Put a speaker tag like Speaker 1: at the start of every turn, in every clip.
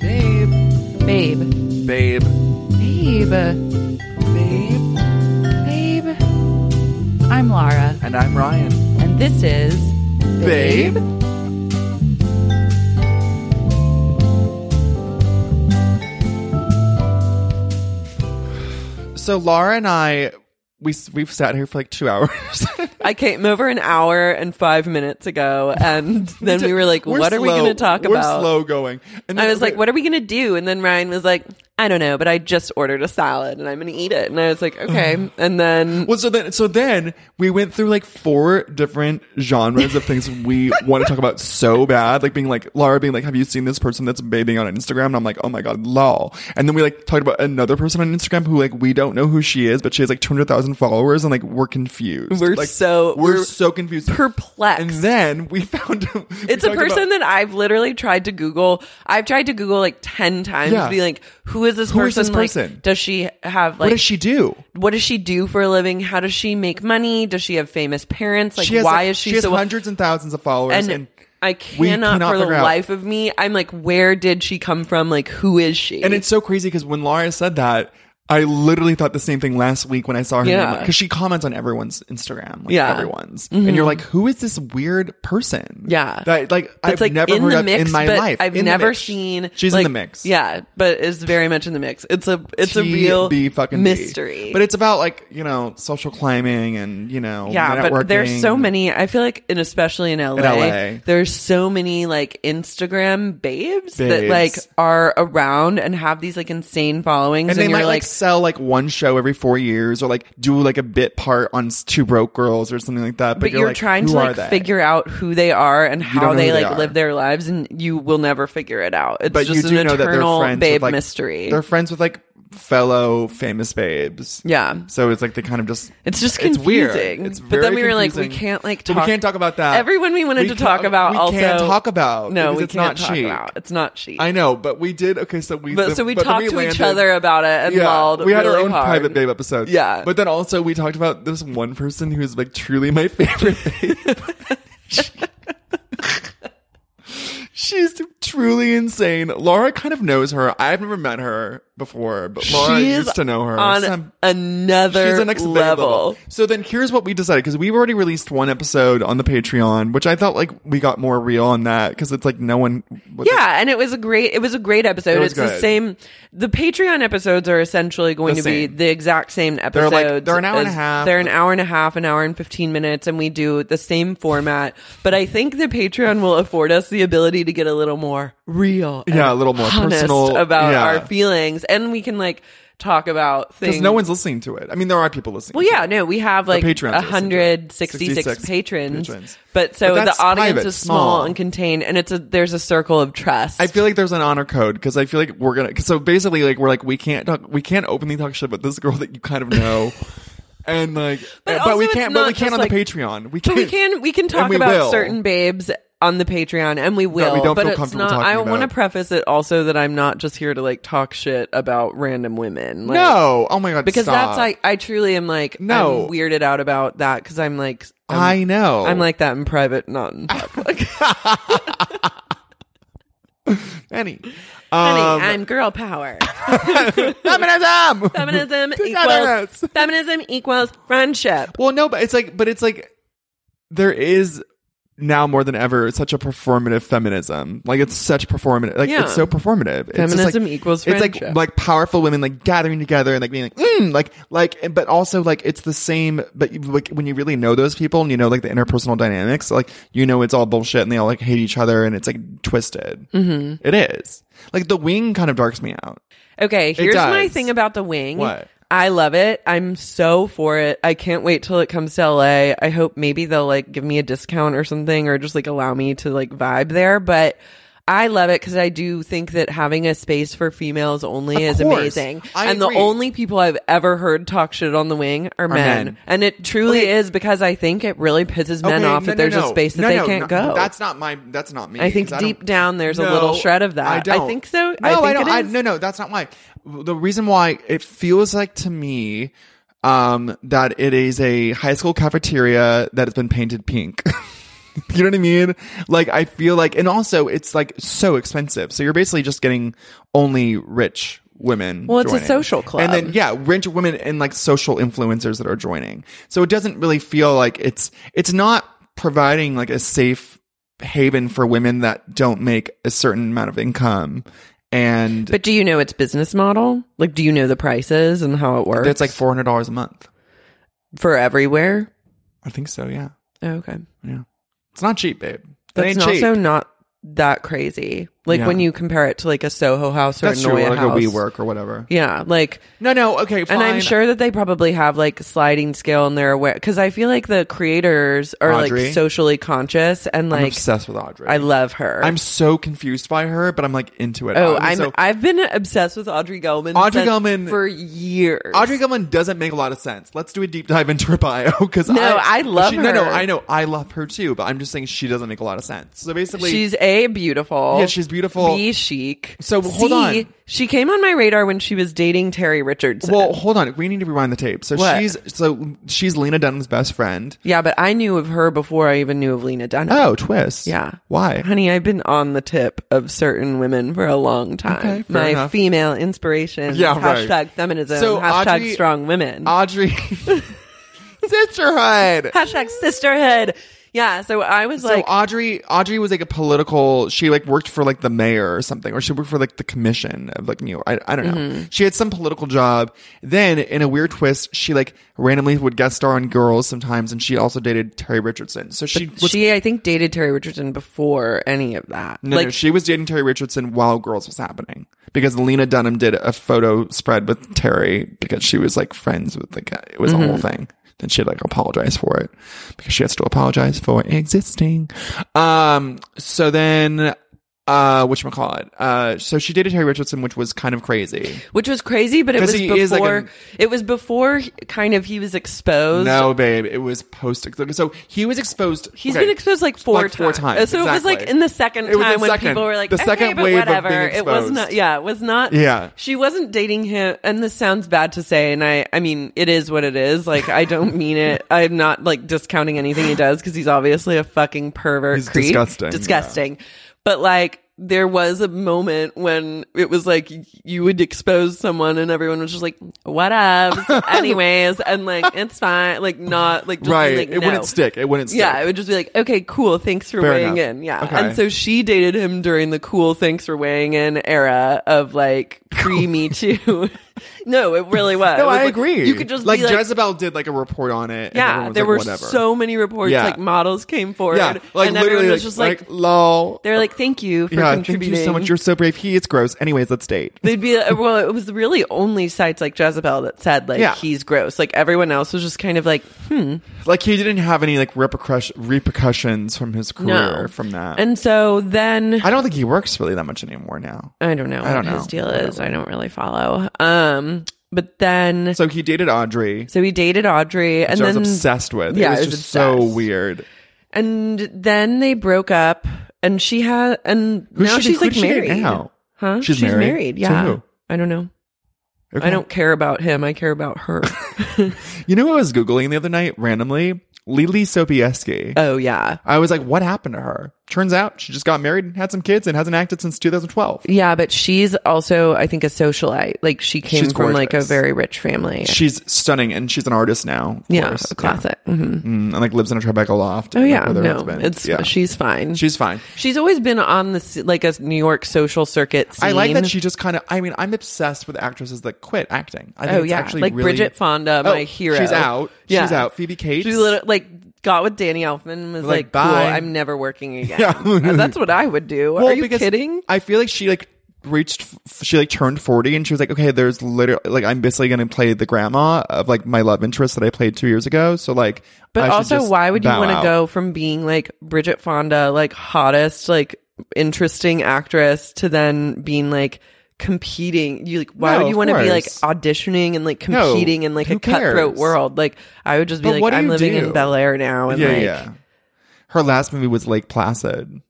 Speaker 1: Babe.
Speaker 2: Babe.
Speaker 1: Babe.
Speaker 2: Babe.
Speaker 1: Babe.
Speaker 2: Babe. I'm Laura,
Speaker 1: And I'm Ryan.
Speaker 2: and this is
Speaker 1: Babe. So Laura and I, we we've sat here for like two hours.
Speaker 3: I came over an hour and five minutes ago, and then we were like,
Speaker 1: We're
Speaker 3: "What are we
Speaker 1: slow.
Speaker 3: going to talk
Speaker 1: We're
Speaker 3: about?"
Speaker 1: slow going. And
Speaker 3: I
Speaker 1: then
Speaker 3: was like,
Speaker 1: we-
Speaker 3: "What are we going to do?" And then Ryan was like, "I don't know, but I just ordered a salad and I'm going to eat it." And I was like, "Okay." And then
Speaker 1: Well, so then, so then we went through like four different genres of things we want to talk about so bad, like being like Laura being like, "Have you seen this person that's bathing on Instagram?" And I'm like, "Oh my god, lol." And then we like talked about another person on Instagram who like we don't know who she is, but she has like 200,000 followers, and like we're confused.
Speaker 3: We're
Speaker 1: Like,
Speaker 3: so-
Speaker 1: we're,
Speaker 3: we're
Speaker 1: so confused,
Speaker 3: perplexed.
Speaker 1: And then we found we
Speaker 3: it's a
Speaker 1: talked about-
Speaker 3: person that I've literally tried to Google. I've tried to Google like ten times,
Speaker 1: Yeah.
Speaker 3: to be like, "Who is this
Speaker 1: Who is
Speaker 3: person?
Speaker 1: this
Speaker 3: Like,
Speaker 1: person?
Speaker 3: does she have like
Speaker 1: what does she do?
Speaker 3: what does she do for a living? How does she make money? Does she have famous parents? Like,
Speaker 1: she has,
Speaker 3: why
Speaker 1: like-
Speaker 3: is she,
Speaker 1: she has
Speaker 3: so
Speaker 1: hundreds and thousands of followers?
Speaker 3: and,
Speaker 1: And,
Speaker 3: I
Speaker 1: we
Speaker 3: cannot,
Speaker 1: cannot
Speaker 3: for the
Speaker 1: figure out.
Speaker 3: life of me. I'm like, where did she come from? Like, who is she?
Speaker 1: And it's so crazy because when Laura said that, I literally thought the same thing last week when I saw her.
Speaker 3: Yeah.
Speaker 1: Because she comments on everyone's Instagram. Like
Speaker 3: Yeah. Mm-hmm.
Speaker 1: Everyone's. And you're like, who is this weird person?
Speaker 3: Yeah.
Speaker 1: That, like,
Speaker 3: That's,
Speaker 1: I've never heard of in my
Speaker 3: but
Speaker 1: life.
Speaker 3: I've
Speaker 1: In the
Speaker 3: never
Speaker 1: mix.
Speaker 3: seen.
Speaker 1: She's in
Speaker 3: like-
Speaker 1: the mix.
Speaker 3: Yeah, but it's very much in the mix. It's a it's a
Speaker 1: T
Speaker 3: real
Speaker 1: B fucking B.
Speaker 3: mystery.
Speaker 1: But it's about like, you know, social climbing and, you know,
Speaker 3: yeah, but there's
Speaker 1: networking.
Speaker 3: so many. I feel like, and especially in LA,
Speaker 1: LA.
Speaker 3: there's so many like Instagram babes, that
Speaker 1: Babes.
Speaker 3: like are around and have these like insane followings,
Speaker 1: And
Speaker 3: and,
Speaker 1: they
Speaker 3: you're
Speaker 1: might like
Speaker 3: like,
Speaker 1: sell like one show every four years, or like do like a bit part on s- Two Broke Girls or something like that. But,
Speaker 3: but, you're,
Speaker 1: like,
Speaker 3: trying
Speaker 1: who
Speaker 3: to
Speaker 1: are
Speaker 3: like
Speaker 1: they?
Speaker 3: figure out who they are and
Speaker 1: don't
Speaker 3: how
Speaker 1: know who
Speaker 3: they
Speaker 1: they
Speaker 3: like
Speaker 1: are.
Speaker 3: live their lives, and you will never figure it out. It's
Speaker 1: but
Speaker 3: just
Speaker 1: you do
Speaker 3: an
Speaker 1: know that they're
Speaker 3: eternal
Speaker 1: friends
Speaker 3: babe
Speaker 1: with, like,
Speaker 3: mystery.
Speaker 1: They're friends with like fellow famous babes.
Speaker 3: Yeah.
Speaker 1: So it's like they kind of just
Speaker 3: It's just
Speaker 1: It's weird.
Speaker 3: confusing.
Speaker 1: It's
Speaker 3: But
Speaker 1: very
Speaker 3: then we were like, we
Speaker 1: confusing.
Speaker 3: can't, like,
Speaker 1: But
Speaker 3: talk-
Speaker 1: we can't talk about that.
Speaker 3: Everyone we wanted to
Speaker 1: can't-
Speaker 3: talk about
Speaker 1: we
Speaker 3: also
Speaker 1: can't talk about.
Speaker 3: No,
Speaker 1: because
Speaker 3: we
Speaker 1: it's
Speaker 3: can't
Speaker 1: not
Speaker 3: talk
Speaker 1: cheap.
Speaker 3: about. It's not cheap.
Speaker 1: I know, but we did. Okay, so we
Speaker 3: But
Speaker 1: the-
Speaker 3: so we
Speaker 1: but then
Speaker 3: talked to each
Speaker 1: landed-
Speaker 3: other about it and lolled
Speaker 1: we had our
Speaker 3: really
Speaker 1: own
Speaker 3: hard.
Speaker 1: private babe episode.
Speaker 3: Yeah.
Speaker 1: but then also we talked about this one person who is like truly my favorite babe. She's truly insane. Laura kind of knows her. I've never met her before, but Laura
Speaker 3: She's
Speaker 1: used to know her.
Speaker 3: on
Speaker 1: Some-
Speaker 3: another
Speaker 1: She's the next big
Speaker 3: level.
Speaker 1: So then here's what we decided because we've already released one episode on the Patreon, which I thought like we got more real on that because it's like no one. what the-
Speaker 3: Yeah, and it was a great it was a great episode.
Speaker 1: It was
Speaker 3: it's the
Speaker 1: good.
Speaker 3: same the Patreon episodes are essentially going
Speaker 1: The
Speaker 3: to be
Speaker 1: same.
Speaker 3: the exact same
Speaker 1: They're
Speaker 3: episodes.
Speaker 1: like- they're an hour and a
Speaker 3: as-
Speaker 1: half.
Speaker 3: They're an hour and a half, an hour and 15 minutes and we do the same format, but I think the Patreon will afford us the ability to get a little more real. and
Speaker 1: Yeah, a little more
Speaker 3: honest
Speaker 1: personal.
Speaker 3: about
Speaker 1: Yeah.
Speaker 3: our feelings and we can like talk about things
Speaker 1: because no one's listening to it. I mean, there are people listening.
Speaker 3: well,
Speaker 1: to
Speaker 3: yeah,
Speaker 1: it.
Speaker 3: no, we have like
Speaker 1: Patreons are listening to it.
Speaker 3: 166
Speaker 1: 66
Speaker 3: patrons,
Speaker 1: patrons.
Speaker 3: but so
Speaker 1: But that's
Speaker 3: the audience
Speaker 1: private,
Speaker 3: is small,
Speaker 1: small.
Speaker 3: and contained, and it's a there's a circle of trust.
Speaker 1: I feel like there's an honor code because I feel like we're gonna. 'cause so basically, like we're like we can't talk, we can't openly talk shit about this girl that you kind of know, and like, but,
Speaker 3: But also
Speaker 1: we
Speaker 3: it's
Speaker 1: can't.
Speaker 3: not
Speaker 1: But we
Speaker 3: just,
Speaker 1: can't on
Speaker 3: like-
Speaker 1: the Patreon. We
Speaker 3: but
Speaker 1: can.
Speaker 3: we can we can talk
Speaker 1: we
Speaker 3: about
Speaker 1: will.
Speaker 3: certain babes on the Patreon, and we will.
Speaker 1: don't
Speaker 3: but
Speaker 1: feel
Speaker 3: it's
Speaker 1: comfortable
Speaker 3: not.
Speaker 1: talking
Speaker 3: I want to
Speaker 1: about.
Speaker 3: preface it also that I'm not just here to like talk shit about random women. Like,
Speaker 1: No. Oh my god.
Speaker 3: because
Speaker 1: stop.
Speaker 3: that's like I truly am like
Speaker 1: No.
Speaker 3: I'm weirded out about that because I'm like I'm,
Speaker 1: I know.
Speaker 3: um, I'm like that in private, not in public.
Speaker 1: any. Um,
Speaker 3: Honey, I'm girl power.
Speaker 1: Feminism.
Speaker 3: feminism
Speaker 1: Two
Speaker 3: equals
Speaker 1: donuts.
Speaker 3: feminism equals friendship.
Speaker 1: Well, no, but it's like, but it's like, there is now more than ever such a performative feminism. Like it's such performative. Like
Speaker 3: Yeah.
Speaker 1: it's so performative. It's just,
Speaker 3: Feminism
Speaker 1: like,
Speaker 3: equals
Speaker 1: It's
Speaker 3: friendship.
Speaker 1: like like powerful women like gathering together and like being like mm, like like. But also like it's the same. But you- like when you really know those people and you know like the interpersonal dynamics, like you know it's all bullshit and they all like hate each other and it's like twisted. Mm-hmm. is. Like the wing kind of darks me out.
Speaker 3: Okay, here's my
Speaker 1: does.
Speaker 3: thing about the wing.
Speaker 1: What?
Speaker 3: I love it. I'm so for it. I can't wait till it comes to LA. I hope maybe they'll like give me a discount or something or just like allow me to like vibe there. But I love it because I do think that having a space for females only is
Speaker 1: course.
Speaker 3: amazing.
Speaker 1: I
Speaker 3: and
Speaker 1: agree.
Speaker 3: the only people I've ever heard talk shit on the wing are, men.
Speaker 1: men.
Speaker 3: And it truly is because I think it really pisses men
Speaker 1: Okay,
Speaker 3: off
Speaker 1: no,
Speaker 3: that
Speaker 1: no,
Speaker 3: there's
Speaker 1: no.
Speaker 3: a space that
Speaker 1: No,
Speaker 3: they
Speaker 1: no,
Speaker 3: can't
Speaker 1: no,
Speaker 3: go.
Speaker 1: That's not my. That's not me.
Speaker 3: I think
Speaker 1: 'cause
Speaker 3: deep
Speaker 1: don't-
Speaker 3: down there's a little shred of that.
Speaker 1: I,
Speaker 3: I
Speaker 1: don't.
Speaker 3: think so. I
Speaker 1: No,
Speaker 3: think
Speaker 1: don't.
Speaker 3: it
Speaker 1: I,
Speaker 3: is.
Speaker 1: no, no, that's not why. The reason why it feels like to me um, that it is a high school cafeteria that has been painted pink. you know what I mean? Like I feel like, and also it's like so expensive. So you're basically just getting only rich women.
Speaker 3: Well, it's a
Speaker 1: joining.
Speaker 3: social club.
Speaker 1: and then yeah, rich women and like social influencers that are joining. So it doesn't really feel like it's it's not providing like a safe haven for women that don't make a certain amount of income. And
Speaker 3: But do you know its business model? Like, do you know the prices and how it works?
Speaker 1: it's like four hundred dollars a month.
Speaker 3: for everywhere.
Speaker 1: I think so, yeah.
Speaker 3: Oh, okay,
Speaker 1: It's not cheap, babe. That
Speaker 3: that's
Speaker 1: ain't cheap.
Speaker 3: also not that crazy. Like
Speaker 1: Yeah.
Speaker 3: when you compare it to like a Soho House or
Speaker 1: that's
Speaker 3: a
Speaker 1: true,
Speaker 3: Noya
Speaker 1: or like
Speaker 3: House.
Speaker 1: a WeWork or whatever.
Speaker 3: Yeah, like,
Speaker 1: No, no, okay, fine.
Speaker 3: and I'm sure that they probably have like sliding scale and they're aware because I feel like the creators are
Speaker 1: Audrey?
Speaker 3: like socially conscious and
Speaker 1: I'm
Speaker 3: like
Speaker 1: obsessed with Audrey.
Speaker 3: I love her.
Speaker 1: I'm so confused by her, but I'm like into it.
Speaker 3: oh,
Speaker 1: Um,
Speaker 3: I'm
Speaker 1: so-
Speaker 3: I've been obsessed with Audrey Gelman.
Speaker 1: Audrey
Speaker 3: since-
Speaker 1: Gelman-
Speaker 3: for years.
Speaker 1: Audrey Gilman doesn't make a lot of sense. Let's do a deep dive into her bio because
Speaker 3: No, I love
Speaker 1: she- No, no,
Speaker 3: her.
Speaker 1: I know I love her too, but I'm just saying she doesn't make a lot of sense. So basically,
Speaker 3: She's a beautiful.
Speaker 1: Yeah, she's beautiful.
Speaker 3: B chic.
Speaker 1: So, hold
Speaker 3: C,
Speaker 1: on.
Speaker 3: She came on my radar when she was dating Terry Richardson.
Speaker 1: well, hold on, we need to rewind the tape. So
Speaker 3: What?
Speaker 1: she's so she's Lena Dunham's best friend.
Speaker 3: yeah, but I knew of her before I even knew of Lena Dunham.
Speaker 1: Oh, twist.
Speaker 3: Yeah.
Speaker 1: Why?
Speaker 3: Honey, I've been on the tip of certain women for a long time.
Speaker 1: Okay, fair
Speaker 3: my
Speaker 1: enough.
Speaker 3: female inspiration.
Speaker 1: Yeah, right.
Speaker 3: hashtag feminism.
Speaker 1: So,
Speaker 3: hashtag
Speaker 1: Audrey-
Speaker 3: strong women.
Speaker 1: Audrey sisterhood.
Speaker 3: hashtag sisterhood. Yeah, so I was like,
Speaker 1: so Audrey, Audrey was like a political. She like worked for like the mayor or something, or she worked for like the commission of like New York. I, I don't know. She had some political job. Then, in a weird twist, she like randomly would guest star on Girls sometimes, and she also dated Terry Richardson. So she was
Speaker 3: she, I think, dated Terry Richardson before any of that.
Speaker 1: no,
Speaker 3: like,
Speaker 1: no, she was dating Terry Richardson while Girls was happening because Lena Dunham did a photo spread with Terry because she was like friends with the guy. It
Speaker 3: Mm-hmm.
Speaker 1: was a whole thing. Then she had like apologized for it because she has to apologize for existing. Um, so then, uh, whatchamacallit? Uh, so she dated Terry Richardson, which was kind of crazy.
Speaker 3: which was crazy, but it
Speaker 1: 'Cause
Speaker 3: was
Speaker 1: he is, like,
Speaker 3: before.
Speaker 1: an-
Speaker 3: it was before he- kind of he was exposed.
Speaker 1: No, babe, it was post. So he was exposed. He's
Speaker 3: He's been exposed like four times.
Speaker 1: four times.
Speaker 3: So it was like
Speaker 1: exactly.
Speaker 3: in the second
Speaker 1: It was
Speaker 3: time
Speaker 1: the
Speaker 3: when
Speaker 1: second-
Speaker 3: people were like,
Speaker 1: the
Speaker 3: okay,
Speaker 1: second
Speaker 3: but
Speaker 1: wave of being
Speaker 3: whatever. it was
Speaker 1: exposed.
Speaker 3: not. Yeah, it was not.
Speaker 1: Yeah.
Speaker 3: she wasn't dating him, and this sounds bad to say, and I, I mean, it is what it is. Like, I don't mean it. I'm not like discounting anything he does because he's obviously a fucking pervert.
Speaker 1: He's
Speaker 3: creep.
Speaker 1: disgusting,
Speaker 3: Disgusting. But like. There was a moment when it was like you would expose someone and everyone was just like, what up? Anyways, and like, it's fine. Like, not like, just being
Speaker 1: Right.
Speaker 3: like,
Speaker 1: it
Speaker 3: no.
Speaker 1: wouldn't stick. It wouldn't stick.
Speaker 3: Yeah, it would just be like, okay, cool, thanks for
Speaker 1: Fair
Speaker 3: weighing
Speaker 1: enough.
Speaker 3: in. Yeah.
Speaker 1: Okay.
Speaker 3: And so she dated him during the cool, thanks for weighing in era of like pre Me Too. no, it really was. It
Speaker 1: No,
Speaker 3: was
Speaker 1: I
Speaker 3: like-
Speaker 1: agree.
Speaker 3: You could just
Speaker 1: like,
Speaker 3: be like,
Speaker 1: Jezebel did like a report on it. and everyone
Speaker 3: yeah,
Speaker 1: was
Speaker 3: there
Speaker 1: like,
Speaker 3: were
Speaker 1: whatever.
Speaker 3: so many reports.
Speaker 1: Yeah.
Speaker 3: Like models came forward.
Speaker 1: yeah, like
Speaker 3: and
Speaker 1: literally
Speaker 3: everyone
Speaker 1: like,
Speaker 3: was just like,
Speaker 1: lol.
Speaker 3: they're like, thank you for
Speaker 1: yeah, thank
Speaker 3: contributing.
Speaker 1: you so much. You're so brave. He is gross. Anyways, let's date.
Speaker 3: They'd be uh, well. It was really only sites like Jezebel that said like
Speaker 1: Yeah.
Speaker 3: he's gross. Like everyone else was just kind of like, hmm,
Speaker 1: Like he didn't have any like repercussion repercussions from his career
Speaker 3: no,
Speaker 1: from that.
Speaker 3: And so then
Speaker 1: I don't think he works really that much anymore now.
Speaker 3: I don't know
Speaker 1: I don't
Speaker 3: what his
Speaker 1: know.
Speaker 3: deal is. I don't really follow. Um, but then so,
Speaker 1: So he dated Audrey,
Speaker 3: he dated Audrey, and
Speaker 1: which I was
Speaker 3: then
Speaker 1: obsessed with.
Speaker 3: Yeah,
Speaker 1: it was,
Speaker 3: I was
Speaker 1: just so
Speaker 3: obsessed.
Speaker 1: weird.
Speaker 3: and then they broke up, and she had and
Speaker 1: Who's
Speaker 3: now
Speaker 1: she-
Speaker 3: she's
Speaker 1: who's
Speaker 3: like
Speaker 1: she dating
Speaker 3: married
Speaker 1: now?
Speaker 3: Huh?
Speaker 1: She's married? To
Speaker 3: Yeah.
Speaker 1: who?
Speaker 3: I don't know.
Speaker 1: Okay.
Speaker 3: I don't care about him. I care about her.
Speaker 1: You know, what I was googling the other night randomly. Lily Sobieski.
Speaker 3: oh yeah,
Speaker 1: I was like, what happened to her? Turns out she just got married and had some kids and hasn't acted since 2012.
Speaker 3: yeah. But she's also, I think, a socialite. Like she came
Speaker 1: She's
Speaker 3: from like a
Speaker 1: gorgeous.
Speaker 3: very rich family.
Speaker 1: She's stunning and she's an artist now. of
Speaker 3: yeah,
Speaker 1: course.
Speaker 3: a classic. Mhm.
Speaker 1: Mm, and like lives in a Tribeca loft.
Speaker 3: Oh
Speaker 1: like,
Speaker 3: yeah,
Speaker 1: with her
Speaker 3: no,
Speaker 1: husband.
Speaker 3: it's
Speaker 1: Yeah.
Speaker 3: she's fine.
Speaker 1: she's fine.
Speaker 3: She's always been on this like a New York social circuit. Scene.
Speaker 1: I like that she just kind of. I mean, I'm obsessed with actresses that quit acting. I think
Speaker 3: oh
Speaker 1: it's
Speaker 3: yeah,
Speaker 1: actually
Speaker 3: like
Speaker 1: really-
Speaker 3: Bridget Fonda,
Speaker 1: Oh,
Speaker 3: my hero.
Speaker 1: She's out. She's out. Phoebe Cates.
Speaker 3: She lit- like got with Danny Elfman and was
Speaker 1: Like,
Speaker 3: like, "Cool,
Speaker 1: bye."
Speaker 3: I'm never working again."
Speaker 1: Yeah.
Speaker 3: That's what I would do.
Speaker 1: Well,
Speaker 3: Are you
Speaker 1: because
Speaker 3: kidding?
Speaker 1: I feel like she like reached f- she like turned 40 and she was like okay there's literally like i'm basically going to play the grandma of like my love interest that i played two years ago so like I
Speaker 3: But
Speaker 1: should
Speaker 3: also,
Speaker 1: just
Speaker 3: why would you
Speaker 1: bow
Speaker 3: want to
Speaker 1: out.
Speaker 3: go from being like Bridget Fonda, like hottest, like interesting actress, to then being like competing? You like, why
Speaker 1: No,
Speaker 3: would you
Speaker 1: of
Speaker 3: want to be like
Speaker 1: course.
Speaker 3: auditioning and like competing in like
Speaker 1: who
Speaker 3: a cutthroat
Speaker 1: cares?
Speaker 3: world? Like, I would just be
Speaker 1: But what
Speaker 3: like,
Speaker 1: do
Speaker 3: I'm
Speaker 1: you
Speaker 3: living
Speaker 1: do?
Speaker 3: in Bel Air now, and
Speaker 1: yeah
Speaker 3: like,
Speaker 1: yeah her last movie was lake placid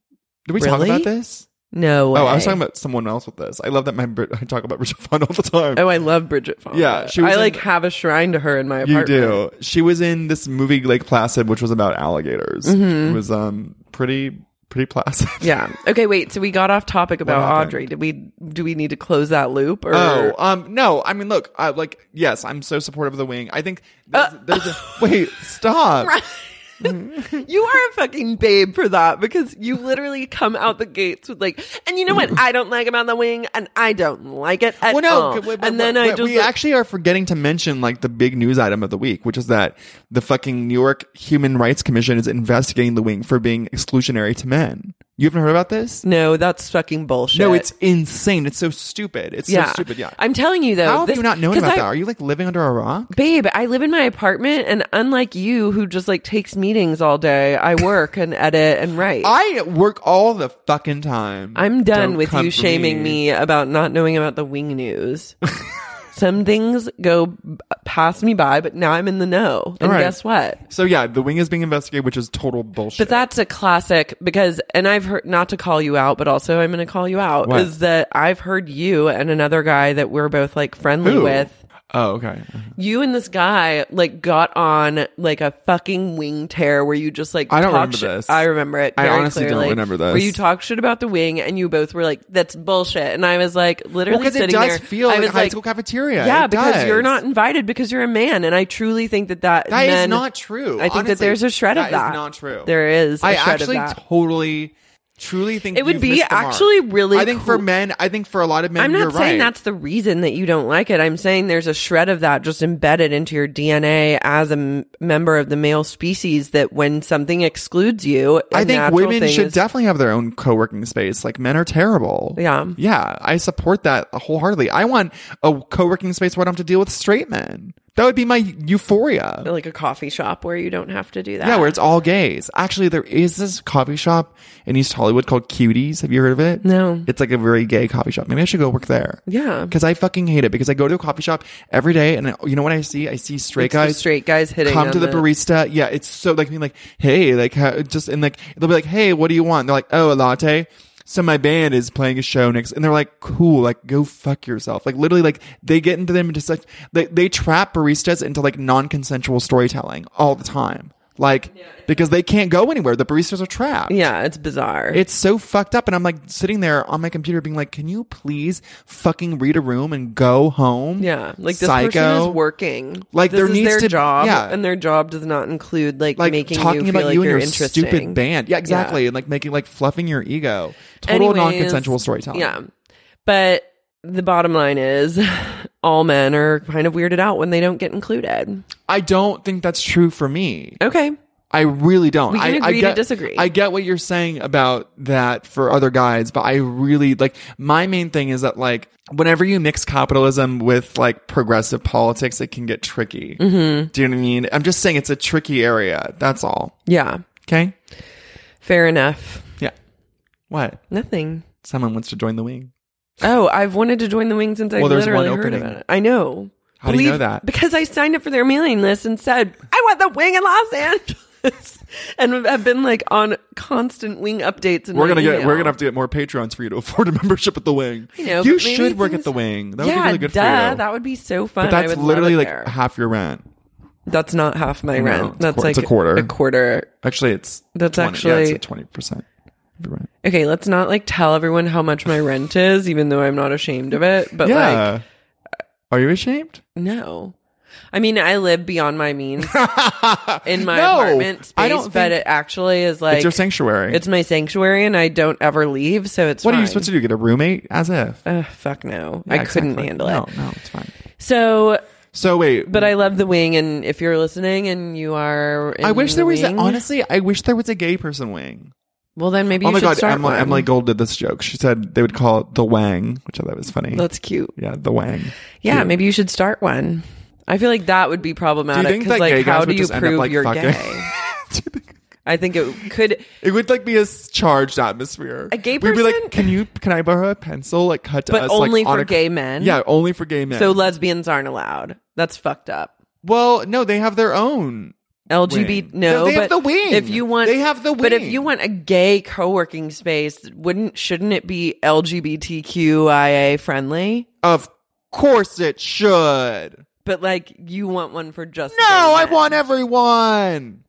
Speaker 1: did we talk
Speaker 3: Really?
Speaker 1: about this
Speaker 3: no. Way.
Speaker 1: oh i was talking about someone else with this i love that my Brit- i talk about bridget fonda all the time
Speaker 3: Oh, I love Bridget Fonda.
Speaker 1: Yeah, she was
Speaker 3: I
Speaker 1: in-
Speaker 3: like have a shrine to her in my apartment.
Speaker 1: You do. She was in this movie Lake Placid, which was about alligators. It was um pretty pretty placid.
Speaker 3: Mm-hmm. Yeah. Okay. Wait. So we got off topic about
Speaker 1: happened?
Speaker 3: Audrey. Did we? Do we need to close that loop? Or
Speaker 1: Oh, um, no. I mean, look, I, like, yes, I'm so supportive of the wing. I think
Speaker 3: Uh,
Speaker 1: there's, there's a wait. Stop.
Speaker 3: You are a fucking babe for that because you literally come out the gates with like, and you know what? I don't like about the wing, and I don't like it at
Speaker 1: Well, no,
Speaker 3: all.
Speaker 1: but- but-
Speaker 3: Oh, and then
Speaker 1: but
Speaker 3: I just
Speaker 1: we
Speaker 3: like-
Speaker 1: actually are forgetting to mention like the big news item of the week, which is that the fucking New York Human Rights Commission is investigating the wing for being exclusionary to men. You haven't heard about this?
Speaker 3: no, that's fucking bullshit.
Speaker 1: No, it's insane. It's so stupid. It's
Speaker 3: yeah,
Speaker 1: so stupid. Yeah.
Speaker 3: I'm telling you though,
Speaker 1: How have
Speaker 3: this-
Speaker 1: you not known
Speaker 3: 'cause
Speaker 1: about
Speaker 3: I-
Speaker 1: that? Are you like living under a rock?
Speaker 3: Babe, I live in my apartment, and unlike you, who just like takes meetings all day, I work and edit and write.
Speaker 1: I work all the fucking time.
Speaker 3: I'm done
Speaker 1: Don't
Speaker 3: with
Speaker 1: come
Speaker 3: you
Speaker 1: for
Speaker 3: shaming me. about not knowing about the wing news. Some things go b- past me by, but now I'm in the know. And
Speaker 1: right.
Speaker 3: guess what?
Speaker 1: So yeah, the wing is being investigated, which is total bullshit.
Speaker 3: But that's a classic because, and I've heard not to call you out, but also I'm going to call you out
Speaker 1: What?
Speaker 3: is that I've heard you and another guy that we're both like friendly
Speaker 1: Who?
Speaker 3: with.
Speaker 1: oh okay.
Speaker 3: You and this guy like got on like a fucking wing tear where you just like
Speaker 1: I don't
Speaker 3: talk
Speaker 1: remember
Speaker 3: shit-
Speaker 1: this.
Speaker 3: I remember it.
Speaker 1: I
Speaker 3: very
Speaker 1: honestly don't
Speaker 3: clearly,
Speaker 1: remember this.
Speaker 3: Where you talk shit about the wing and you both were like, "That's bullshit," and I was like, literally
Speaker 1: Well, 'cause it
Speaker 3: sitting
Speaker 1: does
Speaker 3: there.
Speaker 1: feel
Speaker 3: I
Speaker 1: like
Speaker 3: was
Speaker 1: a high school cafeteria.
Speaker 3: Yeah,
Speaker 1: It
Speaker 3: because
Speaker 1: does.
Speaker 3: you're not invited because you're a man, and I truly think that that
Speaker 1: That is
Speaker 3: men-
Speaker 1: not true.
Speaker 3: I think that
Speaker 1: Honestly,
Speaker 3: there's a shred of
Speaker 1: that
Speaker 3: that.
Speaker 1: is not true.
Speaker 3: There is. a
Speaker 1: I
Speaker 3: shred of
Speaker 1: actually
Speaker 3: that.
Speaker 1: totally, truly think
Speaker 3: It would
Speaker 1: you've
Speaker 3: be
Speaker 1: missed the mark.
Speaker 3: actually really
Speaker 1: I think for
Speaker 3: cool-
Speaker 1: men, I think for a lot of men,
Speaker 3: I'm
Speaker 1: you're
Speaker 3: not saying
Speaker 1: right.
Speaker 3: that's the reason that you don't like it. I'm saying there's a shred of that just embedded into your DNA as a m- member of the male species that when something excludes you, a
Speaker 1: I think
Speaker 3: natural
Speaker 1: women
Speaker 3: thing
Speaker 1: should
Speaker 3: is-
Speaker 1: definitely have their own co-working space. Like men are terrible.
Speaker 3: Yeah.
Speaker 1: Yeah. I support that wholeheartedly. I want a co-working space where I don't have to deal with straight men. That would be my euphoria.
Speaker 3: like a coffee shop where you don't have to do that.
Speaker 1: Yeah, where it's all gays. Actually, there is this coffee shop in East Hollywood called Cuties. Have you heard of it?
Speaker 3: No.
Speaker 1: It's like a very gay coffee shop. Maybe I should go work there.
Speaker 3: Yeah.
Speaker 1: Because I fucking hate it. Because I go to a coffee shop every day and I, you know what I see? I see straight
Speaker 3: It's the
Speaker 1: guys.
Speaker 3: straight guys hitting
Speaker 1: Come
Speaker 3: on
Speaker 1: to the,
Speaker 3: the-
Speaker 1: barista. Yeah, it's so like, being like, hey, like, how, just, and like, they'll be like, hey, what do you want? And they're like, oh, a latte. So my band is playing a show next, and they're like, "Cool, like go fuck yourself." Like literally, like they get into them into such they they trap baristas into like non-consensual storytelling all the time, like because they can't go anywhere. The baristas are trapped.
Speaker 3: Yeah, it's bizarre.
Speaker 1: It's so fucked up. And I'm like sitting there on my computer being like, can you please fucking read a room and go home?
Speaker 3: yeah, like this
Speaker 1: Psycho.
Speaker 3: person is working.
Speaker 1: Like,
Speaker 3: this
Speaker 1: there
Speaker 3: is
Speaker 1: needs
Speaker 3: their
Speaker 1: to-
Speaker 3: job,
Speaker 1: yeah.
Speaker 3: and their job does not include like,
Speaker 1: Like
Speaker 3: making
Speaker 1: talking
Speaker 3: you feel
Speaker 1: about
Speaker 3: like
Speaker 1: you and
Speaker 3: you're
Speaker 1: your
Speaker 3: interesting.
Speaker 1: stupid band. Yeah, exactly. And like making like fluffing your ego. Total
Speaker 3: Anyways,
Speaker 1: non-consensual storytelling.
Speaker 3: Yeah. But the bottom line is all men are kind of weirded out when they don't get included.
Speaker 1: I don't think that's true for me.
Speaker 3: Okay.
Speaker 1: I really don't.
Speaker 3: We can
Speaker 1: I, I
Speaker 3: agree to
Speaker 1: get,
Speaker 3: disagree.
Speaker 1: I get what you're saying about that for other guys, but I really like my main thing is that like whenever you mix capitalism with like progressive politics, it can get tricky. Mm-hmm. Do you know what I mean? I'm just saying it's a tricky area. That's all.
Speaker 3: Yeah.
Speaker 1: Okay.
Speaker 3: Fair enough.
Speaker 1: Yeah. What?
Speaker 3: Nothing.
Speaker 1: Someone wants to join the wing.
Speaker 3: Oh, I've wanted to join the wings since I
Speaker 1: Well, there's
Speaker 3: literally
Speaker 1: one
Speaker 3: heard
Speaker 1: opening.
Speaker 3: about it. I know.
Speaker 1: How do you know that?
Speaker 3: Because I signed up for their mailing list and said, I want the wing in Los Angeles. and I've been like on constant wing updates. And
Speaker 1: We're gonna get. We're gonna have to get more patrons for you to afford a membership at the wing. You,
Speaker 3: know, but maybe
Speaker 1: should work at
Speaker 3: things-
Speaker 1: the wing. That would
Speaker 3: yeah,
Speaker 1: be really good
Speaker 3: duh,
Speaker 1: for you.
Speaker 3: That would be so fun.
Speaker 1: but
Speaker 3: I
Speaker 1: that's
Speaker 3: would love
Speaker 1: literally
Speaker 3: it
Speaker 1: like
Speaker 3: there.
Speaker 1: half your rent.
Speaker 3: That's not half my
Speaker 1: No,
Speaker 3: rent.
Speaker 1: it's
Speaker 3: That's
Speaker 1: quar-
Speaker 3: like
Speaker 1: it's a quarter.
Speaker 3: A quarter.
Speaker 1: Actually, it's
Speaker 3: That's
Speaker 1: 20,
Speaker 3: actually-
Speaker 1: twenty percent of your rent.
Speaker 3: Okay, let's not like tell everyone how much my rent is, even though I'm not ashamed of it. But like,
Speaker 1: are you ashamed?
Speaker 3: no. I mean, I live beyond my means in my
Speaker 1: No,
Speaker 3: apartment space,
Speaker 1: I don't
Speaker 3: but
Speaker 1: think-
Speaker 3: it actually is like
Speaker 1: it's your sanctuary.
Speaker 3: It's my sanctuary, and I don't ever leave, so it's
Speaker 1: what are you
Speaker 3: fine.
Speaker 1: supposed to do? Get a roommate? As if
Speaker 3: Ugh, fuck no, I
Speaker 1: Yeah,
Speaker 3: couldn't
Speaker 1: exactly.
Speaker 3: handle
Speaker 1: no,
Speaker 3: it.
Speaker 1: No, it's fine.
Speaker 3: So,
Speaker 1: So wait,
Speaker 3: but I love the wing, and if you're listening and you are, in
Speaker 1: I wish
Speaker 3: the
Speaker 1: there was a,
Speaker 3: wing-
Speaker 1: honestly. I wish there was a gay person wing.
Speaker 3: Well, then maybe
Speaker 1: oh
Speaker 3: you
Speaker 1: my
Speaker 3: should
Speaker 1: god,
Speaker 3: start
Speaker 1: Emily,
Speaker 3: one.
Speaker 1: Emily Gold did this joke. She said they would call it the Wang, which I thought was funny.
Speaker 3: That's cute.
Speaker 1: yeah, the Wang.
Speaker 3: Yeah, maybe you should start one. I feel like that would be problematic.
Speaker 1: think
Speaker 3: 'cause,
Speaker 1: that
Speaker 3: like,
Speaker 1: gay guys
Speaker 3: how
Speaker 1: would
Speaker 3: do you
Speaker 1: just end up,
Speaker 3: prove
Speaker 1: like,
Speaker 3: you're
Speaker 1: fucking-
Speaker 3: gay? I think it could.
Speaker 1: It would like be a s- charged atmosphere.
Speaker 3: A gay
Speaker 1: We'd be
Speaker 3: person-
Speaker 1: like, can you? Can I borrow a pencil? Like cut to
Speaker 3: But
Speaker 1: us,
Speaker 3: only
Speaker 1: like, on
Speaker 3: for
Speaker 1: a-
Speaker 3: gay men?
Speaker 1: Yeah, only for gay men.
Speaker 3: So lesbians aren't allowed. That's fucked up.
Speaker 1: well, no, they have their own.
Speaker 3: LGBT
Speaker 1: Wing.
Speaker 3: no,
Speaker 1: They have
Speaker 3: but
Speaker 1: the wing.
Speaker 3: if you want
Speaker 1: They have the
Speaker 3: But if
Speaker 1: wing.
Speaker 3: you want a gay co-working space, wouldn't shouldn't it be LGBTQIA friendly?
Speaker 1: Of course, it should.
Speaker 3: But like you want one for just
Speaker 1: No,
Speaker 3: gay
Speaker 1: I
Speaker 3: men.
Speaker 1: want everyone.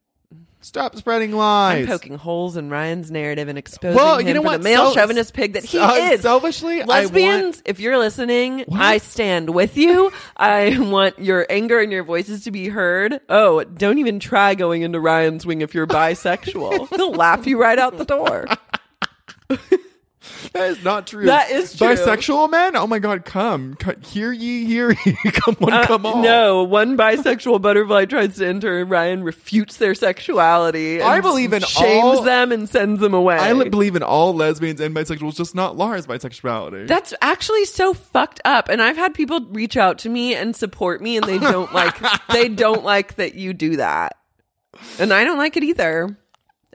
Speaker 1: Stop spreading lies.
Speaker 3: I'm poking holes in Ryan's narrative and exposing
Speaker 1: Well,
Speaker 3: him
Speaker 1: you know
Speaker 3: for
Speaker 1: what?
Speaker 3: the male
Speaker 1: Sel-
Speaker 3: chauvinist pig that he
Speaker 1: uh,
Speaker 3: is.
Speaker 1: selfishly, I
Speaker 3: lesbians,
Speaker 1: want-
Speaker 3: if you're listening, I stand with you. I want your anger and your voices to be heard. Oh, don't even try going into Ryan's wing if you're bisexual. They'll laugh you right out the door.
Speaker 1: That is not true.
Speaker 3: That is true.
Speaker 1: Bisexual men? Oh my god, come. come hear ye, hear ye. come on, come on.
Speaker 3: Uh, No, one bisexual butterfly tries to enter, and Ryan refutes their sexuality.
Speaker 1: I
Speaker 3: and
Speaker 1: believe in
Speaker 3: shames
Speaker 1: all-
Speaker 3: them and sends them away.
Speaker 1: I li- believe in all lesbians and bisexuals, just not Lara's bisexuality.
Speaker 3: That's actually so fucked up. And I've had people reach out to me and support me and they don't like they don't like that you do that. And I don't like it either.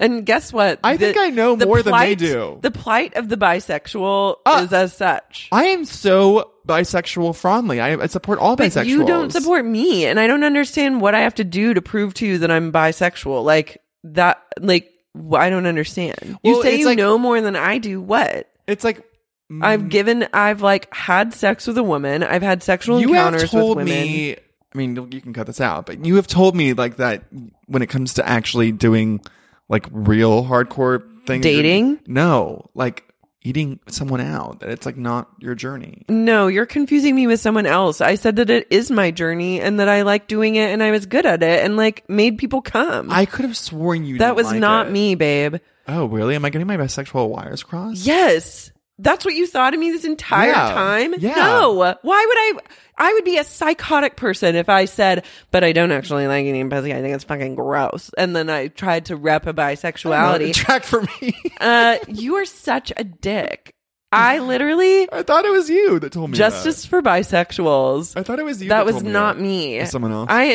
Speaker 3: And guess what?
Speaker 1: I think I know
Speaker 3: the
Speaker 1: more than they do.
Speaker 3: The plight of the bisexual
Speaker 1: Uh,
Speaker 3: is as such.
Speaker 1: I am so bisexual friendly. I, I support all
Speaker 3: But
Speaker 1: bisexuals.
Speaker 3: you don't support me and I don't understand what I have to do to prove to you that I'm bisexual. Like that like wh- I don't understand. you
Speaker 1: Well,
Speaker 3: say
Speaker 1: it's
Speaker 3: you
Speaker 1: like-
Speaker 3: know more than I do. What?
Speaker 1: It's like Mm.
Speaker 3: I've given, I've like had sex with a woman. I've had sexual
Speaker 1: you
Speaker 3: encounters
Speaker 1: have told
Speaker 3: with women.
Speaker 1: me. I mean, you can cut this out, but you have told me like that when it comes to actually doing like real hardcore things.
Speaker 3: Dating?
Speaker 1: No, like eating someone out. That it's like not your journey.
Speaker 3: No, you're confusing me with someone else. I said that it is my journey and that I like doing it and I was good at it and like made people come.
Speaker 1: I could have sworn you.
Speaker 3: that
Speaker 1: didn't
Speaker 3: was
Speaker 1: like
Speaker 3: not
Speaker 1: it.
Speaker 3: me, babe.
Speaker 1: Oh, really? Am I getting my bisexual wires crossed?
Speaker 3: Yes. That's what you thought of me this entire
Speaker 1: Yeah.
Speaker 3: time?
Speaker 1: Yeah.
Speaker 3: No. Why would I? I would be a psychotic person if I said, but I don't actually like eating pussy. I think it's fucking gross. And then I tried to rep a bisexuality.
Speaker 1: Track for me.
Speaker 3: uh, you are such a dick. I literally
Speaker 1: I thought it was you that told me. that.
Speaker 3: justice for bisexuals.
Speaker 1: I thought it was you. That,
Speaker 3: That was
Speaker 1: told
Speaker 3: not
Speaker 1: that.
Speaker 3: me.
Speaker 1: It was someone else.
Speaker 3: I
Speaker 1: All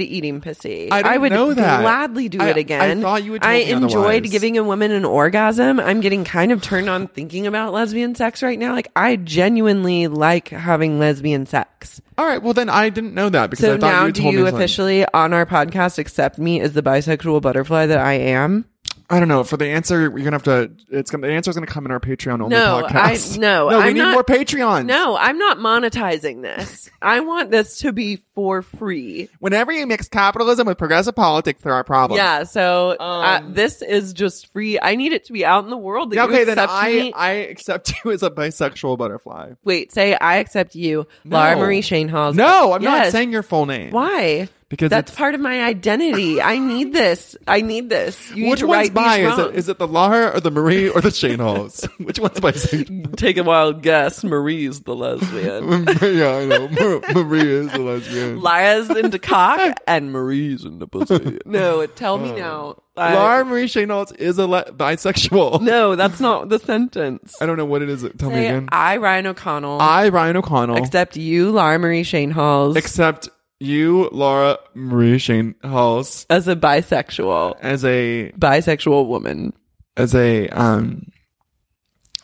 Speaker 1: right.
Speaker 3: eating pussy.
Speaker 1: I didn't
Speaker 3: would
Speaker 1: know that.
Speaker 3: gladly do
Speaker 1: I-
Speaker 3: it
Speaker 1: I
Speaker 3: again.
Speaker 1: thought you had told
Speaker 3: I
Speaker 1: me
Speaker 3: enjoyed
Speaker 1: otherwise.
Speaker 3: giving a woman an orgasm. I'm getting kind of turned on thinking about lesbian sex right now. Like I genuinely like having lesbian sex.
Speaker 1: All right. Well, then I didn't know that because
Speaker 3: So
Speaker 1: I thought
Speaker 3: now,
Speaker 1: you had
Speaker 3: do
Speaker 1: told
Speaker 3: you
Speaker 1: me something.
Speaker 3: officially on our podcast accept me as the bisexual butterfly that I am?
Speaker 1: I don't know. For the answer, you're gonna have to. It's gonna. The answer's gonna come in our Patreon only
Speaker 3: No, I
Speaker 1: podcast.
Speaker 3: no.
Speaker 1: No, we
Speaker 3: I'm
Speaker 1: need
Speaker 3: not-
Speaker 1: more Patreons.
Speaker 3: No, I'm not monetizing this. I want this to be for free.
Speaker 1: Whenever you mix capitalism with progressive politics, there are problems.
Speaker 3: Yeah, so uh, this is just free. I need it to be out in the world. That
Speaker 1: Yeah,
Speaker 3: you
Speaker 1: Okay, then
Speaker 3: accept
Speaker 1: I
Speaker 3: me.
Speaker 1: I accept you as a bisexual butterfly.
Speaker 3: Wait, say I accept you, Laura Marie Shane Halls.
Speaker 1: No, I'm not
Speaker 3: Yes.
Speaker 1: saying your full name.
Speaker 3: Why?
Speaker 1: Because
Speaker 3: that's
Speaker 1: it's-
Speaker 3: part of my identity. I need this. I need this. You need
Speaker 1: Which
Speaker 3: to
Speaker 1: one's
Speaker 3: right
Speaker 1: bi?
Speaker 3: these
Speaker 1: Is it,
Speaker 3: wrongs.
Speaker 1: is it the Lara or the Marie or the Shane Halls? Which one's bisexual?
Speaker 3: Take a wild guess. Marie's the lesbian.
Speaker 1: yeah, I know. Mar- Marie is a lesbian.
Speaker 3: Lara's into cock and Marie's into pussy. No, tell
Speaker 1: Uh,
Speaker 3: me now. I-
Speaker 1: Lara Marie Shane Halls is a le- bisexual.
Speaker 3: no, that's not the sentence.
Speaker 1: I don't know what it is. Tell me
Speaker 3: Say,
Speaker 1: again.
Speaker 3: I, Ryan O'Connell,
Speaker 1: I, Ryan O'Connell,
Speaker 3: accept you, Lara Marie Shane Halls,
Speaker 1: accept you, Laura Marie Shane Halls,
Speaker 3: as a bisexual.
Speaker 1: as a
Speaker 3: bisexual woman.
Speaker 1: as a um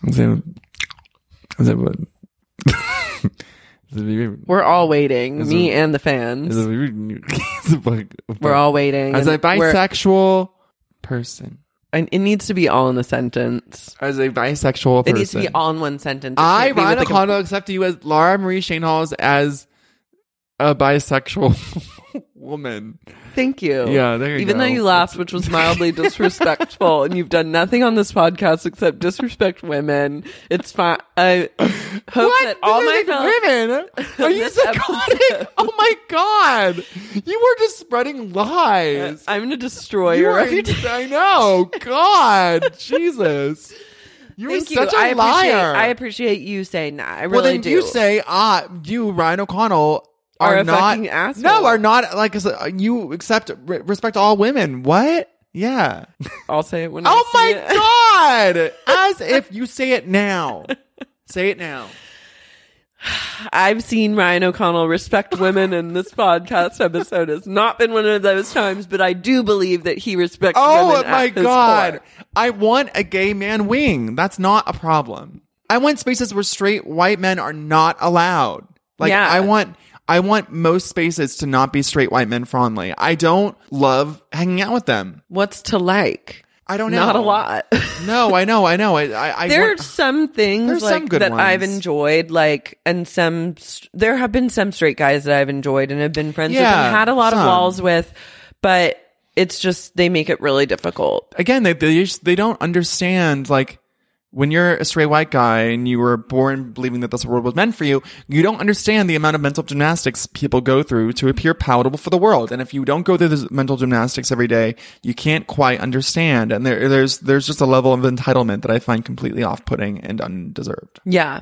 Speaker 1: as a as a what? As a-
Speaker 3: We're all waiting,
Speaker 1: Is
Speaker 3: me
Speaker 1: it-
Speaker 3: and the fans.
Speaker 1: as a- as a-
Speaker 3: we're all waiting.
Speaker 1: as a
Speaker 3: and we're-
Speaker 1: bisexual person.
Speaker 3: and it needs to be all in a sentence.
Speaker 1: As a bisexual
Speaker 3: It
Speaker 1: person,
Speaker 3: needs to be all in one sentence. It
Speaker 1: I,
Speaker 3: can't be
Speaker 1: Ryan
Speaker 3: with a
Speaker 1: O'Connell, accept you as Laura Marie Shane Halls as a bisexual woman.
Speaker 3: com- Thank you.
Speaker 1: Yeah, there you
Speaker 3: Even though
Speaker 1: go.
Speaker 3: you laughed, which was mildly disrespectful, and you've done nothing on this podcast except disrespect women. It's fine. I hope that all my
Speaker 1: There's
Speaker 3: fellow-
Speaker 1: women. Are you
Speaker 3: This
Speaker 1: psychotic?
Speaker 3: episode.
Speaker 1: Oh my god! You were just spreading lies.
Speaker 3: I'm gonna destroy
Speaker 1: you
Speaker 3: your
Speaker 1: are
Speaker 3: reputation.
Speaker 1: I know. God, Jesus. You're
Speaker 3: Thank you.
Speaker 1: such a
Speaker 3: I appreciate.
Speaker 1: liar.
Speaker 3: I appreciate you saying that. I really
Speaker 1: well, then
Speaker 3: do.
Speaker 1: you say, ah, you Ryan O'Connell are,
Speaker 3: Are a
Speaker 1: not
Speaker 3: fucking asshole.
Speaker 1: no, are not like I said, you accept re- respect all women. What? Yeah.
Speaker 3: I'll say it when I
Speaker 1: Oh
Speaker 3: see it.
Speaker 1: my God. As if you say it now. Say it now.
Speaker 3: I've seen Ryan O'Connell respect women, and this podcast episode has not been one of those times, but I do believe that he respects
Speaker 1: Oh
Speaker 3: women. at
Speaker 1: my
Speaker 3: his
Speaker 1: God.
Speaker 3: core.
Speaker 1: I want a gay man wing. That's not a problem. I want spaces where straight white men are not allowed. Like
Speaker 3: Yeah.
Speaker 1: I want I want most spaces to not be straight white men friendly. I don't love hanging out with them.
Speaker 3: What's to like?
Speaker 1: I don't know.
Speaker 3: Not a lot.
Speaker 1: No, I know, I know. I I, I
Speaker 3: There are
Speaker 1: want-
Speaker 3: some things
Speaker 1: There's
Speaker 3: like,
Speaker 1: some good
Speaker 3: that I've
Speaker 1: ones.
Speaker 3: enjoyed, like, and some, st- there have been some straight guys that I've enjoyed and have been friends with
Speaker 1: Yeah,
Speaker 3: and had a lot
Speaker 1: some.
Speaker 3: of walls with, but it's just, they make it really difficult.
Speaker 1: again they they, just, they don't understand like when you're a straight white guy and you were born believing that this world was meant for you, you don't understand the amount of mental gymnastics people go through to appear palatable for the world. And if you don't go through this mental gymnastics every day, you can't quite understand. And there, there's there's just a level of entitlement that I find completely off-putting and undeserved.
Speaker 3: Yeah.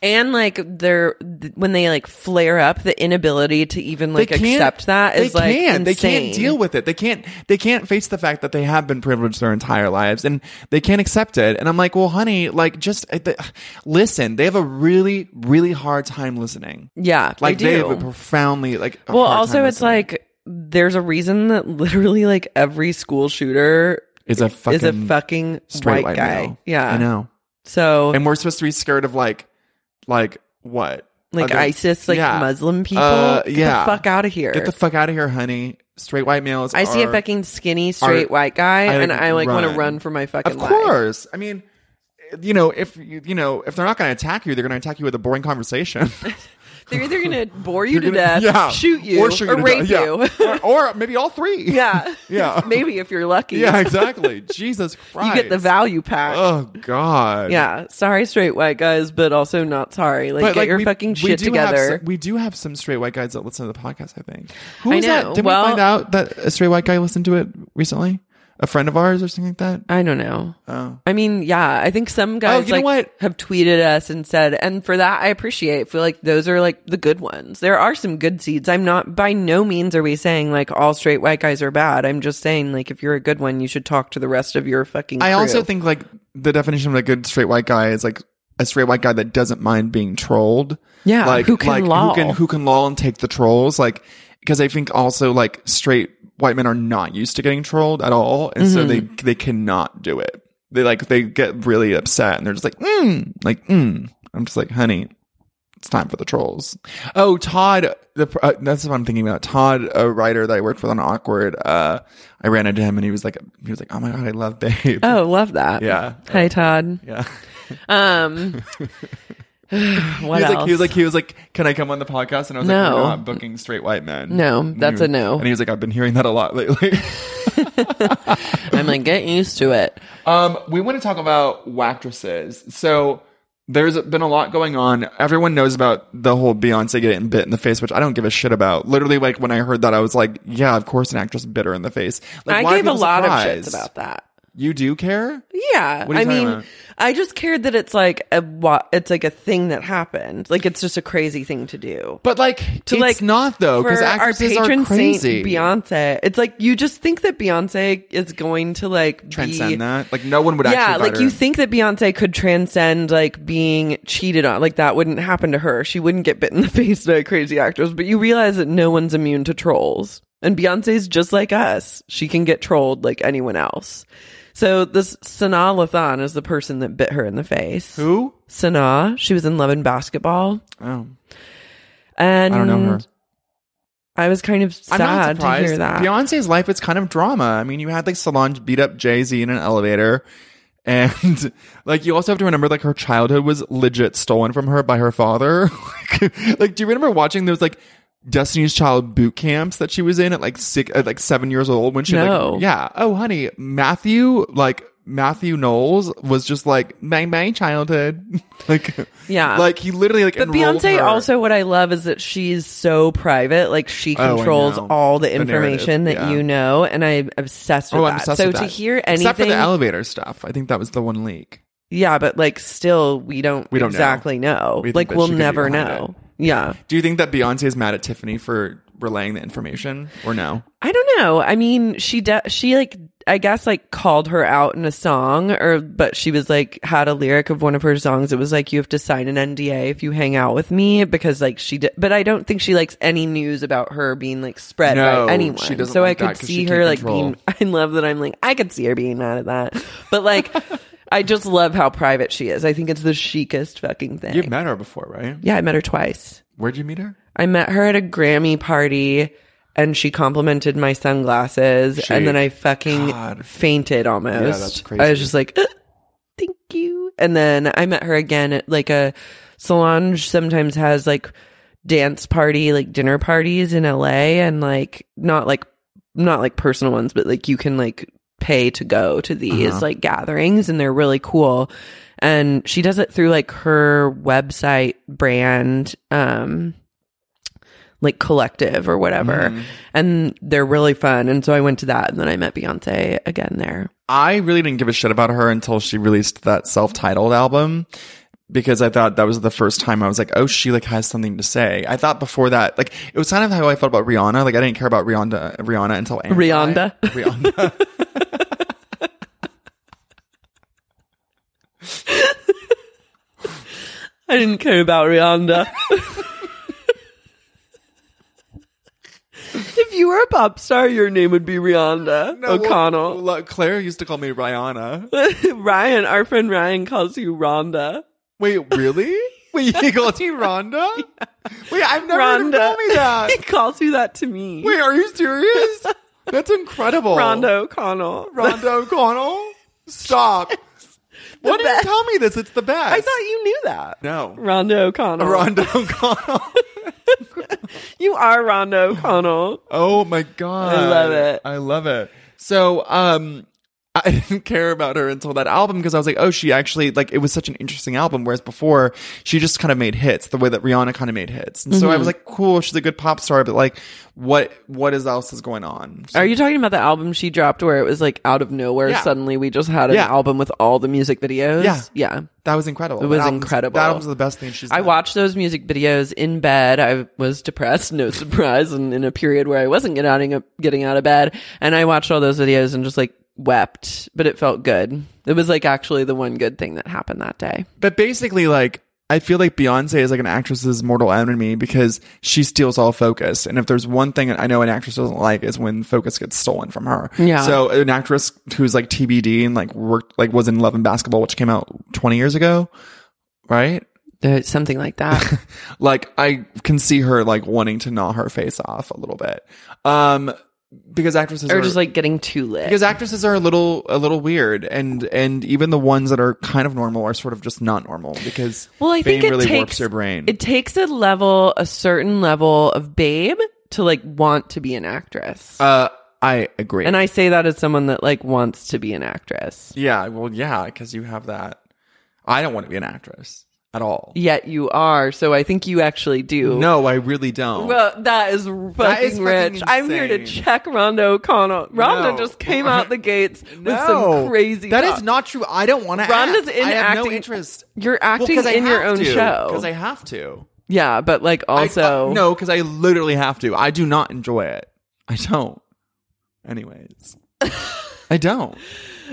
Speaker 3: And like they're th- when they like flare up the inability to even like
Speaker 1: can't-
Speaker 3: accept that is
Speaker 1: they
Speaker 3: like
Speaker 1: can't. They
Speaker 3: insane.
Speaker 1: can't deal with it. They can't. They can't face the fact that they have been privileged their entire lives, and they can't accept it. And I'm like, well, honey, like just uh, th- listen. They have a really, really hard time listening.
Speaker 3: Yeah.
Speaker 1: Like
Speaker 3: they
Speaker 1: they,
Speaker 3: do.
Speaker 1: have a profoundly like. a
Speaker 3: well,
Speaker 1: hard
Speaker 3: also
Speaker 1: time
Speaker 3: it's
Speaker 1: listening.
Speaker 3: like there's a reason that literally like every school shooter
Speaker 1: Is a
Speaker 3: is a
Speaker 1: fucking
Speaker 3: fucking
Speaker 1: straight
Speaker 3: white
Speaker 1: white
Speaker 3: guy.
Speaker 1: male.
Speaker 3: Yeah.
Speaker 1: I know.
Speaker 3: So
Speaker 1: And we're supposed to be scared of like, like what?
Speaker 3: like
Speaker 1: Other-
Speaker 3: ISIS, like
Speaker 1: Yeah.
Speaker 3: Muslim people.
Speaker 1: Uh,
Speaker 3: get
Speaker 1: yeah.
Speaker 3: the fuck out of here.
Speaker 1: Get the fuck out of here, honey. Straight white males.
Speaker 3: I see a
Speaker 1: are-
Speaker 3: fucking skinny straight white guy
Speaker 1: I,
Speaker 3: and I like want to
Speaker 1: run.
Speaker 3: run for my fucking
Speaker 1: Of
Speaker 3: life.
Speaker 1: course. I mean, you know, if you you know, if they're not going to attack you, they're going to attack you with a boring conversation.
Speaker 3: They're either gonna bore you
Speaker 1: You're
Speaker 3: to
Speaker 1: gonna-
Speaker 3: death, shoot you, or,
Speaker 1: shoot you to
Speaker 3: rape
Speaker 1: death.
Speaker 3: you.
Speaker 1: Yeah. or, or maybe all three.
Speaker 3: Yeah.
Speaker 1: Yeah.
Speaker 3: Maybe if you're lucky.
Speaker 1: yeah, exactly. Jesus
Speaker 3: You
Speaker 1: Christ.
Speaker 3: get the value pack.
Speaker 1: Oh God.
Speaker 3: Yeah. Sorry, straight white guys, but also not sorry. Like, get your fucking shit
Speaker 1: do
Speaker 3: together.
Speaker 1: Have some, we do have some straight white guys that listen to the podcast. I think. Who
Speaker 3: I
Speaker 1: is
Speaker 3: know.
Speaker 1: that? Did
Speaker 3: Well-
Speaker 1: we find out that a straight white guy listened to it recently? A friend of ours or something like that.
Speaker 3: I don't know. Oh. I mean, yeah, I think some guys
Speaker 1: Oh, you know
Speaker 3: like,
Speaker 1: what?
Speaker 3: have tweeted us and said, and for that, I appreciate. I feel like those are like the good ones. There are some good seeds. I'm not, by no means are we saying like all straight white guys are bad. I'm just saying like if you're a good one, you should talk to the rest of your fucking
Speaker 1: I also
Speaker 3: crew.
Speaker 1: think like the definition of a good straight white guy is like a straight white guy that doesn't mind being trolled.
Speaker 3: Yeah,
Speaker 1: like
Speaker 3: who can
Speaker 1: like,
Speaker 3: loll.
Speaker 1: Who can who can loll and take the trolls? Like because I think also like straight white men are not used to getting trolled at all, and so they
Speaker 3: Mm-hmm.
Speaker 1: they cannot do it. They like they get really upset and they're just like mm, like mm. I'm just like honey. It's time for the trolls. Oh, Todd, the uh, that's what I'm thinking about. Todd, a writer that I worked with on Awkward, uh, I ran into him and he was like, he was like, oh my god, I love Babe.
Speaker 3: Oh, love that.
Speaker 1: Yeah.
Speaker 3: Hi, Todd.
Speaker 1: Yeah.
Speaker 3: Um, what
Speaker 1: he was
Speaker 3: else?
Speaker 1: like he was like he was like, Can I come on the podcast? And I was like,
Speaker 3: No.
Speaker 1: We're not booking straight white men.
Speaker 3: No,
Speaker 1: And he
Speaker 3: that's
Speaker 1: was-
Speaker 3: a no.
Speaker 1: And he was like, I've been hearing that a lot lately.
Speaker 3: I'm like, get used to it.
Speaker 1: um, we want to talk about wactresses. So there's been a lot going on. Everyone knows about the whole Beyonce getting bit in the face, which I don't give a shit about. Literally, like when I heard that, I was like, Yeah, of course, an actress bit her in the face. Like, why
Speaker 3: I
Speaker 1: are
Speaker 3: gave a
Speaker 1: people
Speaker 3: lot
Speaker 1: surprised?
Speaker 3: of shits about that.
Speaker 1: You do care?
Speaker 3: Yeah,
Speaker 1: What are
Speaker 3: I
Speaker 1: you talking
Speaker 3: mean,
Speaker 1: about?
Speaker 3: I just cared that it's like a wa- it's like a thing that happened. Like it's just a crazy thing to do.
Speaker 1: But like, it's
Speaker 3: to like
Speaker 1: not though, because
Speaker 3: for
Speaker 1: actresses are crazy.
Speaker 3: saint Beyonce. It's like you just think that Beyonce is going to like be-
Speaker 1: Transcend that. Like no one would actually.
Speaker 3: yeah,
Speaker 1: let
Speaker 3: like
Speaker 1: her.
Speaker 3: you think that Beyonce could transcend like being cheated on. Like that wouldn't happen to her. She wouldn't get bit in the face by a crazy actress. But you realize that no one's immune to trolls. And Beyonce's just like us. She can get trolled like anyone else. So this Sanaa Lathan is the person that bit her in the face.
Speaker 1: who?
Speaker 3: Sanaa, she was in Love and Basketball.
Speaker 1: Oh.
Speaker 3: And
Speaker 1: I don't know her.
Speaker 3: I was kind of
Speaker 1: I'm not
Speaker 3: sad to
Speaker 1: surprised.
Speaker 3: hear that.
Speaker 1: Beyonce's life is kind of drama. I mean, you had like Solange beat up Jay Z in an elevator, and like you also have to remember like her childhood was legit stolen from her by her father. like, do you remember watching those like Destiny's Child boot camps that she was in at like six, at like seven years old when she
Speaker 3: No.
Speaker 1: like yeah oh honey Matthew like. Matthew Knowles was just like my my childhood, like
Speaker 3: Yeah.
Speaker 1: like he literally like.
Speaker 3: But
Speaker 1: enrolled
Speaker 3: Beyonce
Speaker 1: her.
Speaker 3: also what I love is that she's so private. Like she
Speaker 1: Oh, I
Speaker 3: controls
Speaker 1: know.
Speaker 3: all the
Speaker 1: The narrative,
Speaker 3: information that
Speaker 1: yeah.
Speaker 3: you know, and I'm obsessed with
Speaker 1: Oh,
Speaker 3: that.
Speaker 1: I'm obsessed
Speaker 3: so
Speaker 1: with
Speaker 3: to
Speaker 1: that.
Speaker 3: hear
Speaker 1: except for
Speaker 3: anything
Speaker 1: the elevator stuff. I think that was the one leak.
Speaker 3: Yeah, but like still we don't
Speaker 1: We don't know.
Speaker 3: exactly know.
Speaker 1: We think
Speaker 3: Like
Speaker 1: that
Speaker 3: we'll
Speaker 1: she could be
Speaker 3: never
Speaker 1: behind
Speaker 3: know. Yeah.
Speaker 1: Do you think that Beyonce is mad at Tiffany for relaying the information or no?
Speaker 3: I don't know. I mean, she de- she like I guess like called her out in a song or but she was like had a lyric of one of her songs. It was like you have to sign an NDA if you hang out with me because like she did but I don't think she likes any news about her being like spread
Speaker 1: No,
Speaker 3: by anyone.
Speaker 1: she doesn't
Speaker 3: so
Speaker 1: like
Speaker 3: I
Speaker 1: that
Speaker 3: could
Speaker 1: 'cause
Speaker 3: see
Speaker 1: she
Speaker 3: her
Speaker 1: can't
Speaker 3: like
Speaker 1: control.
Speaker 3: being I love that I'm like I could see her being mad at that. But like I just love how private she is. I think it's the chicest fucking thing.
Speaker 1: You've met her before, right?
Speaker 3: yeah, I met her twice.
Speaker 1: Where'd you meet her?
Speaker 3: I met her at a Grammy party and she complimented my sunglasses
Speaker 1: She-
Speaker 3: and then I fucking
Speaker 1: God.
Speaker 3: fainted almost.
Speaker 1: Yeah, that's
Speaker 3: I
Speaker 1: crazy.
Speaker 3: was just like, "Uh, thank you. And then I met her again at like a Solange sometimes has like dance party, like dinner parties in LA and like not like not like personal ones, but like you can like pay to go to these
Speaker 1: Uh-huh.
Speaker 3: like gatherings and they're really cool. And she does it through like her website brand um like collective or whatever. And they're really fun. And so I went to that and then I met Beyonce again there.
Speaker 1: I really didn't give a shit about her until she released that self-titled album because I thought that was the first time I was like, oh, she like has something to say. I thought before that, like it was kind of how I felt about Rihanna. Like I didn't care about Rihanna, Rihanna until Anne
Speaker 3: Rihanna.
Speaker 1: died. Rihanna.
Speaker 3: I didn't care about Rihanna. if you were a pop star, your name would be Rihanna
Speaker 1: No, well,
Speaker 3: O'Connell.
Speaker 1: well, Claire used to call me Rihanna.
Speaker 3: Ryan, our friend Ryan calls you Rhonda.
Speaker 1: Wait, really? Wait, he called you Rhonda? Wait, I've never heard him
Speaker 3: Rhonda.
Speaker 1: call me that.
Speaker 3: he calls you that to me.
Speaker 1: Wait, are you serious? That's incredible.
Speaker 3: Rhonda O'Connell.
Speaker 1: Rhonda O'Connell? Stop. Why didn't
Speaker 3: best.
Speaker 1: you tell me this? It's the best.
Speaker 3: I thought you knew that.
Speaker 1: No.
Speaker 3: Rhonda O'Connell.
Speaker 1: Rhonda O'Connell.
Speaker 3: You are Rhonda O'Connell.
Speaker 1: Oh my god.
Speaker 3: I love it.
Speaker 1: I love it. So, um I didn't care about her until that album because I was like, oh, she actually like it was such an interesting album. Whereas before, she just kind of made hits the way that Rihanna kind of made hits, and so I
Speaker 3: Mm-hmm.
Speaker 1: was like, cool, she's a good pop star, but like, what what is else is going on? So-
Speaker 3: Are you talking about the album she dropped where it was like out of nowhere?
Speaker 1: Yeah.
Speaker 3: Suddenly we just had an
Speaker 1: Yeah.
Speaker 3: album with all the music videos.
Speaker 1: Yeah.
Speaker 3: Yeah.
Speaker 1: that was incredible.
Speaker 3: It was
Speaker 1: That album's-
Speaker 3: incredible.
Speaker 1: That album's the best thing she's.
Speaker 3: I
Speaker 1: done.
Speaker 3: watched those music videos in bed. I was depressed, no surprise, and in a period where I wasn't getting out of, getting out of bed. And I watched all those videos and just like wept, but it felt good. It was like actually the one good thing that happened that day.
Speaker 1: But basically, like, I feel like Beyonce is like an actress's mortal enemy because she steals all focus. And if there's one thing I know an actress doesn't like is when focus gets stolen from her.
Speaker 3: Yeah.
Speaker 1: So an actress who's like TBD and like worked, like was in Love and Basketball, which came out 20 years ago, right?
Speaker 3: Uh, Something like that.
Speaker 1: Like I can see her like wanting to gnaw her face off a little bit. Um, because actresses
Speaker 3: or
Speaker 1: are
Speaker 3: just like getting too lit.
Speaker 1: because actresses are a little a little weird and and even the ones that are kind of normal are sort of just not normal because
Speaker 3: Well, I think
Speaker 1: fame
Speaker 3: it
Speaker 1: really
Speaker 3: takes
Speaker 1: warps your brain
Speaker 3: It takes a level, a certain level of babe to like want to be an actress.
Speaker 1: uh i agree
Speaker 3: and I say that as someone that like wants to be an actress.
Speaker 1: yeah well yeah because you have that i don't want to be an actress at all
Speaker 3: Yet you are, so I think you actually do.
Speaker 1: no i really don't
Speaker 3: Well, that is fucking
Speaker 1: is fucking
Speaker 3: rich. I'm here to
Speaker 1: insane.
Speaker 3: check Rhonda O'Connell. Rhonda
Speaker 1: No.
Speaker 3: just came out the gates with
Speaker 1: No.
Speaker 3: some crazy.
Speaker 1: That is
Speaker 3: talk.
Speaker 1: not true i don't want to
Speaker 3: Rhonda's
Speaker 1: act.
Speaker 3: in
Speaker 1: I have
Speaker 3: acting-
Speaker 1: no interest
Speaker 3: You're acting in your own show.
Speaker 1: because i have to
Speaker 3: Yeah, but like also
Speaker 1: I, uh, no because i literally have to i do not enjoy it i don't anyways i don't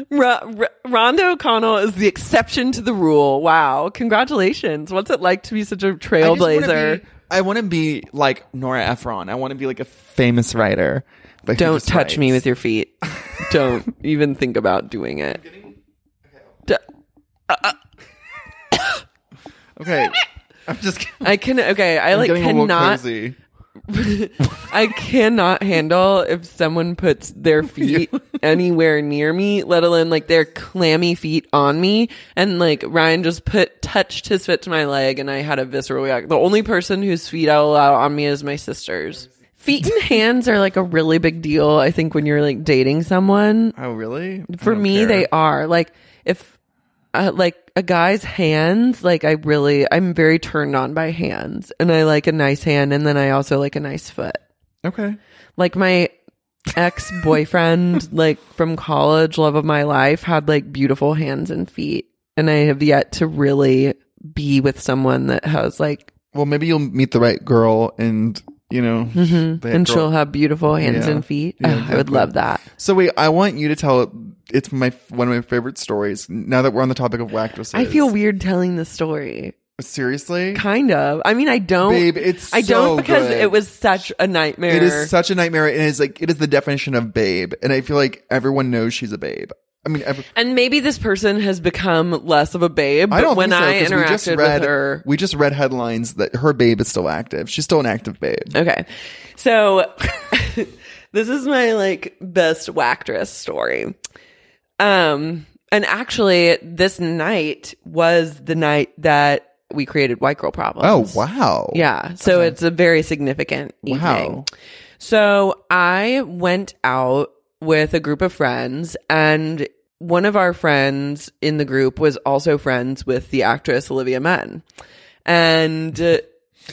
Speaker 3: Ra- Ra- Rhonda O'Connell is the exception to the rule. Wow, congratulations! What's it like to be such a
Speaker 1: I just wanna
Speaker 3: trailblazer?
Speaker 1: be- I want to be like Nora ephron i want to be like a famous writer but who
Speaker 3: Don't
Speaker 1: just
Speaker 3: touch me
Speaker 1: writes.
Speaker 3: with your feet. Don't even think about doing it. D-
Speaker 1: Okay. I'm just kidding.
Speaker 3: I can okay. I like
Speaker 1: getting a little
Speaker 3: cannot.
Speaker 1: cozy.
Speaker 3: I cannot handle if someone puts their feet anywhere near me, let alone like their clammy feet on me. And like Ryan just put touched his foot to my leg, and I had a visceral reaction. The only person whose feet I'll allow on me is my sister's. Feet and hands are like a really big deal. I think when you're like dating someone,
Speaker 1: Oh, really? I
Speaker 3: for
Speaker 1: don't
Speaker 3: me
Speaker 1: care.
Speaker 3: they are like if uh, like a guy's hands like i really i'm very turned on by hands and i like a nice hand and then i also like a nice foot
Speaker 1: Okay.
Speaker 3: like my ex-boyfriend like from college love of my life had like beautiful hands and feet and i have yet to really be with someone that has like
Speaker 1: Well, maybe you'll meet the right girl and you know, they had
Speaker 3: Mm-hmm. and
Speaker 1: girl-
Speaker 3: she'll have beautiful hands
Speaker 1: Yeah.
Speaker 3: and feet.
Speaker 1: Yeah,
Speaker 3: Ugh, I would
Speaker 1: exactly.
Speaker 3: love that.
Speaker 1: So wait, I want you to tell. It's my one of my favorite stories. Now that we're on the topic of actresses,
Speaker 3: I feel weird telling the story.
Speaker 1: seriously.
Speaker 3: Kind of. I mean, I don't.
Speaker 1: Babe, it's
Speaker 3: I
Speaker 1: so
Speaker 3: don't because
Speaker 1: good.
Speaker 3: it was such a nightmare.
Speaker 1: It is such a nightmare, and it's like it is the definition of babe. And I feel like everyone knows she's a babe. I mean, every,
Speaker 3: and maybe this person has become less of a babe. But
Speaker 1: I don't
Speaker 3: when
Speaker 1: think so,
Speaker 3: I
Speaker 1: 'cause
Speaker 3: interacted
Speaker 1: we just read,
Speaker 3: with her,
Speaker 1: We just read headlines that her babe is still active. She's still an active babe.
Speaker 3: Okay. So this is my like best wactress story. Um and actually this night was the night that we created White Girl
Speaker 1: Oh
Speaker 3: Problems.
Speaker 1: wow!
Speaker 3: Yeah. So it's a very significant evening.
Speaker 1: Wow.
Speaker 3: So I went out with a group of friends and one of our friends in the group was also friends with the actress Olivia Munn. And uh,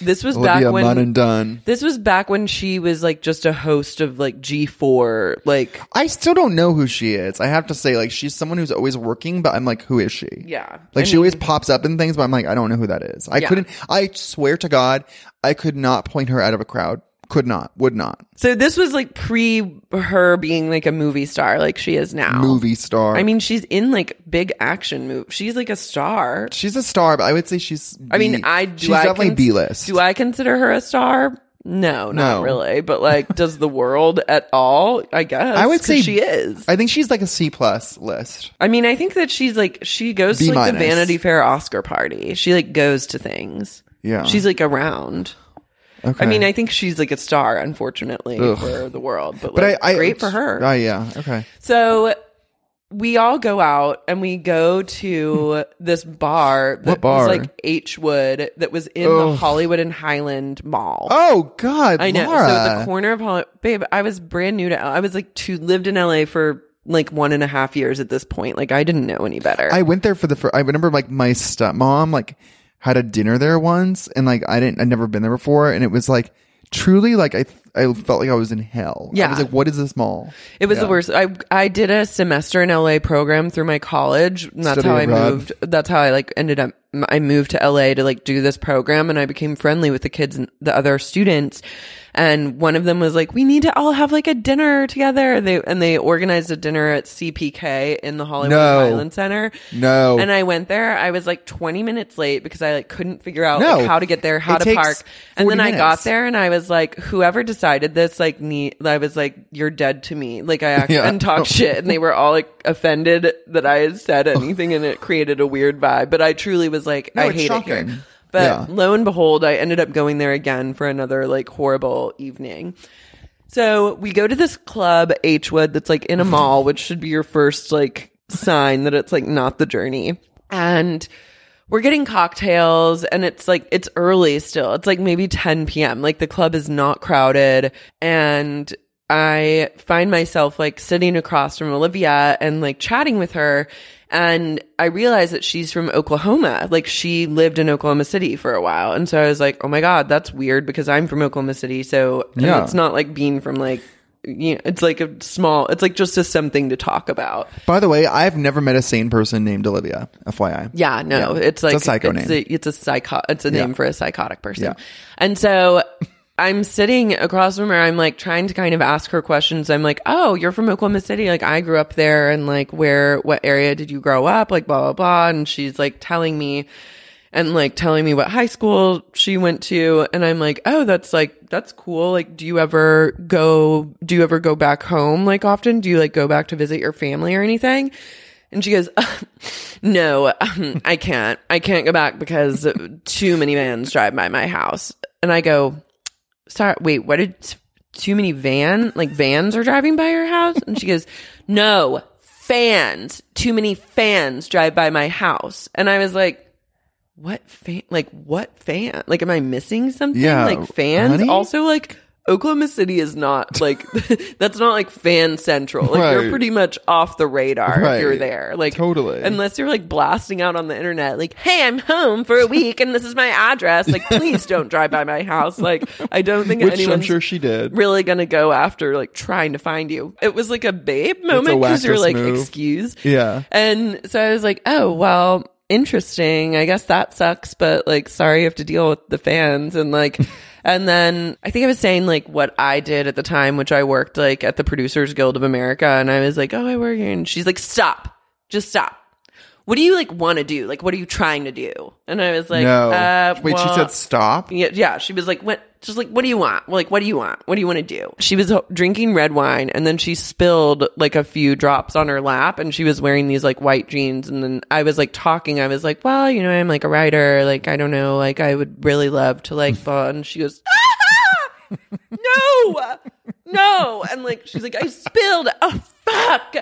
Speaker 3: this was
Speaker 1: Olivia
Speaker 3: back when
Speaker 1: Munn and Dunn.
Speaker 3: this was back when she was like just a host of like G4. Like,
Speaker 1: I still don't know who she is. I have to say, like, she's someone who's always working, but I'm like, who is she?
Speaker 3: yeah.
Speaker 1: Like she always pops up in things, but I'm like, I don't know who that is. I
Speaker 3: Yeah.
Speaker 1: couldn't. I swear to God, I could not point her out of a crowd. Could not. Would not.
Speaker 3: So this was like pre her being like a movie star, like she is now.
Speaker 1: Movie star.
Speaker 3: I mean, she's in like big action movies. She's like a star.
Speaker 1: she's a star, but I would say she's.
Speaker 3: I
Speaker 1: B-
Speaker 3: mean, I do.
Speaker 1: she's
Speaker 3: I
Speaker 1: definitely
Speaker 3: cons-
Speaker 1: B list.
Speaker 3: Do I consider her a star? No, not
Speaker 1: No.
Speaker 3: really. But like, does the world at all? I guess
Speaker 1: I would
Speaker 3: 'cause
Speaker 1: say
Speaker 3: she is.
Speaker 1: I think she's like a C plus list.
Speaker 3: I mean, I think that she's like she goes
Speaker 1: B
Speaker 3: to like the
Speaker 1: minus.
Speaker 3: Vanity Fair Oscar party. She like goes to things.
Speaker 1: Yeah.
Speaker 3: she's like around.
Speaker 1: Okay.
Speaker 3: I mean, I think she's like a star, unfortunately
Speaker 1: Ugh.
Speaker 3: for the world, but,
Speaker 1: but
Speaker 3: like,
Speaker 1: I, I
Speaker 3: great for her.
Speaker 1: Oh yeah. Okay.
Speaker 3: so we all go out and we go to this bar that
Speaker 1: What bar?
Speaker 3: was like H Wood that was in the
Speaker 1: Ugh.
Speaker 3: Hollywood and Highland Mall.
Speaker 1: Oh God,
Speaker 3: I know.
Speaker 1: Laura.
Speaker 3: So at the corner of Hollywood, babe, I was brand new to. L- I was like two, lived in LA for like one and a half years at this point. Like I didn't know any better.
Speaker 1: I went there for the first. I remember like my stepmom like had a dinner there once, and like I didn't. I'd never been there before, and it was like truly like I. I felt like I was in hell. I
Speaker 3: Yeah.
Speaker 1: was like, what is this mall?
Speaker 3: It was
Speaker 1: Yeah.
Speaker 3: the worst. I I did a semester in LA program through my college. And that's
Speaker 1: Study
Speaker 3: how I
Speaker 1: abroad.
Speaker 3: moved. That's how I like ended up. I moved to LA to like do this program, and I became friendly with the kids and the other students. And one of them was like, "We need to all have like a dinner together." They and they organized a dinner at CPK in the Hollywood
Speaker 1: No.
Speaker 3: Island Center.
Speaker 1: No.
Speaker 3: And I went there. I was like 20 minutes late because I like couldn't figure out
Speaker 1: No.
Speaker 3: like, how to get there, how
Speaker 1: It
Speaker 3: to
Speaker 1: takes
Speaker 3: park. And
Speaker 1: 40
Speaker 3: then I got
Speaker 1: minutes.
Speaker 3: there and I was like, whoever decided this, like, me, I was like, you're dead to me. Like, I act-
Speaker 1: Yeah. Oh.
Speaker 3: and talked shit, and they were all like offended that I had said anything, and it created a weird vibe. But I truly was like,
Speaker 1: No,
Speaker 3: I
Speaker 1: it's
Speaker 3: hate it
Speaker 1: shocking.
Speaker 3: here. But
Speaker 1: Yeah.
Speaker 3: lo and behold, I ended up going there again for another like horrible evening. So we go to this club, H Wood, that's like in a mall, which should be your first like sign that it's like not the journey. And we're getting cocktails and it's like, it's early still. It's like maybe 10 p.m. Like the club is not crowded. And I find myself like sitting across from Olivia and like chatting with her. And I realized that she's from Oklahoma. Like she lived in Oklahoma City for a while. And so I was like, oh my God, that's weird because I'm from Oklahoma City. So and
Speaker 1: Yeah.
Speaker 3: it's not like being from like, you know, it's like a small, it's like just a something to talk about.
Speaker 1: By the way, I've never met a sane person named Olivia. FYI.
Speaker 3: Yeah, no, it's like
Speaker 1: a psycho
Speaker 3: it's
Speaker 1: name.
Speaker 3: A, it's a psycho. It's a name for a psychotic person.
Speaker 1: Yeah.
Speaker 3: And so I'm sitting across from her. I'm like trying to kind of ask her questions. I'm like, "Oh, you're from Oklahoma City. Like I grew up there, and like where, what area did you grow up? Like blah blah blah." And she's like telling me. And like telling me what high school she went to. And I'm like, oh, that's like, that's cool. Like, do you ever go, do you ever go back home? Like, often do you like go back to visit your family or anything? And she goes, No, um, I can't. I can't go back because too many vans drive by my house. And I go, Sorry, wait, what did too many van, like vans are driving by your house? And she goes, No, fans. Too many fans drive by my house. And I was like, what fan? Like what fan? Like, am I missing something?
Speaker 1: Yeah,
Speaker 3: like fans.
Speaker 1: honey?
Speaker 3: Also, like Oklahoma City is not like that's not like fan central. Like
Speaker 1: Right.
Speaker 3: you're pretty much off the radar if you're
Speaker 1: Right.
Speaker 3: there. Like
Speaker 1: Totally.
Speaker 3: unless you're like blasting out on the internet, like, "Hey, I'm home for a week and this is my address." Like, please don't drive by my house. Like, I don't think
Speaker 1: Which I'm
Speaker 3: anyone's
Speaker 1: sure she did.
Speaker 3: really gonna go after like trying to find you. It was like a babe moment because you're
Speaker 1: whack-ass
Speaker 3: like,
Speaker 1: move.
Speaker 3: "Excuse."
Speaker 1: Yeah.
Speaker 3: And so I was like, oh, well, interesting. I guess that sucks, but like, sorry you have to deal with the fans. And like, And then I think I was saying like what I did at the time, which I worked like at the Producers Guild of America. And I was like, oh, I work here. And she's like, stop, just stop. What do you like want to do? Like, what are you trying to do? And I was like,
Speaker 1: no.
Speaker 3: uh,
Speaker 1: Wait, she
Speaker 3: well-
Speaker 1: said stop.
Speaker 3: yeah, yeah. She was like, "What? Just like, what do you want? Well, Like, what do you want? What do you want to do?" She was h- drinking red wine, and then she spilled like a few drops on her lap, and she was wearing these like white jeans. And then I was like talking. I was like, "Well, you know, I'm like a writer. Like, I don't know. Like, I would really love to like." Blah. And she goes, "Ah! "No, no!" And like, she's like, "I spilled. Oh fuck."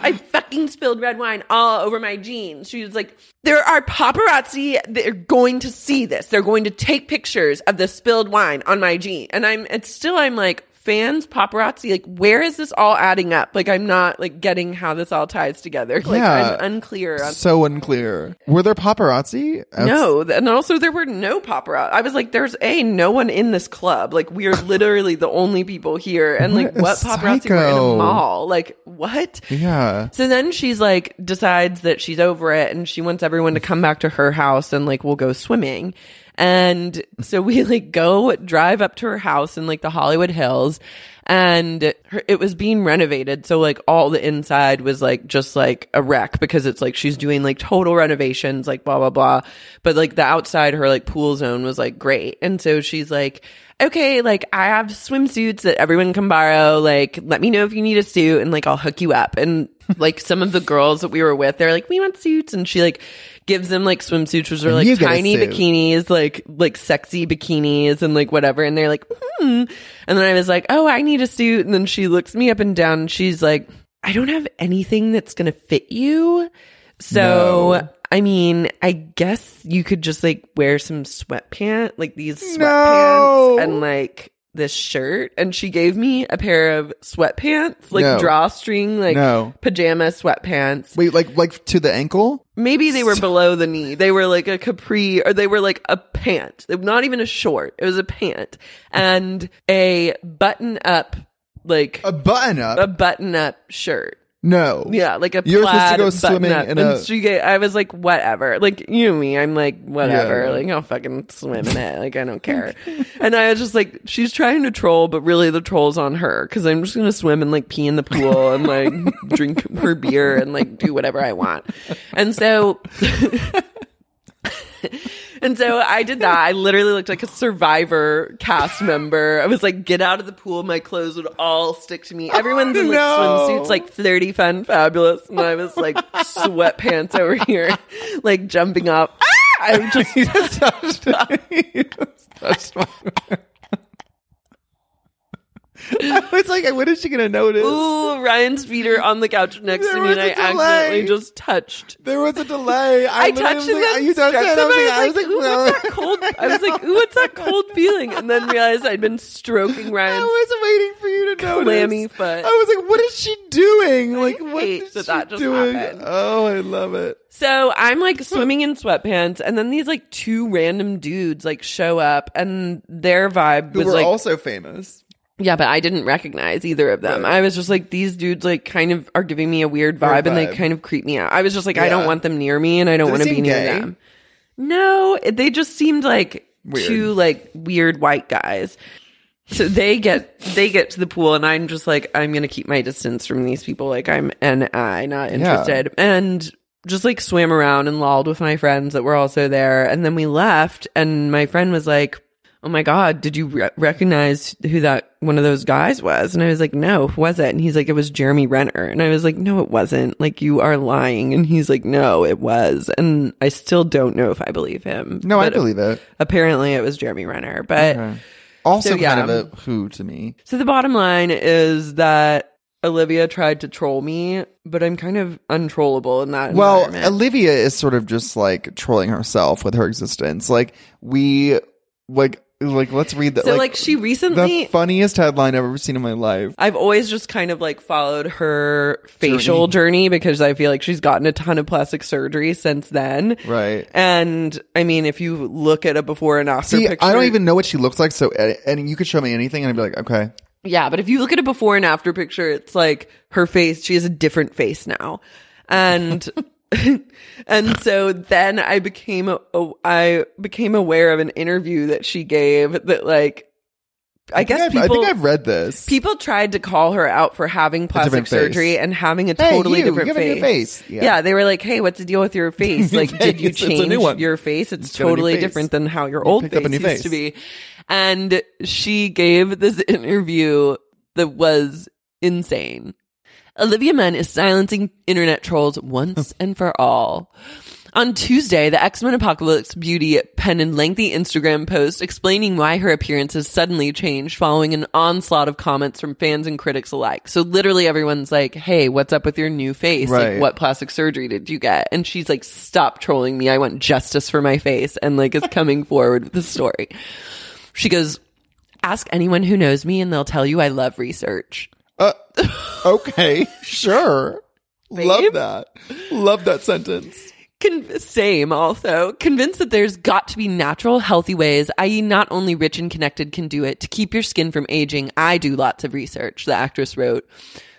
Speaker 3: I fucking spilled red wine all over my jeans. She was like, There are paparazzi. They're going to see this. They're going to take pictures of the spilled wine on my jean. And I'm, it's still, I'm like, fans, paparazzi, like, where is this all adding up? Like, I'm not like getting how this all ties together. Like,
Speaker 1: Yeah.
Speaker 3: I'm unclear on
Speaker 1: So unclear. Were there paparazzi? Outs-
Speaker 3: no, th- and also there were no paparazzi. I was like, "There's a no one in this club. Like we are literally the only people here." And like,
Speaker 1: What a
Speaker 3: what paparazzi were in
Speaker 1: psycho.
Speaker 3: a mall? Like what?
Speaker 1: Yeah.
Speaker 3: So then she's like decides that she's over it, and she wants everyone to come back to her house, and like we'll go swimming. And so we like go drive up to her house in like the Hollywood Hills, and her, it was being renovated. So like all the inside was like just like a wreck because it's like she's doing like total renovations, like blah blah blah. But like the outside, her like pool zone was like great, and so she's like, okay, like I have swimsuits that everyone can borrow. Like, let me know if you need a suit, and like I'll hook you up. And like some of the girls that we were with, they're like, we want suits, and she like gives them like swimsuits, which are
Speaker 1: And
Speaker 3: like
Speaker 1: you get a
Speaker 3: tiny
Speaker 1: suit.
Speaker 3: bikinis bikinis, like like sexy bikinis and like whatever. And they're like, hmm. And then I was like, oh, I need a suit. And then she looks me up and down and she's like, I don't have anything that's gonna fit you. So I mean, I guess you could just like wear some sweatpants, like these sweatpants
Speaker 1: No.
Speaker 3: and like this shirt. And she gave me a pair of sweatpants, like
Speaker 1: No.
Speaker 3: drawstring, like
Speaker 1: No.
Speaker 3: pajama sweatpants
Speaker 1: Wait, like like to the ankle?
Speaker 3: maybe they were below the knee. They were like a capri or they were like a pant. They- Not even a short. It was a pant and a button up like
Speaker 1: A button up?
Speaker 3: a button up shirt.
Speaker 1: no.
Speaker 3: Yeah, like a
Speaker 1: You were supposed to
Speaker 3: plaid
Speaker 1: go
Speaker 3: button
Speaker 1: swimming
Speaker 3: up.
Speaker 1: in
Speaker 3: and
Speaker 1: a-
Speaker 3: she ga- I was like, whatever. Like you know me, I'm like, whatever.
Speaker 1: Yeah.
Speaker 3: Like I'll fucking swim in it. Like I don't care. and I was just like, she's trying to troll, but really the troll's on her because I'm just gonna swim and like pee in the pool and like drink her beer and like do whatever I want. And so. And so I did that. I literally looked like a survivor cast member. I was like, get out of the pool. My clothes would all stick to me. Everyone's in like
Speaker 1: No.
Speaker 3: swimsuits, like flirty, fun, fabulous. And I was like sweatpants over here, like jumping up. Ah! I just
Speaker 1: He just touched it. I was like, when is she gonna notice?
Speaker 3: ooh, Ryan's feet are on the couch next
Speaker 1: There
Speaker 3: to me, and I
Speaker 1: was a delay.
Speaker 3: accidentally just touched.
Speaker 1: There was a delay.
Speaker 3: I
Speaker 1: literally
Speaker 3: touched
Speaker 1: was
Speaker 3: him.
Speaker 1: like,
Speaker 3: and
Speaker 1: "Are you touched
Speaker 3: stretched
Speaker 1: it?
Speaker 3: him. I was like, ooh,
Speaker 1: no.
Speaker 3: what's that cold? I was like, ooh, what's that cold feeling? And then realized I'd been stroking
Speaker 1: I
Speaker 3: Ryan's
Speaker 1: was waiting for you to notice.
Speaker 3: clammy foot.
Speaker 1: I was like, what is she doing? Like, what
Speaker 3: hate
Speaker 1: is
Speaker 3: that
Speaker 1: she
Speaker 3: that just
Speaker 1: doing?
Speaker 3: happened.
Speaker 1: Oh, I love it.
Speaker 3: So I'm like swimming in sweatpants, and then these like two random dudes like show up, and their vibe
Speaker 1: Who
Speaker 3: was
Speaker 1: were
Speaker 3: like,
Speaker 1: also famous.
Speaker 3: yeah, but I didn't recognize either of them. I was just like, these dudes like kind of are giving me a weird vibe, and they
Speaker 1: vibe.
Speaker 3: kind of creep me out. I was just like, I
Speaker 1: Yeah.
Speaker 3: don't want them near me, and I don't
Speaker 1: Did
Speaker 3: want
Speaker 1: they
Speaker 3: to be
Speaker 1: seem
Speaker 3: near
Speaker 1: gay?
Speaker 3: them. No, it- they just seemed like
Speaker 1: Weird.
Speaker 3: two like weird white guys. So they get they get to the pool, and I'm just like, I'm gonna keep my distance from these people. Like I'm and I not interested, and just like swam around and lolled with my friends that were also there, and then we left, and my friend was like. Oh my God, did you re- recognize who that one of those guys was? And I was like, no, who was it? And he's like, it was Jeremy Renner. And I was like, no, it wasn't. Like, you are lying. And he's like, no, it was. And I still don't know if I believe him.
Speaker 1: No, I
Speaker 3: But
Speaker 1: believe it.
Speaker 3: Apparently, it was Jeremy Renner. But
Speaker 1: Also,
Speaker 3: So, yeah.
Speaker 1: kind of a who to me.
Speaker 3: so the bottom line is that Olivia tried to troll me, but I'm kind of untrollable in that.
Speaker 1: Well,
Speaker 3: environment.
Speaker 1: Olivia is sort of just like trolling herself with her existence. Like we, like like let's read the
Speaker 3: so like, she
Speaker 1: the
Speaker 3: recently.
Speaker 1: funniest headline I've ever seen in my life.
Speaker 3: I've always just kind of like followed her facial journey. because I feel like she's gotten a ton of plastic surgery since then.
Speaker 1: Right.
Speaker 3: And I mean, if you look at a before and after
Speaker 1: See,
Speaker 3: picture,
Speaker 1: I don't even know what she looks like. So and- and you could show me anything, and I'd be like, okay,
Speaker 3: Yeah, but if you look at a before and after picture, it's like her face, she has a different face now. And and so then I became a, a, I became aware of an interview that she gave that like I, guess
Speaker 1: think I've-
Speaker 3: people
Speaker 1: I think I've read this.
Speaker 3: people tried to call her out for having plastic
Speaker 1: different face.
Speaker 3: surgery and having a
Speaker 1: Hey,
Speaker 3: totally
Speaker 1: you,
Speaker 3: different
Speaker 1: give it
Speaker 3: face.
Speaker 1: your face.
Speaker 3: Yeah.
Speaker 1: Yeah.
Speaker 3: they were like, "Hey, what's the deal with your face? Like, did you
Speaker 1: It's a new
Speaker 3: change
Speaker 1: one.
Speaker 3: your face? It's,
Speaker 1: got a new
Speaker 3: totally
Speaker 1: face.
Speaker 3: different than how your old
Speaker 1: picked
Speaker 3: face
Speaker 1: up a new
Speaker 3: used
Speaker 1: face.
Speaker 3: to be." And she gave this interview that was insane. Olivia Munn is silencing internet trolls once and for all. On Tuesday, the X Men Apocalypse Beauty penned a lengthy Instagram post explaining why her appearance has suddenly changed following an onslaught of comments from fans and critics alike. So literally everyone's like, hey, what's up with your new face? Like,
Speaker 1: Right.
Speaker 3: what plastic surgery did you get? And she's like, stop trolling me. I want justice for my face. And like is coming forward with the story. She goes, ask anyone who knows me and they'll tell you I love research.
Speaker 1: Okay, sure. Love that. Love that sentence.
Speaker 3: Con- same also convinced that there's got to be natural healthy ways i.e not only rich and connected can do it to keep your skin from aging i do lots of research the actress wrote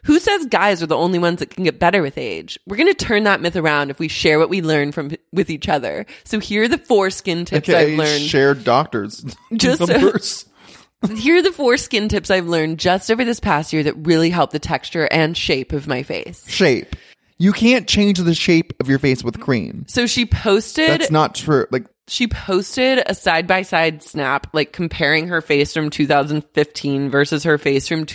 Speaker 3: who says guys are the only ones that can get better with age we're going to turn that myth around if we share what we learn from with each other so here are the four skin tips
Speaker 1: Okay,
Speaker 3: i've learned
Speaker 1: share doctors.
Speaker 3: Just-
Speaker 1: numbers.
Speaker 3: here are the four skin tips i've learned just over this past year that really help the texture and shape of my face
Speaker 1: shape. You can't change the shape of your face with cream.
Speaker 3: so she posted
Speaker 1: That's not true. Like
Speaker 3: she posted a side by side snap, like comparing her face from 2015 versus her face from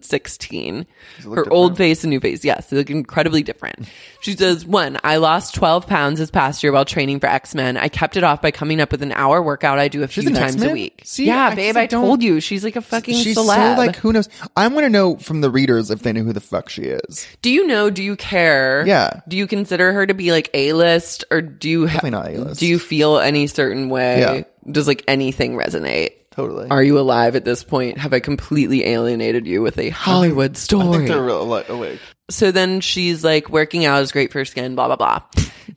Speaker 3: 2016. Her old face and new face. Yes, they look incredibly different. She says, one, I lost 12 pounds this past year while training for X Men. I kept it off by coming up with an hour workout I do a few
Speaker 1: an
Speaker 3: times a
Speaker 1: X-Men?
Speaker 3: week.
Speaker 1: See,
Speaker 3: yeah,
Speaker 1: I
Speaker 3: babe,
Speaker 1: just
Speaker 3: I
Speaker 1: don't-
Speaker 3: told you. She's like a fucking
Speaker 1: she's
Speaker 3: celeb.
Speaker 1: so like who knows? I'm gonna know from the readers if they know who the fuck she is.
Speaker 3: do you know, do you care?
Speaker 1: Yeah.
Speaker 3: Do you consider her to be like A list or do you, ha-
Speaker 1: Definitely not A-list.
Speaker 3: do you feel any certain way?
Speaker 1: Yeah.
Speaker 3: Does like anything resonate?
Speaker 1: Totally.
Speaker 3: Are you alive at this point? Have I completely alienated you with a Hollywood
Speaker 1: I
Speaker 3: story?
Speaker 1: think they're real like, awake.
Speaker 3: so then she's like, working out is great for your skin, blah, blah, blah.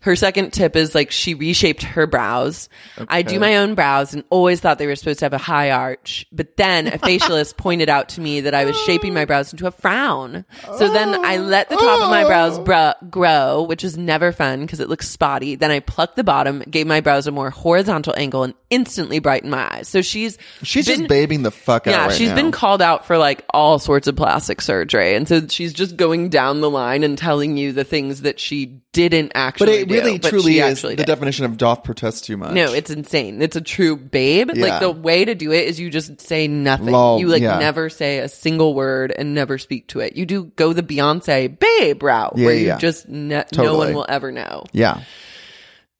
Speaker 3: Her second tip is like, she reshaped her brows. I do my own brows and always thought they were supposed to have a high arch. But then a facialist pointed out to me that I was shaping my brows into a frown. So then
Speaker 1: Oh.
Speaker 3: I let the top of my brows br- grow, which is never fun because it looks spotty. Then I plucked the bottom, gave my brows a more horizontal angle and instantly brightened my eyes. So she's,
Speaker 1: She's
Speaker 3: been-
Speaker 1: just babying the fuck out.
Speaker 3: yeah,
Speaker 1: right
Speaker 3: she's
Speaker 1: now.
Speaker 3: been called out for like all sorts of plastic surgery, and so she's just going down the line and telling you the things that she didn't actually.
Speaker 1: But it really
Speaker 3: do, but
Speaker 1: truly
Speaker 3: she
Speaker 1: is the
Speaker 3: actually did.
Speaker 1: definition of doth protest too much.
Speaker 3: No, it's insane. It's a true babe. Like
Speaker 1: Yeah.
Speaker 3: the way to do it is you just say nothing.
Speaker 1: Lol,
Speaker 3: you like
Speaker 1: yeah.
Speaker 3: never say a single word and never speak to it. You do go the Beyonce babe route
Speaker 1: Yeah,
Speaker 3: where
Speaker 1: yeah,
Speaker 3: you
Speaker 1: yeah.
Speaker 3: just ne- no
Speaker 1: Totally.
Speaker 3: one will ever know.
Speaker 1: yeah.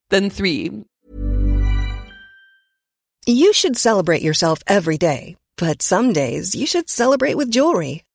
Speaker 3: Then three,
Speaker 4: You should celebrate yourself every day, but some days you should celebrate with jewelry.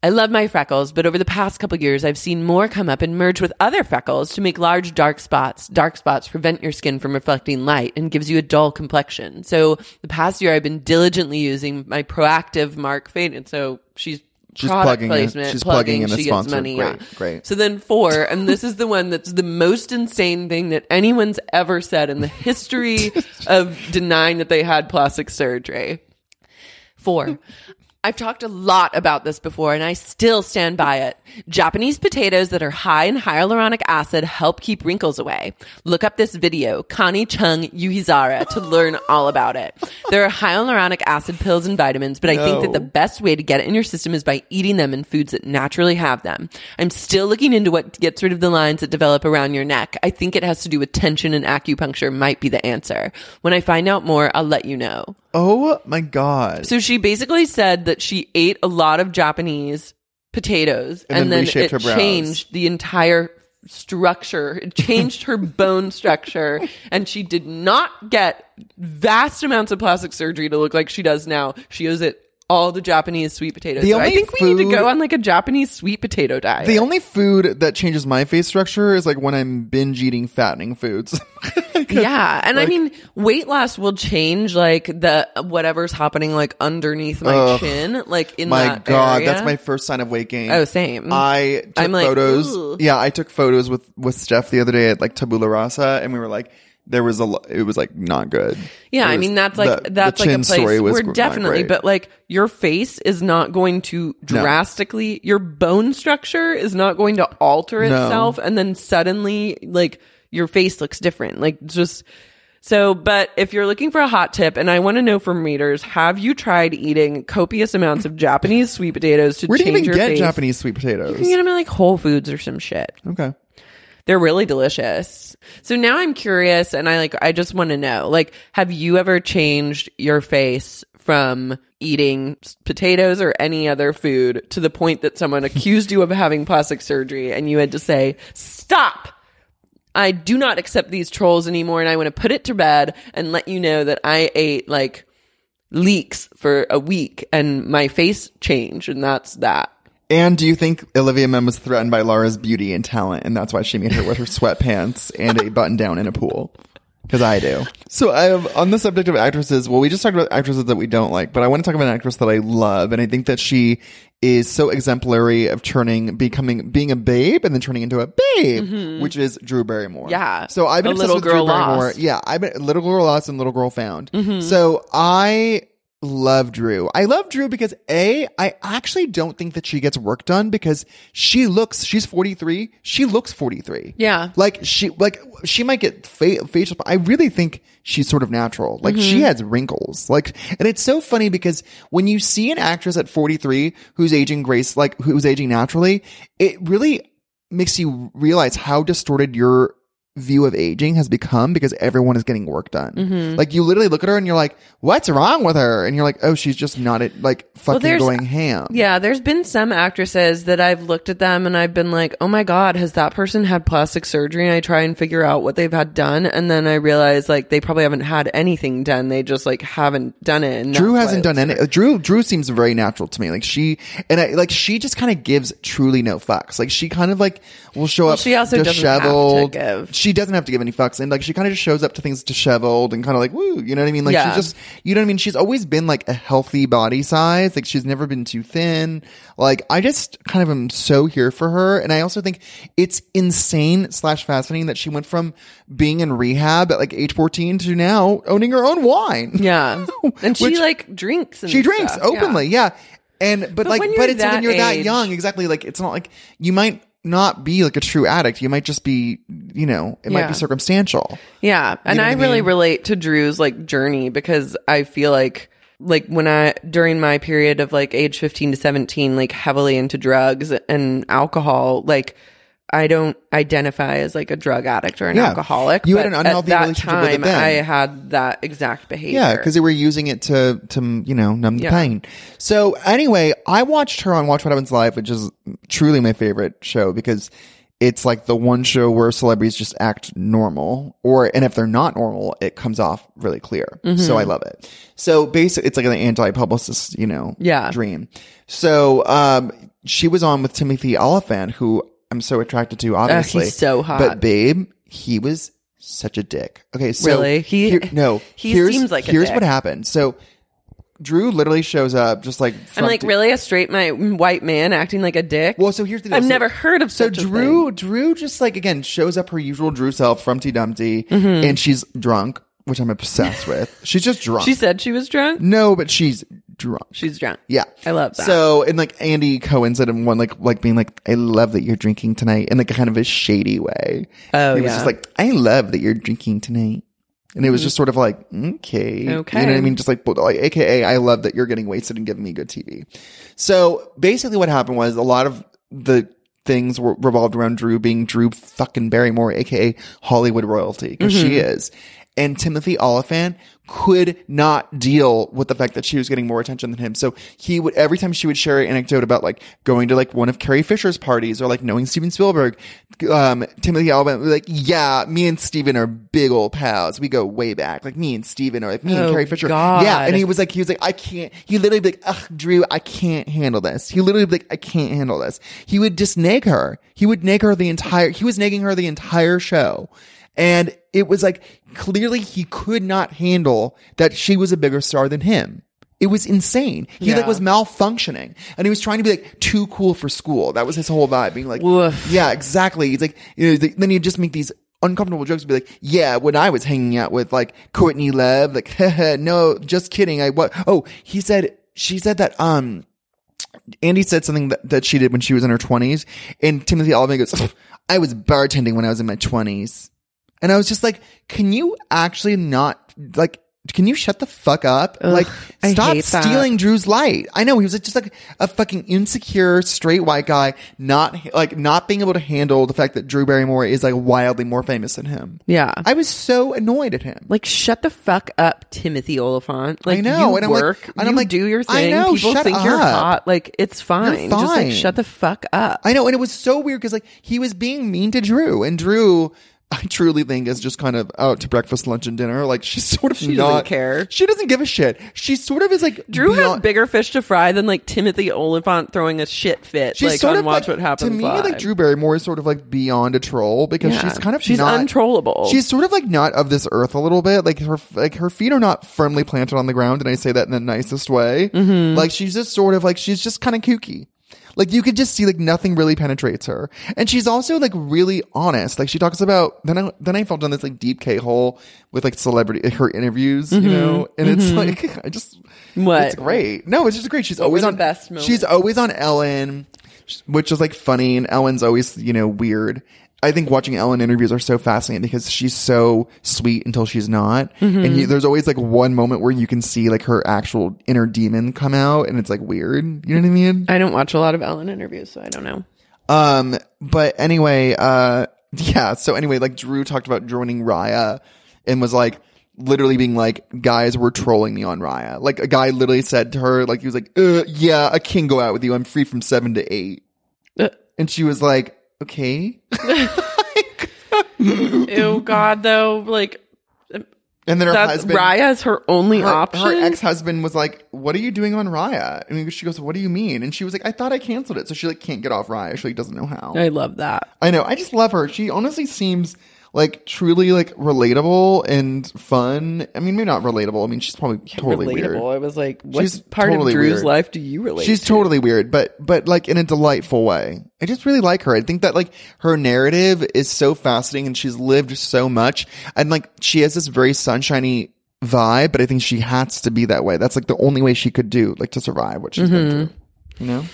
Speaker 3: I love my freckles, but over the past couple years, I've seen more come up and merge with other freckles to make large dark spots. Dark spots prevent your skin from reflecting light and gives you a dull complexion. So the past year, I've been diligently using my proactive Mark Fade, and so she's.
Speaker 1: She's
Speaker 3: product
Speaker 1: plugging in-
Speaker 3: placement,
Speaker 1: she's plugging in a
Speaker 3: she gets
Speaker 1: sponsor.
Speaker 3: money, yeah.
Speaker 1: Great, great.
Speaker 3: So then four, and this is the one that's the most insane thing that anyone's ever said in the history of denying that they had plastic surgery. Four. I've talked a lot about this before and I still stand by it. Japanese potatoes that are high in hyaluronic acid help keep wrinkles away. Look up this video, Connie Chung Yuhizara, to learn all about it. There are hyaluronic acid pills and vitamins, but I think that the best way to get it in your system is by eating them in foods that naturally have them. I'm still looking into what gets rid of the lines that develop around your neck. I think it has to do with tension and acupuncture might be the answer. When I find out more, I'll let you know.
Speaker 1: Oh my god.
Speaker 3: So she basically said that she ate a lot of Japanese potatoes and,
Speaker 1: And then
Speaker 3: then,
Speaker 1: reshaped
Speaker 3: it
Speaker 1: her brows.
Speaker 3: changed the entire structure. It changed her bone structure and she did not get vast amounts of plastic surgery to look like she does now. She owes it all the Japanese sweet potatoes.
Speaker 1: The
Speaker 3: so I
Speaker 1: only
Speaker 3: think we need
Speaker 1: food-
Speaker 3: to go on like a Japanese sweet potato diet.
Speaker 1: The only food that changes my face structure is like when I'm binge eating fattening foods.
Speaker 3: yeah, and I mean, weight loss will change like the whatever's happening like underneath my
Speaker 1: Ugh.
Speaker 3: chin, like in
Speaker 1: my
Speaker 3: that
Speaker 1: god,
Speaker 3: area.
Speaker 1: that's my first sign of weight gain.
Speaker 3: Oh, same.
Speaker 1: I took
Speaker 3: I'm like,
Speaker 1: photos.
Speaker 3: "Ooh."
Speaker 1: Yeah, I took photos with with Steph the other day at like Tabula Rasa, and we were like, there was a. lo- It was like not good. It
Speaker 3: Yeah, I
Speaker 1: was-
Speaker 3: mean that's
Speaker 1: the-
Speaker 3: like
Speaker 1: the
Speaker 3: that's like a
Speaker 1: chin
Speaker 3: place where
Speaker 1: gr- not
Speaker 3: definitely,
Speaker 1: great.
Speaker 3: but like your face is not going to drastically, your bone structure is not going to alter
Speaker 1: No.
Speaker 3: itself, and then suddenly like your face looks different. Like just so, but if you're looking for a hot tip, and I want to know from readers, have you tried eating copious amounts of Japanese sweet potatoes to
Speaker 1: where do you
Speaker 3: change
Speaker 1: even
Speaker 3: your
Speaker 1: get
Speaker 3: face?
Speaker 1: Japanese sweet potatoes?
Speaker 3: You can get them at like Whole Foods or some shit.
Speaker 1: okay.
Speaker 3: They're really delicious. So now I'm curious and I like I just want to know like have you ever changed your face from eating s- potatoes or any other food to the point that someone accused you of having plastic surgery and you had to say stop. I do not accept these trolls anymore and I want to put it to bed and let you know that I ate like leeks for a week and my face changed and that's that.
Speaker 1: And do you think Olivia Munn was threatened by Laura's beauty and talent, and that's why she made her wear her sweatpants and a button down in a pool? Because I do. So I have, on the subject of actresses, well, we just talked about actresses that we don't like, but I want to talk about an actress that I love, and I think that she is so exemplary of turning, becoming, being a babe, and then turning into a babe, which is Drew Barrymore.
Speaker 3: Yeah.
Speaker 1: So I've been
Speaker 3: A
Speaker 1: obsessed
Speaker 3: little
Speaker 1: with
Speaker 3: girl
Speaker 1: Drew Barrymore.
Speaker 3: lost.
Speaker 1: Yeah, I've been Little Girl Lost and Little Girl Found. So I love Drew. I love Drew because A, I actually don't think that she gets work done because she looks she's 43. She looks 43.
Speaker 3: Yeah.
Speaker 1: Like she like she might get fa- facial but I really think she's sort of natural. Like
Speaker 3: Mm-hmm.
Speaker 1: she has wrinkles. Like and it's so funny because when you see an actress at 43 who's aging grace like who's aging naturally, it really makes you realize how distorted your view of aging has become because everyone is getting work done.
Speaker 3: Mm-hmm.
Speaker 1: Like you literally look at her and you're like, "What's wrong with her?" And you're like, "Oh, she's just not it, like fucking
Speaker 3: there's-
Speaker 1: going ham."
Speaker 3: Yeah, there's been some actresses that I've looked at them and I've been like, oh my God, has that person had plastic surgery? And I try and figure out what they've had done. And then I realize like they probably haven't had anything done. They just like haven't done it. and
Speaker 1: Drew
Speaker 3: that's
Speaker 1: hasn't
Speaker 3: why
Speaker 1: done any. Drew Drew seems very natural to me. Like she and I like she just kind of gives truly no fucks. Like she kind of like will show up
Speaker 3: she also doesn't have to
Speaker 1: disheveled.
Speaker 3: give.
Speaker 1: She doesn't have to give any fucks, and like she kind of just shows up to things disheveled and kind of like woo. You know what I mean? Like
Speaker 3: Yeah.
Speaker 1: she just you know what I mean. She's always been like a healthy body size. Like she's never been too thin. Like I just kind of am so here for her, and I also think it's insane slash fascinating that she went from being in rehab at like age fourteen to now owning her own wine.
Speaker 3: Yeah. And she
Speaker 1: Which-
Speaker 3: like drinks. And
Speaker 1: She drinks
Speaker 3: stuff. Yeah.
Speaker 1: openly, yeah. And but, like,
Speaker 3: when
Speaker 1: but
Speaker 3: you're
Speaker 1: it's when
Speaker 3: that
Speaker 1: you're that
Speaker 3: age-
Speaker 1: young, exactly. Like, it's not like you might not be like a true addict. You might just be, you know, it might
Speaker 3: Yeah.
Speaker 1: be circumstantial.
Speaker 3: Yeah, and
Speaker 1: know
Speaker 3: I,
Speaker 1: what I
Speaker 3: really
Speaker 1: mean?
Speaker 3: relate to Drew's like journey because I feel like like when I during my period of like age 15 to 17 like heavily into drugs and alcohol like I don't identify as like a drug addict or an
Speaker 1: Yeah.
Speaker 3: alcoholic.
Speaker 1: You had
Speaker 3: but
Speaker 1: an unhealthy
Speaker 3: at that
Speaker 1: relationship with it
Speaker 3: time,
Speaker 1: then.
Speaker 3: I had that exact behavior.
Speaker 1: Yeah, because they were using it to to you know numb the
Speaker 3: Yeah.
Speaker 1: pain. So anyway, I watched her on Watch What Happens Live, which is truly my favorite show because it's like the one show where celebrities just act normal, or and if they're not normal, it comes off really clear. So
Speaker 3: Mm-hmm.
Speaker 1: I love it. So basically, it's like an anti-publicist, you know,
Speaker 3: Yeah.
Speaker 1: dream. So um, she was on with Timothy Oliphant, who I'm so attracted to, obviously.
Speaker 3: so hot.
Speaker 1: But babe, he was such a dick. Okay, so
Speaker 3: Really? He-
Speaker 1: here- no.
Speaker 3: he
Speaker 1: here's-
Speaker 3: seems like a
Speaker 1: here's
Speaker 3: dick.
Speaker 1: what happened. So Drew literally shows up just like
Speaker 3: I'm like
Speaker 1: front-
Speaker 3: really a straight my white man acting like a dick.
Speaker 1: Well, so here's the deal.
Speaker 3: I've
Speaker 1: So-
Speaker 3: never heard of
Speaker 1: so
Speaker 3: such a
Speaker 1: Drew.
Speaker 3: thing.
Speaker 1: Drew just like again shows up her usual Drew self, Frumpty Dumpty,
Speaker 3: Mm-hmm.
Speaker 1: and she's drunk, which I'm obsessed with. She's just drunk.
Speaker 3: She said she was drunk.
Speaker 1: no, but she's drunk.
Speaker 3: She's drunk.
Speaker 1: Yeah.
Speaker 3: I love that.
Speaker 1: So and like Andy Cohen said in one like like being like, I love that you're drinking tonight in like a kind of a shady way.
Speaker 3: Oh,
Speaker 1: He was
Speaker 3: yeah.
Speaker 1: just like, I love that you're drinking tonight. And it was just sort of like, okay.
Speaker 3: Okay.
Speaker 1: You know what I mean? Just like, like, AKA, I love that you're getting wasted and giving me good TV. So basically what happened was a lot of the things were
Speaker 3: Mm-hmm.
Speaker 1: revolved around Drew being Drew fucking Barrymore, AKA Hollywood royalty, because she is. and Timothy Oliphant could not deal with the fact that she was getting more attention than him. So he would every time she would share an anecdote about like going to like one of Carrie Fisher's parties or like knowing Steven Spielberg, um, Timothy Oliphant would be like, "Yeah, me and Steven are big old pals. We go way back. Like me and Steven or like me and
Speaker 3: Oh,
Speaker 1: Carrie Fisher.
Speaker 3: God.
Speaker 1: Yeah." And he was like, he was like, "I can't." He literally be like, "Ugh, Drew, I can't handle this." He literally be like, "I can't handle this." He would just nag her. He would nag her the entire. He was nagging her the entire show. And it was like clearly he could not handle that she was a bigger star than him. It was insane. He like
Speaker 3: Yeah.
Speaker 1: was malfunctioning and he was trying to be like too cool for school. That was his whole vibe being like,
Speaker 3: Woof.
Speaker 1: yeah, exactly. He's like, you know, he's like- then he'd just make these uncomfortable jokes and be like, yeah, when I was hanging out with like Courtney Love, like, no, just kidding. I what? Oh, he said, she said that, um, Andy said something that, that she did when she was in her 20s, and Timothy Oliphant goes, "Ugh, I was bartending when I was in my 20s. And I was just like, can you actually not, like, can you shut the fuck up? like,
Speaker 3: I
Speaker 1: stop
Speaker 3: hate that.
Speaker 1: stealing Drew's light. I know he was just like a fucking insecure straight white guy, not like not being able to handle the fact that Drew Barrymore is like wildly more famous than him.
Speaker 3: Yeah.
Speaker 1: I was so annoyed at him.
Speaker 3: Like shut the fuck up, Timothy Oliphant. Like
Speaker 1: I know,
Speaker 3: you
Speaker 1: and I'm like-
Speaker 3: work,
Speaker 1: and I'm
Speaker 3: you
Speaker 1: like,
Speaker 3: do your
Speaker 1: I
Speaker 3: thing.
Speaker 1: know,
Speaker 3: People
Speaker 1: shut
Speaker 3: think you're
Speaker 1: up.
Speaker 3: hot. Like it's fine. Just
Speaker 1: fine.
Speaker 3: like shut the fuck up.
Speaker 1: I know, and it was so weird because like he was being mean to Drew, and Drew, I truly think is just kind of out to breakfast, lunch, and dinner. Like she's sort of
Speaker 3: She doesn't
Speaker 1: not
Speaker 3: care.
Speaker 1: She doesn't give a shit. She sort of is like
Speaker 3: Drew has
Speaker 1: beyond-
Speaker 3: bigger fish to fry than like Timothy Oliphant throwing a shit fit.
Speaker 1: She's
Speaker 3: like
Speaker 1: sort
Speaker 3: on
Speaker 1: of
Speaker 3: Watch
Speaker 1: like,
Speaker 3: What Happens
Speaker 1: to me.
Speaker 3: Live.
Speaker 1: Like Drew Barrymore is sort of like beyond a troll because
Speaker 3: Yeah.
Speaker 1: she's kind of
Speaker 3: She's
Speaker 1: not,
Speaker 3: untrollable.
Speaker 1: She's sort of like not of this earth a little bit. Like her like her feet are not firmly planted on the ground, and I say that in the nicest way.
Speaker 3: Mm-hmm.
Speaker 1: Like she's just sort of like she's just kind of kooky. Like you could just see like nothing really penetrates her, and she's also like really honest. Like she talks about then I then I fell down this like deep K hole with like celebrity her interviews, you know, and it's like I just
Speaker 3: Mm-hmm. What?
Speaker 1: it's great. No, it's just great. She's always
Speaker 3: were the
Speaker 1: on
Speaker 3: best
Speaker 1: She's
Speaker 3: moments?
Speaker 1: she's always on Ellen, which is like funny, and Ellen's always you know weird. I think watching Ellen interviews are so fascinating because she's so sweet until she's not, and you, there's always like one moment where you can see like her actual inner demon come out, and it's like weird. You know what I mean?
Speaker 3: I don't watch a lot of Ellen interviews, so I don't know.
Speaker 1: Um, but anyway, uh, yeah. So anyway, like Drew talked about joining Raya and was like literally being like, guys were trolling me on Raya. Like a guy literally said to her, like he was like, uh, yeah, I can go out with you. I'm free from seven to eight.
Speaker 3: Uh.
Speaker 1: And she was like, okay.
Speaker 3: Ew, God, though, like
Speaker 1: And then her
Speaker 3: that's
Speaker 1: husband,
Speaker 3: Raya's her only
Speaker 1: her,
Speaker 3: option.
Speaker 1: her ex-husband was like, what are you doing on Raya? And she goes, what do you mean? And she was like, I thought I canceled it. So she like can't get off Raya. She like doesn't know how.
Speaker 3: I love that.
Speaker 1: I know. I just love her. She honestly seems like truly like relatable and fun. I mean, maybe not relatable. I mean, she's probably totally
Speaker 3: Relatable.
Speaker 1: weird.
Speaker 3: I was like, what
Speaker 1: She's
Speaker 3: part
Speaker 1: totally
Speaker 3: of Drew's
Speaker 1: weird.
Speaker 3: life do you relate?
Speaker 1: She's
Speaker 3: to?
Speaker 1: totally weird, but but like in a delightful way. I just really like her. I think that like her narrative is so fascinating and she's lived so much and like she has this very sunshiny vibe, but I think she has to be that way. That's like the only way she could do like to survive what she's been
Speaker 3: Mm-hmm.
Speaker 1: through. You know?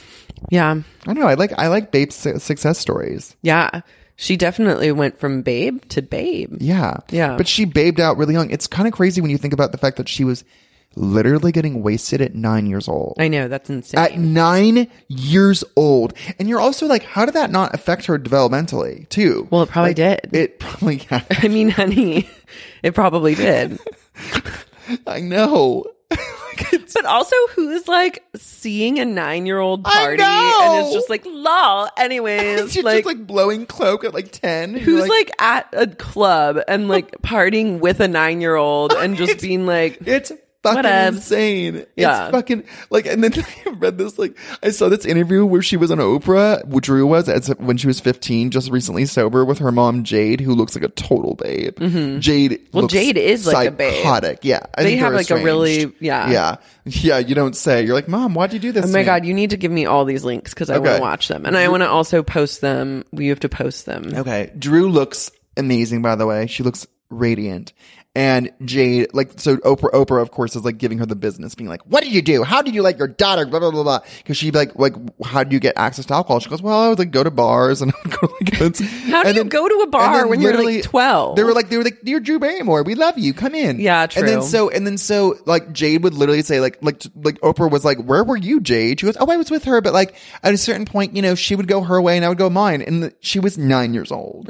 Speaker 3: yeah,
Speaker 1: I know. I like I like Babe's su- success stories.
Speaker 3: yeah. She definitely went from babe to babe.
Speaker 1: Yeah.
Speaker 3: Yeah.
Speaker 1: But she babed out really young. It's kind of crazy when you think about the fact that she was literally getting wasted at nine years old.
Speaker 3: I know that's insane.
Speaker 1: At nine years old. And you're also like, how did that not affect her developmentally, too?
Speaker 3: well, it probably did.
Speaker 1: it probably
Speaker 3: I mean, honey, it probably did.
Speaker 1: I know.
Speaker 3: But also, who's like seeing a nine-year-old
Speaker 1: I
Speaker 3: party
Speaker 1: know!
Speaker 3: and is just like, "Lol."
Speaker 1: She's
Speaker 3: Anyways,
Speaker 1: just
Speaker 3: like,
Speaker 1: like blowing cloak at like 10.
Speaker 3: who's like, at a club and like partying with a nine-year-old and just being like,
Speaker 1: It's fucking
Speaker 3: Whatevs.
Speaker 1: insane.
Speaker 3: Yeah.
Speaker 1: It's fucking like, and then I read this like I saw this interview where she was on Oprah, where Drew was as when she was fifteen, just recently sober with her mom Jade, who looks like a total babe. Jade,
Speaker 3: Mm-hmm. Well,
Speaker 1: looks
Speaker 3: Jade is like a babe.
Speaker 1: psychotic. Yeah, I
Speaker 3: They
Speaker 1: think they're
Speaker 3: have, like, a really-
Speaker 1: estranged.
Speaker 3: yeah.
Speaker 1: yeah, yeah. You don't say. You're like, mom, why'd you do this?
Speaker 3: Oh
Speaker 1: to
Speaker 3: my
Speaker 1: me?"
Speaker 3: god, you need to give me all these links because I want
Speaker 1: Okay.
Speaker 3: to watch them, and I want to also post them. We have to post them.
Speaker 1: Okay. Drew looks amazing, by the way. She looks radiant. And Jade, like, so Oprah, Oprah, of course, is like giving her the business, being like, what did you do? How did you like your daughter? Blah, blah, blah, blah. Cause she like, like, how do you get access to alcohol? She goes, well, I would like go to bars and I would go to like events.
Speaker 3: How do you go to a bar when you're, like, 12?
Speaker 1: They were like, they were like, you're Drew Barrymore. We love you. Come in.
Speaker 3: Yeah,
Speaker 1: And then
Speaker 3: true.
Speaker 1: so, and then so, like, Jade would literally say, like, like, like Oprah was like, where were you, Jade? She goes, oh, I was with her, but like, at a certain point, you know, she would go her way and I would go mine. And the, she was nine years old.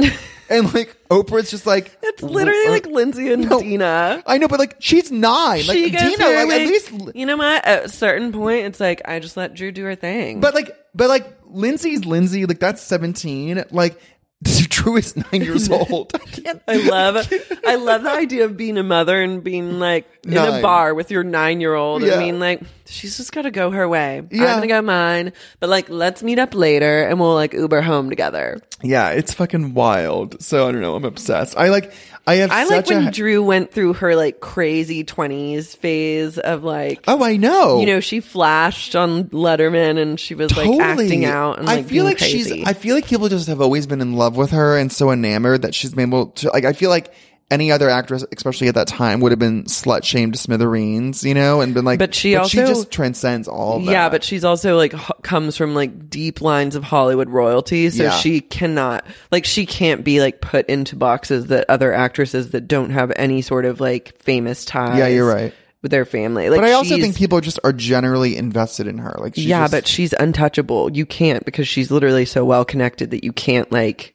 Speaker 1: and like Oprah's just like
Speaker 3: It's literally
Speaker 1: or-
Speaker 3: like Lindsay and
Speaker 1: No.
Speaker 3: Dina.
Speaker 1: I know, but like she's nine. Like
Speaker 3: She goes
Speaker 1: Dina,
Speaker 3: through,
Speaker 1: like, at least
Speaker 3: you know what? At a certain point, it's like I just let Drew do her thing.
Speaker 1: But like, but like, Lindsay's Lindsay. Like that's seventeen. Like Drew is nine years old. I can't.
Speaker 3: I love, I love the idea of being a mother and being like in
Speaker 1: Nine.
Speaker 3: a bar with your nine year old.
Speaker 1: Yeah.
Speaker 3: I mean, like she's just got to go her way.
Speaker 1: Yeah.
Speaker 3: I'm gonna go mine. But like, let's meet up later and we'll like Uber home together.
Speaker 1: Yeah, it's fucking wild. So I don't know. I'm obsessed. I like. I have.
Speaker 3: I
Speaker 1: such
Speaker 3: like when
Speaker 1: a,
Speaker 3: Drew went through her like crazy twenties phase of like.
Speaker 1: Oh, I know.
Speaker 3: You know, she flashed on Letterman, and she was like acting out. And, like,
Speaker 1: I feel
Speaker 3: being
Speaker 1: like
Speaker 3: crazy.
Speaker 1: she's. I feel like people just have always been in love with her and so enamored that she's been able to. Like I feel like any other actress, especially at that time, would have been slut shamed to smithereens. You know, and been like.
Speaker 3: But she
Speaker 1: she
Speaker 3: also-
Speaker 1: just transcends all. Of that.
Speaker 3: Yeah, but she's also like ho- comes from like deep lines of Hollywood royalty, so
Speaker 1: Yeah.
Speaker 3: she cannot like she can't be like put into boxes that other actresses that don't have any sort of like famous ties.
Speaker 1: Yeah, you're right.
Speaker 3: With their family, like,
Speaker 1: but I also
Speaker 3: she's-
Speaker 1: think people just are generally invested in her. Like, she
Speaker 3: yeah,
Speaker 1: just-
Speaker 3: but she's untouchable. You can't because she's literally so well connected that you can't like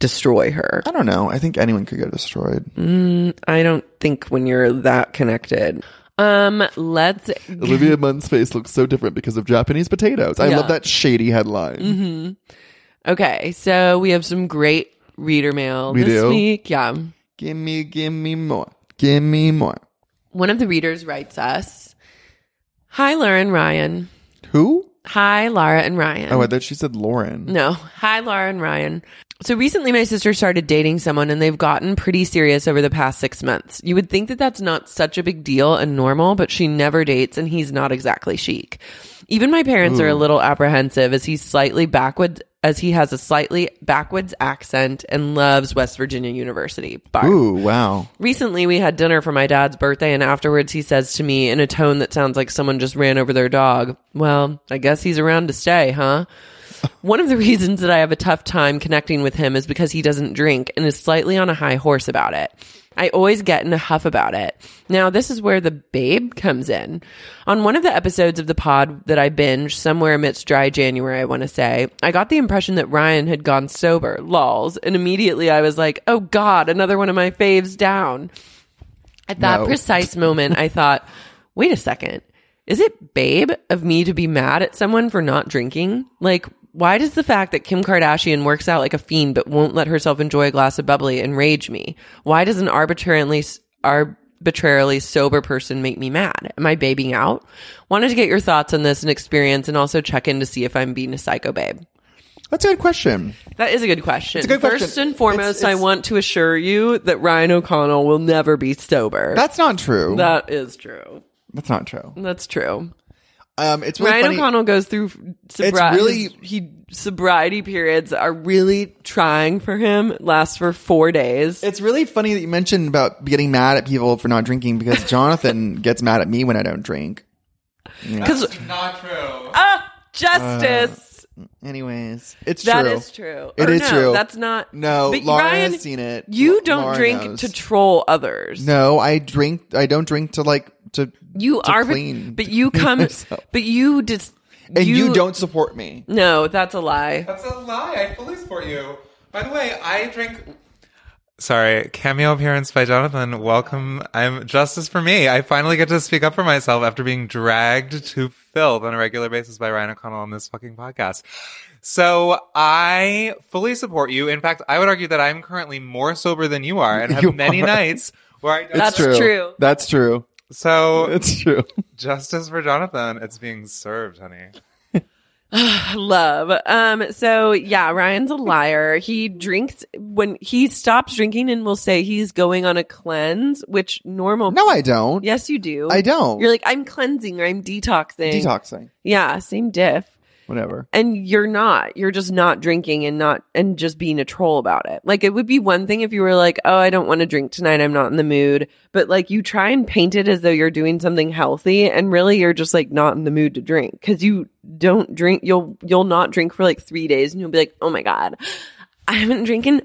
Speaker 3: destroy her.
Speaker 1: I don't know. I think anyone could get destroyed.
Speaker 3: Mm-hmm. I don't think when you're that connected. Um, let's
Speaker 1: Olivia Munn's face looks so different because of Japanese potatoes. I love that shady headline.
Speaker 3: Mm-hmm. okay. So we have some great reader mail
Speaker 1: We
Speaker 3: this
Speaker 1: do?
Speaker 3: week. Yeah.
Speaker 1: Give me, give me more. Give me more.
Speaker 3: One of the readers writes us Hi, Laura and Ryan.
Speaker 1: Who?
Speaker 3: Hi, Laura and Ryan.
Speaker 1: Oh, I thought she said Lauren.
Speaker 3: no. Hi, Laura and Ryan. So recently, my sister started dating someone and they've gotten pretty serious over the past six months. You would think that that's not such a big deal and normal, but she never dates and he's not exactly chic. Even my parents
Speaker 1: Hmm.
Speaker 3: are a little apprehensive as he's slightly backwards, as he has a slightly backwards accent and loves West Virginia University. Barf.
Speaker 1: Ooh, wow.
Speaker 3: Recently, we had dinner for my dad's birthday, and afterwards, he says to me in a tone that sounds like someone just ran over their dog, Well, I guess he's around to stay, huh? One of the reasons that I have a tough time connecting with him is because he doesn't drink and is slightly on a high horse about it. I always get in a huff about it. Now, this is where the babe comes in. On one of the episodes of the pod that I binged, somewhere amidst dry January, I want to say, I got the impression that Ryan had gone sober, lols, and immediately I was like, oh God, another one of my faves down. At that
Speaker 1: No.
Speaker 3: precise moment, I thought, wait a second. Is it babe of me to be mad at someone for not drinking? Like, why does the fact that Kim Kardashian works out like a fiend but won't let herself enjoy a glass of bubbly enrage me? Why does an arbitrarily arbitrarily sober person make me mad? Am I babying out? Wanted to get your thoughts on this and experience and also check in to see if I'm being a psycho babe.
Speaker 1: That's a good question.
Speaker 3: That is a good question.
Speaker 1: It's a good
Speaker 3: First
Speaker 1: question.
Speaker 3: and foremost,
Speaker 1: It's- it's-
Speaker 3: I want to assure you that Ryan O'Connell will never be sober.
Speaker 1: That's not true.
Speaker 3: that is true.
Speaker 1: That's not true.
Speaker 3: That's true.
Speaker 1: Um, it's really
Speaker 3: Ryan
Speaker 1: funny.
Speaker 3: O'Connell goes through sobriety.
Speaker 1: really-
Speaker 3: he sobriety periods are really trying for him. Last for four days.
Speaker 1: It's really funny that you mentioned about getting mad at people for not drinking because Jonathan gets mad at me when I don't drink.
Speaker 3: Because not true. Ah, justice.
Speaker 1: Anyways, it's
Speaker 3: That
Speaker 1: Uh, true.
Speaker 3: is true.
Speaker 1: It
Speaker 3: Or
Speaker 1: is
Speaker 3: no,
Speaker 1: true.
Speaker 3: That's not.
Speaker 1: No,
Speaker 3: But
Speaker 1: Laura
Speaker 3: Ryan,
Speaker 1: has seen it.
Speaker 3: You
Speaker 1: La-
Speaker 3: don't
Speaker 1: Laura
Speaker 3: drink
Speaker 1: knows.
Speaker 3: to troll others.
Speaker 1: No, I drink. I don't drink to like to.
Speaker 3: you
Speaker 1: to
Speaker 3: are, but-
Speaker 1: clean,
Speaker 3: but
Speaker 1: to
Speaker 3: you
Speaker 1: clean
Speaker 3: come,
Speaker 1: myself.
Speaker 3: but you just.
Speaker 1: and you, don't support me.
Speaker 3: No, that's a lie.
Speaker 5: That's a lie. I fully support you. By the way, I drink. Sorry, cameo appearance by Jonathan. Welcome. I'm justice for me. I finally get to speak up for myself after being dragged to filth on a regular basis by Ryan O'Connell on this fucking podcast. So I fully support you. In fact, I would argue that I'm currently more sober than you are and have
Speaker 1: You
Speaker 5: many
Speaker 1: are.
Speaker 5: nights where I don't.
Speaker 3: That's true. true.
Speaker 1: That's true.
Speaker 5: so
Speaker 1: It's true.
Speaker 5: justice for Jonathan. It's being served, honey.
Speaker 3: love. Um, so yeah, Ryan's a liar. He drinks when he stops drinking and will say he's going on a cleanse, which normal.
Speaker 1: No, I don't.
Speaker 3: Yes, you do.
Speaker 1: I don't.
Speaker 3: You're like, I'm cleansing or I'm detoxing.
Speaker 1: Detoxing.
Speaker 3: Yeah, same diff.
Speaker 1: Whatever.
Speaker 3: And you're not. You're just not drinking and not and just being a troll about it. Like it would be one thing if you were like, "Oh, I don't want to drink tonight. I'm not in the mood." But like you try and paint it as though you're doing something healthy and really you're just like not in the mood to drink cuz you don't drink you'll you'll not drink for like 3 days and you'll be like, "Oh my god. I haven't drinking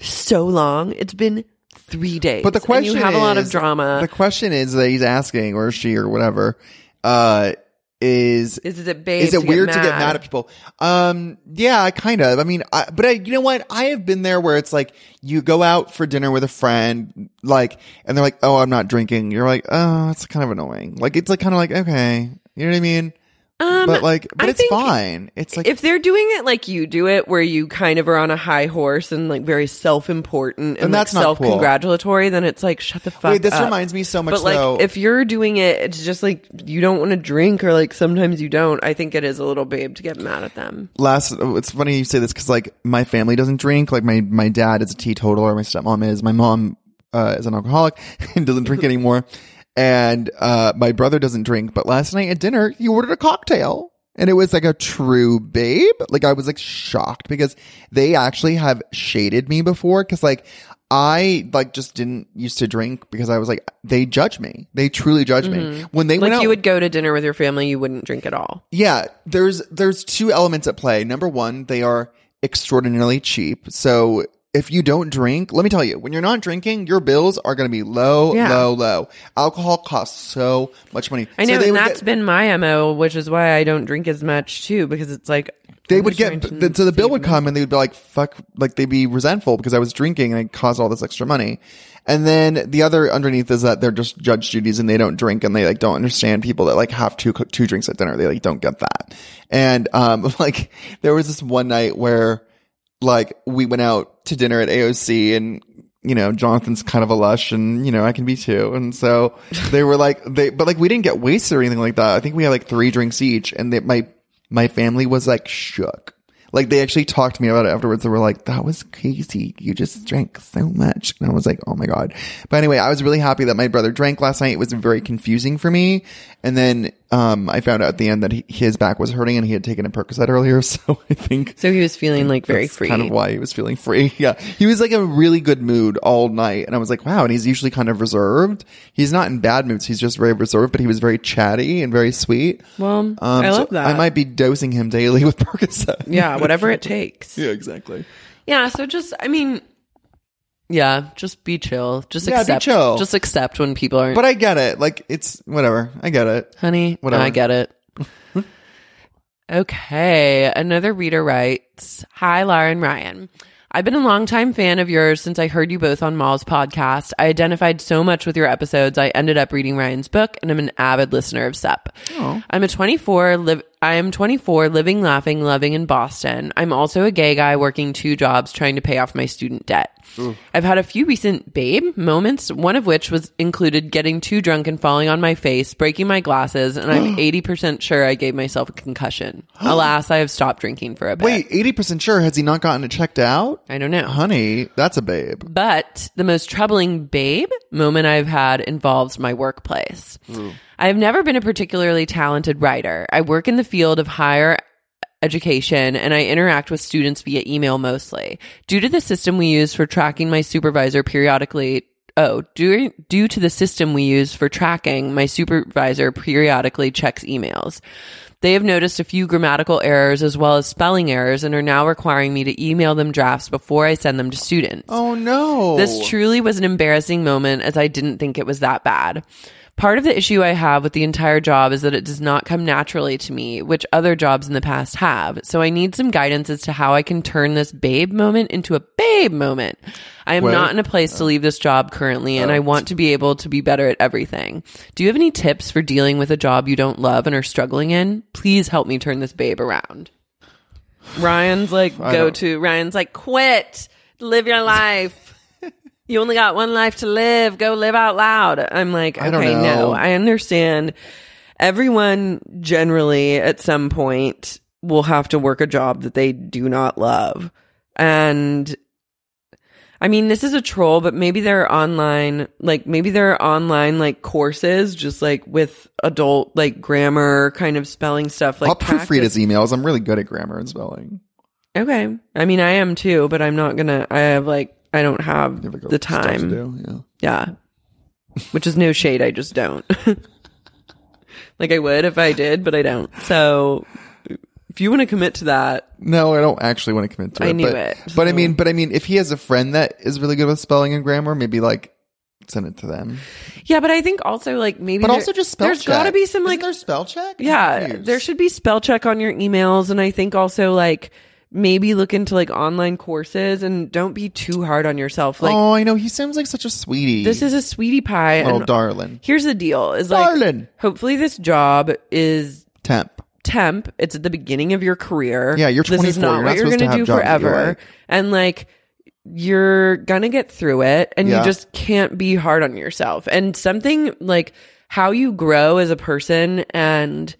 Speaker 3: so long. It's been 3 days."
Speaker 1: But the
Speaker 3: And
Speaker 1: question
Speaker 3: you have a lot of
Speaker 1: is-
Speaker 3: drama.
Speaker 1: The question is that he's asking, or she, or whatever, uh, is
Speaker 3: Is it bad
Speaker 1: Is it
Speaker 3: to get
Speaker 1: weird to get
Speaker 3: mad?
Speaker 1: mad at people? Um, yeah, I kind of. I mean, I, but I, you know what? I have been there where it's like you go out for dinner with a friend, like, and they're like, "Oh, I'm not drinking." You're like, "Oh, that's kind of annoying." Like, it's like kind of like okay, you know what I mean? but like, but
Speaker 3: Um, I
Speaker 1: it's
Speaker 3: think
Speaker 1: fine. It's like
Speaker 3: if they're doing it like you do it, where you kind of are on a high horse and like very self important and
Speaker 1: Then
Speaker 3: like
Speaker 1: that's not cool.
Speaker 3: self congratulatory, then it's like shut the fuck.
Speaker 1: Wait, this
Speaker 3: up.
Speaker 1: reminds me so much,
Speaker 3: But like
Speaker 1: though-
Speaker 3: if you're doing it, it's just like you don't want to drink or like sometimes you don't. I think it is a little babe to get mad at them.
Speaker 1: last oh, it's funny you say this because like my family doesn't drink like my my dad is a teetotaler my stepmom is my mom uh, is an alcoholic and doesn't drink anymore and uh, my brother doesn't drink but last night at dinner he ordered a cocktail and it was like a true babe like i was like shocked because they actually have shaded me before because like I like just didn't used to drink because I was like they judge me. They truly judge me. When they
Speaker 3: Mm-hmm. Like
Speaker 1: went out,
Speaker 3: you would go to dinner with your family, you wouldn't drink at all.
Speaker 1: yeah, there's there's two elements at play. Number one, they are extraordinarily cheap. So if you don't drink, let me tell you, when you're not drinking, your bills are going to be low,
Speaker 3: Yeah.
Speaker 1: low, low. Alcohol costs so much money.
Speaker 3: I
Speaker 1: So
Speaker 3: know,
Speaker 1: they
Speaker 3: and
Speaker 1: would
Speaker 3: that's
Speaker 1: get-
Speaker 3: been my mo, which is why I don't drink as much too, because it's like
Speaker 1: they
Speaker 3: I'm
Speaker 1: would
Speaker 3: just
Speaker 1: get
Speaker 3: trying
Speaker 1: th-
Speaker 3: to
Speaker 1: so the bill
Speaker 3: save
Speaker 1: would come and they would be like fuck like they'd be resentful because i was drinking and it caused all this extra money and then the other underneath is that they're just judge duties and they don't drink and they like don't understand people that like have two cook two drinks at dinner they like don't get that and um like there was this one night where like we went out to dinner at AOC and you know Jonathan's kind of a lush and you know I can be too and so they were like they but like we didn't get wasted or anything like that I think we had like three drinks each and they, my my family was like shook like they actually talked to me about it afterwards they were like that was crazy you just drank so much and I was like oh my god but anyway I was really happy that my brother drank last night it was very confusing for me and then um I found out at the end that he, his back was hurting and he had taken a Percocet earlier so I think
Speaker 3: So he was feeling like very
Speaker 1: that's
Speaker 3: free.
Speaker 1: Kind of why he was feeling free. Yeah, he was like in a really good mood all night, and I was like, wow. And he's usually kind of reserved. He's not in bad moods. He's just very reserved, but he was very chatty and very sweet.
Speaker 3: Well, I love that.
Speaker 1: Um, I might be dosing him daily with Percocet.
Speaker 3: yeah, whatever it takes.
Speaker 1: yeah, exactly.
Speaker 3: Yeah, so just I mean Yeah, just be chill. Just
Speaker 1: Yeah, be
Speaker 3: accept
Speaker 1: chill.
Speaker 3: just accept when people aren't
Speaker 1: But I get it. Like it's whatever. I get it.
Speaker 3: honey,
Speaker 1: whatever.
Speaker 3: I get it. okay. Another reader writes Hi Lara and Ryan. I've been a longtime fan of yours since I heard you both on Maul's podcast. I identified so much with your episodes. I ended up reading Ryan's book and I'm an avid listener of SEP.
Speaker 1: Oh.
Speaker 3: I'm a 24 live I am 24 living laughing loving in Boston. I'm also a gay guy working two jobs trying to pay off my student debt. I've had a few recent babe moments, one of which was included getting too drunk and falling on my face, breaking my glasses, and I'm 80% sure I gave myself a concussion. Alas, I have stopped drinking for a bit.
Speaker 1: Wait, eighty percent sure. Has he not gotten it checked out?
Speaker 3: I don't know.
Speaker 1: Honey, that's a babe.
Speaker 3: But the most troubling babe moment I've had involves my workplace. I have never been a particularly talented writer. I work in the field of higher education and I interact with students via email mostly. Due to the system we use for tracking my supervisor periodically Oh, due, due to the system we use for tracking, my supervisor periodically checks emails. They have noticed a few grammatical errors as well as spelling errors and are now requiring me to email them drafts before I send them to students.
Speaker 1: Oh no.
Speaker 3: This truly was an embarrassing moment as I didn't think it was that bad. Part of the issue I have with the entire job is that it does not come naturally to me, which other jobs in the past have. So I need some guidance as to how I can turn this babe moment into a babe moment. I am
Speaker 1: Well- uh,
Speaker 3: not in a place to leave this job currently, and I want to be able to be better at everything. Do you have any tips for dealing with a job you don't love and are struggling in? Please help me turn this babe around. Ryan's like go to Ryan's like quit, live your life. you only got one life to live. Go live out loud. I'm like,
Speaker 1: I don't
Speaker 3: okay,
Speaker 1: know.
Speaker 3: no, I understand. Everyone generally at some point will have to work a job that they do not love. And I mean, this is a troll, but maybe there are online, like maybe there are online like courses just like with adult like grammar kind of spelling stuff like
Speaker 1: I'll proofread his
Speaker 3: practice-
Speaker 1: emails. I'm really good at grammar and spelling.
Speaker 3: Okay. I mean, I am too, but I'm not gonna. I have like, I don't have
Speaker 1: If I got
Speaker 3: the
Speaker 1: stuff to
Speaker 3: time.
Speaker 1: do, yeah.
Speaker 3: Yeah. Which is no shade. I just don't. like I would if I did, but I don't. So if you want to commit to that,
Speaker 1: No, I don't actually want to commit to it.
Speaker 3: I knew
Speaker 1: but,
Speaker 3: it. Mm.
Speaker 1: But I mean, but I mean, if he has a friend that is really good with spelling and grammar, maybe like send it to them.
Speaker 3: Yeah, but I think also like maybe
Speaker 1: But
Speaker 3: there-
Speaker 1: also just spell
Speaker 3: there's
Speaker 1: check.
Speaker 3: got to be some
Speaker 1: Isn't
Speaker 3: like
Speaker 1: there spell check. I'm
Speaker 3: yeah
Speaker 1: confused.
Speaker 3: there should be spell check on your emails and i think also like maybe look into like online courses and don't be too hard on yourself like
Speaker 1: oh, I know. He sounds like such a sweetie.
Speaker 3: this is a sweetie pie
Speaker 1: little
Speaker 3: and
Speaker 1: darling
Speaker 3: here's the deal is like
Speaker 1: Darling.
Speaker 3: hopefully this job is
Speaker 1: temp.
Speaker 3: temp it's at the beginning of your career
Speaker 1: Yeah, you're
Speaker 3: this is
Speaker 1: 24. You're
Speaker 3: not what
Speaker 1: not
Speaker 3: you're
Speaker 1: supposed to
Speaker 3: gonna
Speaker 1: have jobs
Speaker 3: do
Speaker 1: that you
Speaker 3: forever
Speaker 1: like.
Speaker 3: and like you're gonna get through it and
Speaker 1: Yeah.
Speaker 3: you just can't be hard on yourself and something like how you grow as a person and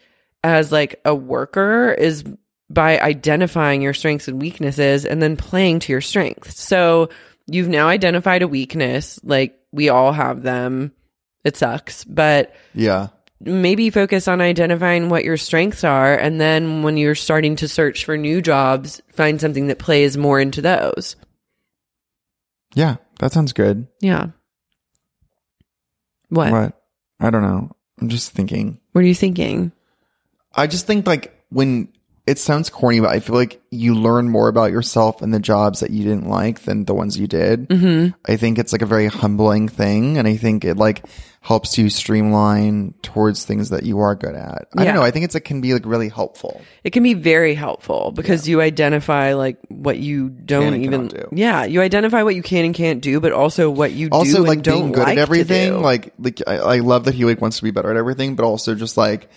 Speaker 3: as like a worker is by identifying your strengths and weaknesses and then playing to your strengths so you've now identified a weakness like we all have them it sucks but
Speaker 1: Yeah.
Speaker 3: maybe focus on identifying what your strengths are and then when you're starting to search for new jobs find something that plays more into those
Speaker 1: Yeah. That sounds good.
Speaker 3: yeah what what,
Speaker 1: What? I don't know. I'm just thinking.
Speaker 3: are you thinking
Speaker 1: I just think like when it sounds corny, but I feel like you learn more about yourself in the jobs that you didn't like than the ones you did. Mm-hmm. I think it's like a very humbling thing, and I think it like helps you streamline towards things that you are good at. I
Speaker 3: Yeah.
Speaker 1: don't know. I think it's like can be like really helpful.
Speaker 3: it can be very helpful because you identify like what you don't
Speaker 1: and
Speaker 3: even
Speaker 1: cannot do.
Speaker 3: yeah you identify what you can and can't do but also what you do
Speaker 1: also
Speaker 3: and
Speaker 1: like
Speaker 3: don't
Speaker 1: being good
Speaker 3: like
Speaker 1: at
Speaker 3: to
Speaker 1: everything
Speaker 3: do.
Speaker 1: like like I, I love that he like wants to be better at everything but also just like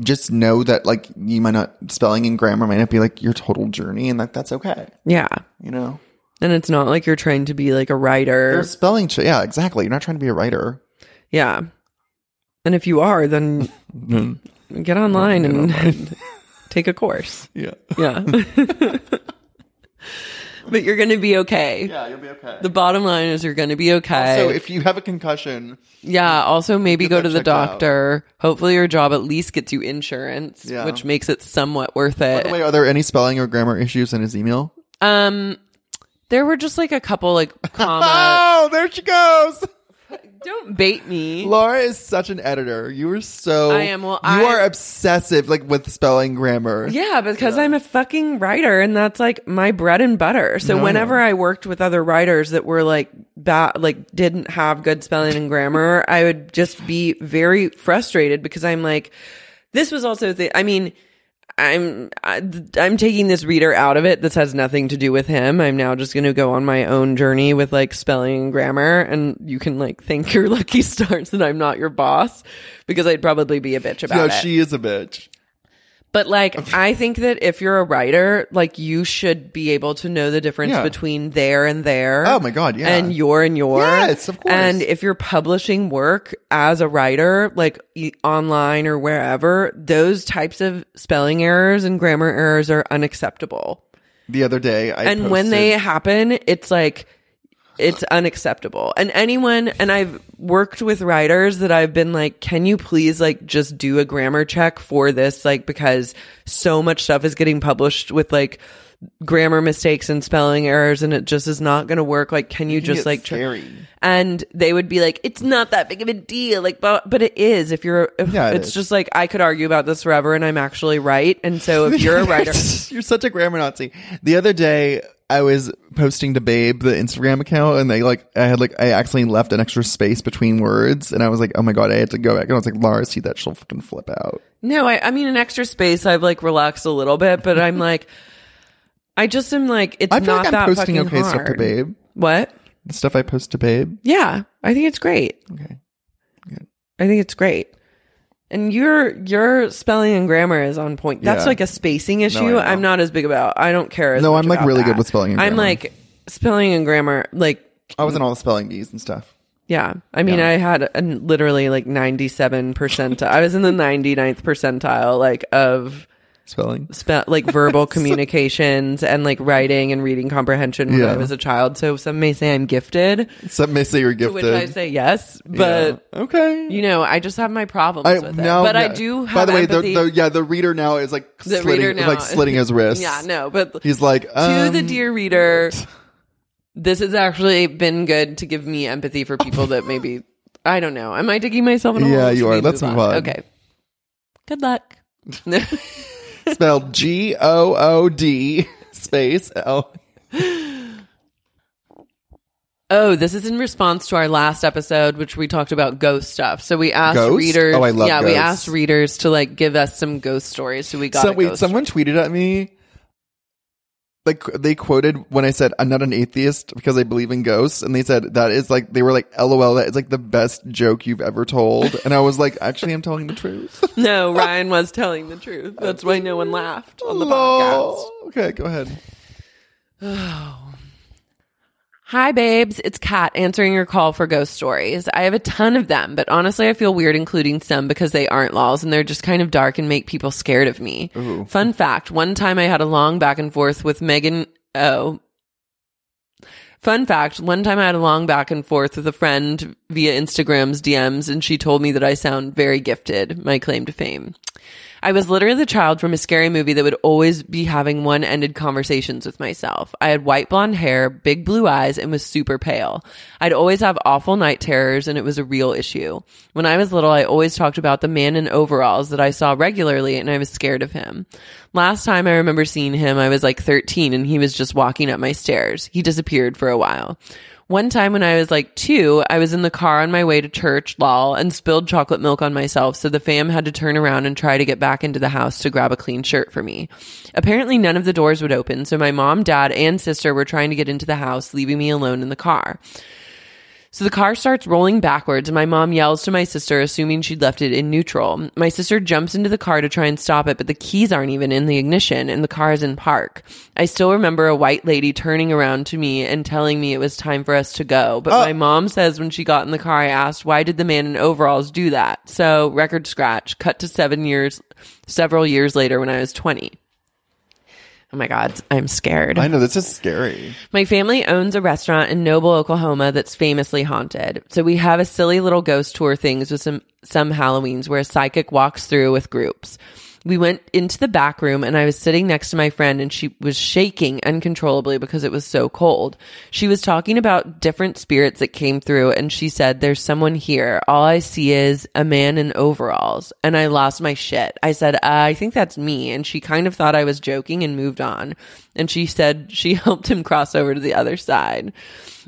Speaker 1: just know that like you might not spelling and grammar might not be like your total journey and like that's okay
Speaker 3: yeah
Speaker 1: you know
Speaker 3: and it's not like you're trying to be like a writer
Speaker 1: Or spelling ch- yeah exactly you're not trying to be a writer
Speaker 3: yeah and if you are then get online and take a course
Speaker 1: yeah
Speaker 3: Yeah. but you're going to be okay.
Speaker 1: yeah you'll be okay
Speaker 3: The bottom line is you're going to be okay.
Speaker 1: so if you have a concussion
Speaker 3: yeah. Also, maybe
Speaker 1: Get
Speaker 3: go
Speaker 1: that
Speaker 3: to the
Speaker 1: checked out.
Speaker 3: doctor. Hopefully, your job at least gets you insurance,
Speaker 1: Yeah.
Speaker 3: which makes it somewhat worth
Speaker 1: by
Speaker 3: it.
Speaker 1: the way are there any spelling or grammar issues in his email
Speaker 3: um, there were just like a couple like comma.
Speaker 1: oh there she goes
Speaker 3: Don't bait me.
Speaker 1: Laura is such an editor. You are so.
Speaker 3: I am. Well,
Speaker 1: you
Speaker 3: I-
Speaker 1: are obsessive, like with spelling, grammar.
Speaker 3: Yeah, because I'm a fucking writer and that's like my bread and butter. So whenever I worked with other writers that were like that like didn't have good spelling and grammar, I would just be very frustrated because I'm like this was also the I mean I'm I, I'm taking this reader out of it. This has nothing to do with him. I'm now just going to go on my own journey with like spelling and grammar, and you can like thank your lucky stars that I'm not your boss because I'd probably be a bitch about
Speaker 1: No,
Speaker 3: it.
Speaker 1: she is a bitch.
Speaker 3: But like, I think that if you're a writer, like you should be able to know the difference
Speaker 1: Yeah.
Speaker 3: between there and there.
Speaker 1: Oh my God, yeah.
Speaker 3: And your and your.
Speaker 1: Yes, of course.
Speaker 3: And if you're publishing work as a writer, like e- online or wherever, those types of spelling errors and grammar errors are unacceptable.
Speaker 1: the other day. I
Speaker 3: and when
Speaker 1: posted-
Speaker 3: they happen, it's like it's unacceptable. And anyone and I've worked with writers that I've been like, "Can you please like just do a grammar check for this like because so much stuff is getting published with like grammar mistakes and spelling errors and it just is not going to work. Like, can you just
Speaker 1: get
Speaker 3: like tr-"
Speaker 1: scary.
Speaker 3: and they would be like, "It's not that big of a deal." Like, but but it is if you're
Speaker 1: Yeah, it
Speaker 3: it's
Speaker 1: is.
Speaker 3: just like I could argue about this forever and I'm actually right. And so if you're a writer,
Speaker 1: you're such a grammar Nazi. The other day, I was posting to Babe the Instagram account, and they like I had like I accidentally left an extra space between words, and I was like, oh my god, I had to go back, and I was like, Laura, see that she'll fucking flip out.
Speaker 3: No, I, I mean, an extra space, I've like relaxed a little bit, but I'm like, I just am like, it's
Speaker 1: I feel
Speaker 3: not
Speaker 1: like
Speaker 3: that
Speaker 1: I'm posting
Speaker 3: fucking
Speaker 1: okay
Speaker 3: hard.
Speaker 1: stuff to Babe,
Speaker 3: What?
Speaker 1: the stuff I post to Babe.
Speaker 3: Yeah, I think it's great.
Speaker 1: Okay.
Speaker 3: I think it's great. And your your spelling and grammar is on point. That's
Speaker 1: Yeah.
Speaker 3: like a spacing issue.
Speaker 1: know.
Speaker 3: I'm not as big about. I don't care. As
Speaker 1: No,
Speaker 3: much
Speaker 1: I'm, like,
Speaker 3: about
Speaker 1: really
Speaker 3: that.
Speaker 1: good with spelling and
Speaker 3: I'm
Speaker 1: grammar.
Speaker 3: like spelling and grammar. Like,
Speaker 1: I was in all the spelling bees and stuff.
Speaker 3: yeah. I mean, I had a, literally like 97 percent. I was in the 99th percentile, like of
Speaker 1: Spelling.
Speaker 3: spe- like verbal communications and like writing and reading comprehension when
Speaker 1: Yeah.
Speaker 3: I was a child. So some may say I'm gifted,
Speaker 1: Some may say you're
Speaker 3: to
Speaker 1: gifted.
Speaker 3: which I say yes, but
Speaker 1: Yeah. okay.
Speaker 3: you know, I just have my problems
Speaker 1: I
Speaker 3: with
Speaker 1: now,
Speaker 3: it. But I
Speaker 1: yeah.
Speaker 3: do have
Speaker 1: By the way, the,
Speaker 3: empathy.
Speaker 1: the yeah, the reader now is like
Speaker 3: The
Speaker 1: slitting,
Speaker 3: reader now-
Speaker 1: like slitting his wrists.
Speaker 3: yeah, no, but
Speaker 1: He's like,
Speaker 3: to the
Speaker 1: um,
Speaker 3: dear reader, this has actually been good to give me empathy for people that maybe I don't know. Am I digging myself in a hole?
Speaker 1: Yeah,
Speaker 3: Should
Speaker 1: you
Speaker 3: we
Speaker 1: are. Let's move on.
Speaker 3: Okay. Good luck.
Speaker 1: spelled G O O D space L.
Speaker 3: Oh, this is in response to our last episode, which we talked about ghost stuff. So we asked
Speaker 1: Ghost?
Speaker 3: readers.
Speaker 1: Oh, I love
Speaker 3: yeah, we
Speaker 1: ghosts.
Speaker 3: asked readers to like give us some ghost stories. So we got.
Speaker 1: So,
Speaker 3: a
Speaker 1: wait,
Speaker 3: ghost
Speaker 1: someone tweeted at me. Like they quoted when I said I'm not an atheist because I believe in ghosts, and they said that is like they were like, "LOL, that is like the best joke you've ever told." And I was like, "Actually, I'm telling the truth."
Speaker 3: story. No, Ryan was telling the truth. That's why no one laughed on
Speaker 1: Oh.
Speaker 3: the podcast.
Speaker 1: Lol. Okay, go ahead.
Speaker 3: Hi, babes. It's Kat answering your call for ghost stories. I have a ton of them, but honestly, I feel weird including some because they aren't laws and they're just kind of dark and make people scared of me. Fun fact one time I had a long back and forth with Megan. Oh. Fun fact one time I had a long back and forth with a friend via Instagram's DMs, and she told me that I sound very gifted, my claim to fame. I was literally the child from a scary movie that would always be having one ended conversations with myself. I had white blonde hair, big blue eyes, and was super pale. I'd always have awful night terrors, and it was a real issue. When I was little, I always talked about the man in overalls that I saw regularly, and I was scared of him. Last time I remember seeing him, I was like 13, and he was just walking up my stairs. He disappeared for a while. One time when I was like two, I was in the car on my way to church, lol, and spilled chocolate milk on myself, so the fam had to turn around and try to get back into the house to grab a clean shirt for me. Apparently, none of the doors would open, so my mom, dad, and sister were trying to get into the house, leaving me alone in the car. So the car starts rolling backwards, and my mom yells to my sister, assuming she'd left it in neutral. My sister jumps into the car to try and stop it, but the keys aren't even in the ignition, and the car is in park. I still remember a white lady turning around to me and telling me it was time for us to go. But my mom says when she got in the car, I asked, why did the man in overalls do that? So record scratch, cut to seven years, several years later when I was 20. Oh my God, I'm scared.
Speaker 1: I know this is scary.
Speaker 3: My family owns a restaurant in Noble, Oklahoma that's famously haunted. So we have a silly little ghost tour things with some some Halloweens where a psychic walks through with groups. We went into the back room and I was sitting next to my friend and she was shaking uncontrollably because it was so cold. She was talking about different spirits that came through and she said, there's someone here. All I see is a man in overalls. And I lost my shit. I said, uh, I think that's me. And she kind of thought I was joking and moved on. And she said she helped him cross over to the other side.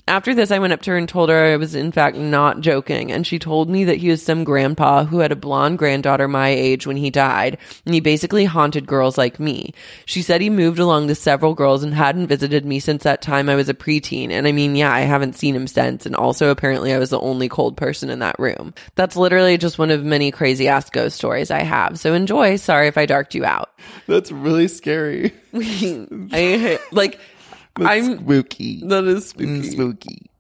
Speaker 3: After this, I went up to her and told her I was, in fact, not joking. And she told me that he was some grandpa who had a blonde granddaughter my age when he died. And he basically haunted girls like me. She said he moved along to several girls and hadn't visited me since that time I was a preteen. And I mean, yeah, I haven't seen him since. And also, apparently, I was the only cold person in that room. That's literally just one of many crazy ass ghost stories I have. So enjoy. Sorry if I darked you out.
Speaker 1: That's really scary.
Speaker 3: I, like,
Speaker 1: That's
Speaker 3: I'm.
Speaker 1: spooky.
Speaker 3: That is spooky
Speaker 1: Mm, spooky.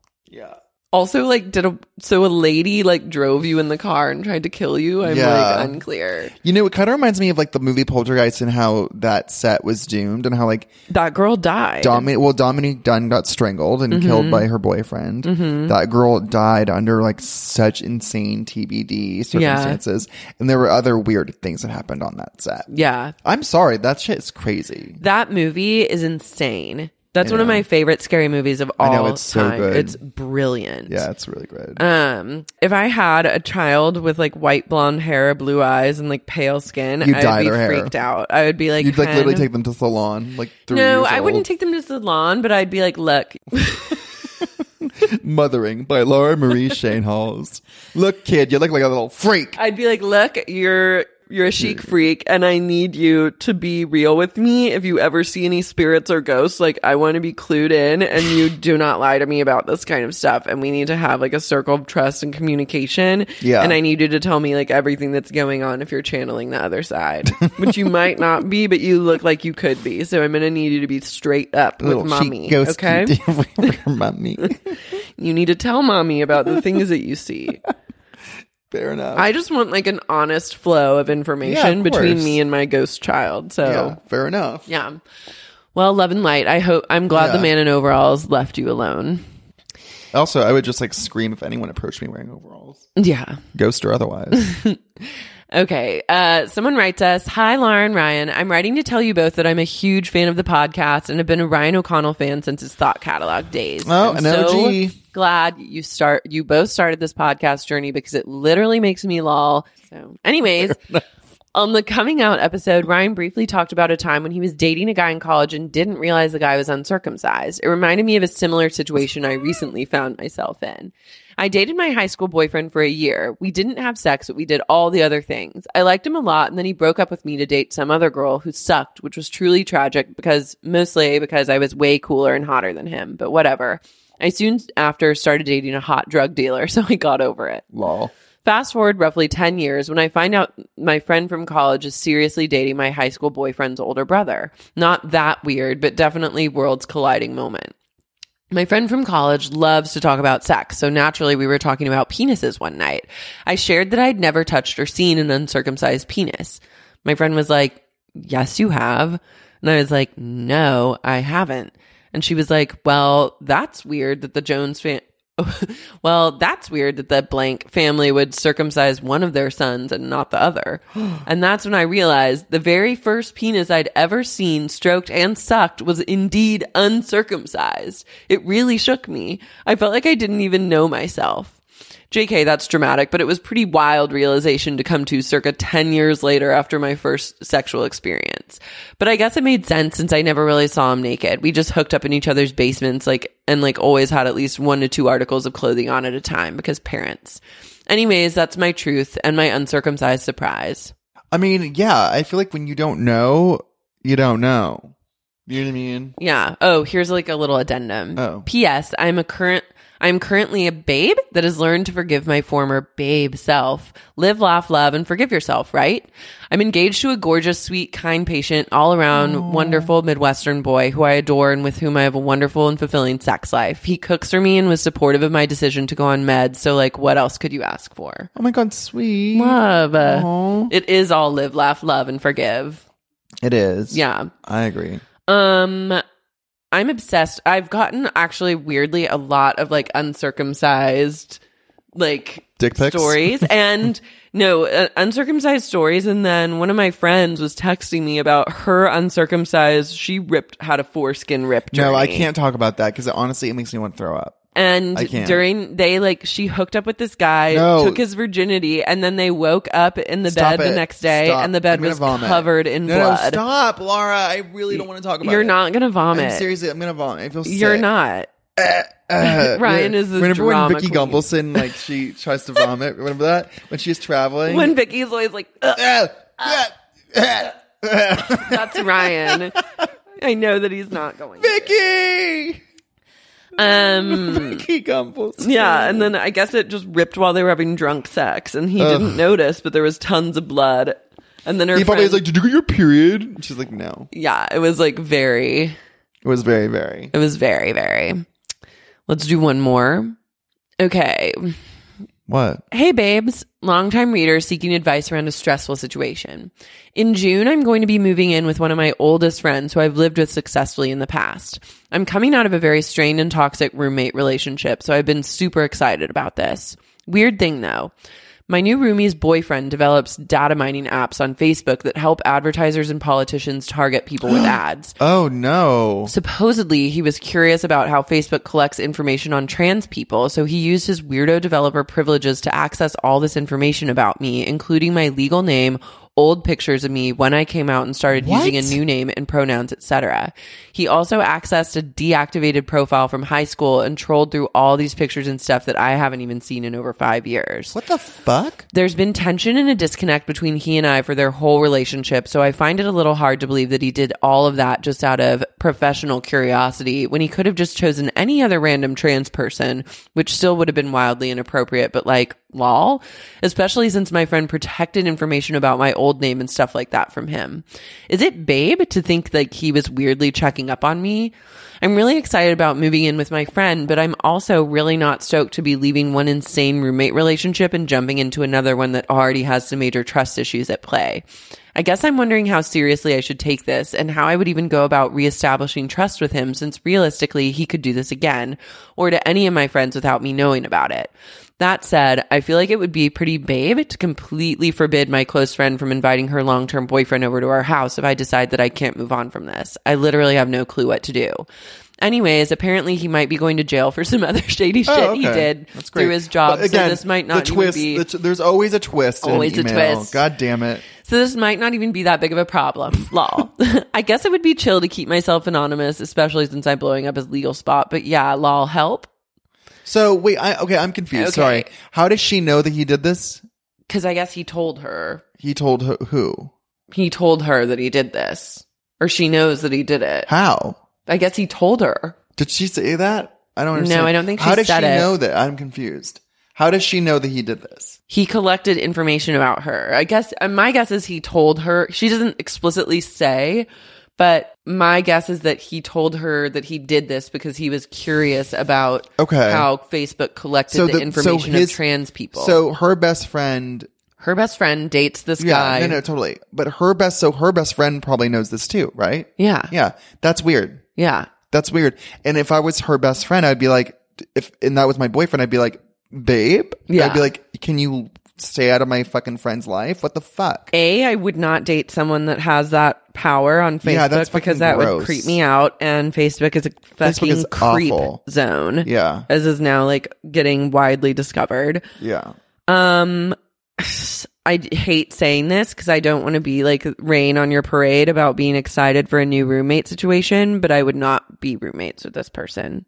Speaker 3: also like did a so a lady like drove you in the car and tried to kill you i'm
Speaker 1: Yeah.
Speaker 3: like unclear
Speaker 1: You know, it kind of reminds me of like the movie Poltergeist and how that set was doomed and how like
Speaker 3: that girl died
Speaker 1: Dominic, well, Dominique Dunn got strangled and
Speaker 3: Mm-hmm.
Speaker 1: killed by her boyfriend. That girl died under like such insane TBD circumstances, and there were other weird things that happened on that set.
Speaker 3: yeah
Speaker 1: I'm sorry, that shit is crazy.
Speaker 3: that movie is insane that's one of my favorite scary movies of all
Speaker 1: know, it's so
Speaker 3: time
Speaker 1: good.
Speaker 3: it's brilliant
Speaker 1: Yeah, it's really good.
Speaker 3: um if i had a child with like white blonde hair blue eyes and like pale skin
Speaker 1: You'd dye
Speaker 3: i'd be
Speaker 1: their hair.
Speaker 3: freaked out i would be like
Speaker 1: You'd like
Speaker 3: "Hen."
Speaker 1: literally take them to salon, like three
Speaker 3: no
Speaker 1: years
Speaker 3: i
Speaker 1: old.
Speaker 3: wouldn't take them to the salon but i'd be like look
Speaker 1: Mothering by Laura Marie Shane Halls. Look, kid, you look like a little freak.
Speaker 3: I'd be like, look, you're you're a chic freak, and I need you to be real with me. If you ever see any spirits or ghosts, like I want to be clued in, and you do not lie to me about this kind of stuff. And we need to have like a circle of trust and communication.
Speaker 1: Yeah.
Speaker 3: and I need you to tell me like everything that's going on if you're channeling the other side, which you might not be, but you look like you could be. So I'm gonna need you to be straight up with
Speaker 1: little
Speaker 3: mommy.
Speaker 1: cheek ghost
Speaker 3: okay,
Speaker 1: kid. mommy.
Speaker 3: you need to tell mommy about the things that you see.
Speaker 1: Fair enough.
Speaker 3: I just want like an honest flow of
Speaker 1: Yeah,
Speaker 3: information
Speaker 1: of
Speaker 3: between
Speaker 1: course.
Speaker 3: me and my ghost child.
Speaker 1: yeah,
Speaker 3: So
Speaker 1: fair enough.
Speaker 3: yeah. Well, love and light. I hope I'm glad the
Speaker 1: Yeah.
Speaker 3: man in overalls left you alone.
Speaker 1: Also, I would just like scream if anyone approached me wearing overalls,
Speaker 3: Yeah.
Speaker 1: ghost or otherwise.
Speaker 3: Okay. Uh, someone writes us Hi, Lauren Ryan. I'm writing to tell you both that I'm a huge fan of the podcast and have been a Ryan O'Connell fan since his thought catalog days.
Speaker 1: Oh, an
Speaker 3: I'm so
Speaker 1: OG.
Speaker 3: glad you start you both started this podcast journey because it literally makes me lol. So anyways, On the coming out episode, Ryan briefly talked about a time when he was dating a guy in college and didn't realize the guy was uncircumcised. It reminded me of a similar situation I recently found myself in. I dated my high school boyfriend for a year. We didn't have sex, but we did all the other things. I liked him a lot, and then he broke up with me to date some other girl who sucked, which was truly tragic because mostly because I was way cooler and hotter than him, but whatever. I soon after started dating a hot drug dealer, so I got over it.
Speaker 1: Lol.
Speaker 3: Fast forward roughly 10 years when I find out my friend from college is seriously dating my high school boyfriend's older brother. Not that weird, but definitely worlds colliding moment. My friend from college loves to talk about sex, so naturally we were talking about penises one night. I shared that I'd never touched or seen an uncircumcised penis. My friend was like, Yes, you have. And I was like, No, I haven't. And she was like, Well, that's weird that the Jones fan. well, that's weird that the blank family would circumcise one of their sons and not the other. and that's when I realized the very first penis I'd ever seen stroked and sucked was indeed uncircumcised. It really shook me. I felt like I didn't even know myself. JK, that's dramatic, but it was pretty wild realization to come to circa 10 years later after my first sexual experience. But I guess it made sense since I never really saw him naked. We just hooked up in each other's basements, like, and like always had at least one to two articles of clothing on at a time because parents. Anyways, that's my truth and my uncircumcised surprise.
Speaker 1: I mean, yeah, I feel like when you don't know, you don't know. You know what I mean?
Speaker 3: Yeah. Oh, here's like a little addendum.
Speaker 1: Oh.
Speaker 3: P.S. I'm a current. I'm currently a babe that has learned to forgive my former babe self. Live, laugh, love, and forgive yourself, right? I'm engaged to a gorgeous, sweet, kind, patient, all around wonderful Midwestern boy who I adore and with whom I have a wonderful and fulfilling sex life. He cooks for me and was supportive of my decision to go on meds. So, like, what else could you ask for?
Speaker 1: Oh my god, sweet.
Speaker 3: Love.
Speaker 1: Aw.
Speaker 3: It is all live, laugh, love, and forgive.
Speaker 1: It is.
Speaker 3: Yeah.
Speaker 1: I agree.
Speaker 3: Um, I'm obsessed. I've gotten actually weirdly a lot of like uncircumcised, like
Speaker 1: Dick pics?
Speaker 3: stories, and no uh, uncircumcised stories. And then one of my friends was texting me about her uncircumcised. She ripped had a foreskin rip. Journey.
Speaker 1: No, I can't talk about that because honestly, it makes me want to throw up.
Speaker 3: And
Speaker 1: I can't.
Speaker 3: during they like she hooked up with this guy,
Speaker 1: No.
Speaker 3: took his virginity, and then they woke up in the
Speaker 1: Stop
Speaker 3: bed
Speaker 1: it.
Speaker 3: the next day,
Speaker 1: Stop.
Speaker 3: and the bed
Speaker 1: I'm gonna
Speaker 3: was
Speaker 1: vomit.
Speaker 3: covered in
Speaker 1: no,
Speaker 3: blood.
Speaker 1: No, stop, Laura. I really don't want to talk about
Speaker 3: You're
Speaker 1: it.
Speaker 3: not gonna vomit.
Speaker 1: I'm seriously, I'm gonna vomit. I feel sick.
Speaker 3: You're not.
Speaker 1: Uh,
Speaker 3: Ryan is a
Speaker 1: Remember
Speaker 3: drama
Speaker 1: when Vicky
Speaker 3: queen.
Speaker 1: Gumbelson like she tries to vomit? Remember that when she's traveling?
Speaker 3: When Ah. Vicky's always like, "Ugh,"
Speaker 1: Uh, uh, uh, uh.
Speaker 3: that's Ryan. I know that he's not going.
Speaker 1: Vicky,
Speaker 3: Um.
Speaker 1: Vicky Gumbelson.
Speaker 3: Yeah, and then I guess it just ripped while they were having drunk sex, and he didn't notice, but there was tons of blood. And then her
Speaker 1: He probably was
Speaker 3: friend-
Speaker 1: like, "Did you get your period?" And she's like, "No."
Speaker 3: "Yeah, it was like very,
Speaker 1: It was very, very.
Speaker 3: it was very, very." Let's do one more. Okay.
Speaker 1: What?
Speaker 3: Hey, babes, longtime reader seeking advice around a stressful situation. In June, I'm going to be moving in with one of my oldest friends who I've lived with successfully in the past. I'm coming out of a very strained and toxic roommate relationship, so I've been super excited about this. Weird thing though. My new roomie's boyfriend develops data mining apps on Facebook that help advertisers and politicians target people with ads.
Speaker 1: Oh no!
Speaker 3: Supposedly, he was curious about how Facebook collects information on trans people, so he used his weirdo developer privileges to access all this information about me, including my legal name, old pictures of me when I came out and started using a new name and pronouns, etc. He also accessed a deactivated profile from high school and trolled through all these pictures and stuff that I haven't even seen in over 5 years
Speaker 1: What the fuck?
Speaker 3: there's been tension and a disconnect between he and I for their whole relationship, so I find it a little hard to believe that he did all of that just out of professional curiosity when he could have just chosen any other random trans person, which still would have been wildly inappropriate, but like, lol. Especially since my friend protected information about my old name and stuff like that from him. Is it babe to think like he was weirdly checking up on me? I'm really excited about moving in with my friend, but I'm also really not stoked to be leaving one insane roommate relationship and jumping into another one that already has some major trust issues at play. I guess I'm wondering how seriously I should take this and how I would even go about reestablishing trust with him since realistically he could do this again or to any of my friends without me knowing about it. That said, I feel like it would be pretty babe to completely forbid my close friend from inviting her long term boyfriend over to our house if I decide that I can't move on from this. I literally have no clue what to do. Anyways, apparently he might be going to jail for some other shady shit
Speaker 1: Oh,
Speaker 3: he
Speaker 1: okay.
Speaker 3: did
Speaker 1: That's great.
Speaker 3: through his job.
Speaker 1: But again,
Speaker 3: so this might not
Speaker 1: the
Speaker 3: even
Speaker 1: twist.
Speaker 3: be
Speaker 1: the t- there's always a twist. in
Speaker 3: Always a
Speaker 1: email.
Speaker 3: twist.
Speaker 1: God damn it!
Speaker 3: So this might not even be that big of a problem. Lol. I guess it would be chill to keep myself anonymous, especially since I'm blowing up his legal spot. But yeah, lol, help.
Speaker 1: So wait, I okay, I'm confused. Sorry.
Speaker 3: Okay.
Speaker 1: How does she know that he did this?
Speaker 3: Because I guess he told her.
Speaker 1: He told who? who?
Speaker 3: He told her that he did this, or she knows that he did it.
Speaker 1: How
Speaker 3: I guess he told her.
Speaker 1: did she say that? I don't
Speaker 3: No,
Speaker 1: understand.
Speaker 3: I don't think she
Speaker 1: How does
Speaker 3: said
Speaker 1: she
Speaker 3: it.
Speaker 1: know that? I'm confused. How does she know that he did this?
Speaker 3: He collected information about her. I guess uh, my guess is he told her. She doesn't explicitly say, but my guess is that he told her that he did this because he was curious about
Speaker 1: Okay.
Speaker 3: how Facebook collected the,
Speaker 1: the-
Speaker 3: information
Speaker 1: his-
Speaker 3: of trans people.
Speaker 1: So her best friend.
Speaker 3: her best friend dates this
Speaker 1: Yeah,
Speaker 3: guy.
Speaker 1: no, no, totally. But her best, so her best friend probably knows this too, right?
Speaker 3: Yeah.
Speaker 1: Yeah, that's weird.
Speaker 3: Yeah.
Speaker 1: That's weird. And if I was her best friend, I'd be like, if and that was my boyfriend, I'd be like, babe.
Speaker 3: Yeah.
Speaker 1: I'd be like, can you stay out of my fucking friend's life? What the fuck?
Speaker 3: A, I would not date someone that has that power on Facebook
Speaker 1: Yeah, that's fucking
Speaker 3: because that would
Speaker 1: gross.
Speaker 3: creep me out. And Facebook is a fucking
Speaker 1: is
Speaker 3: creep
Speaker 1: awful.
Speaker 3: zone.
Speaker 1: Yeah.
Speaker 3: As is now like getting widely discovered.
Speaker 1: Yeah.
Speaker 3: Um, I d- hate saying this because I don't want to be like rain on your parade about being excited for a new roommate situation, but I would not be roommates with this person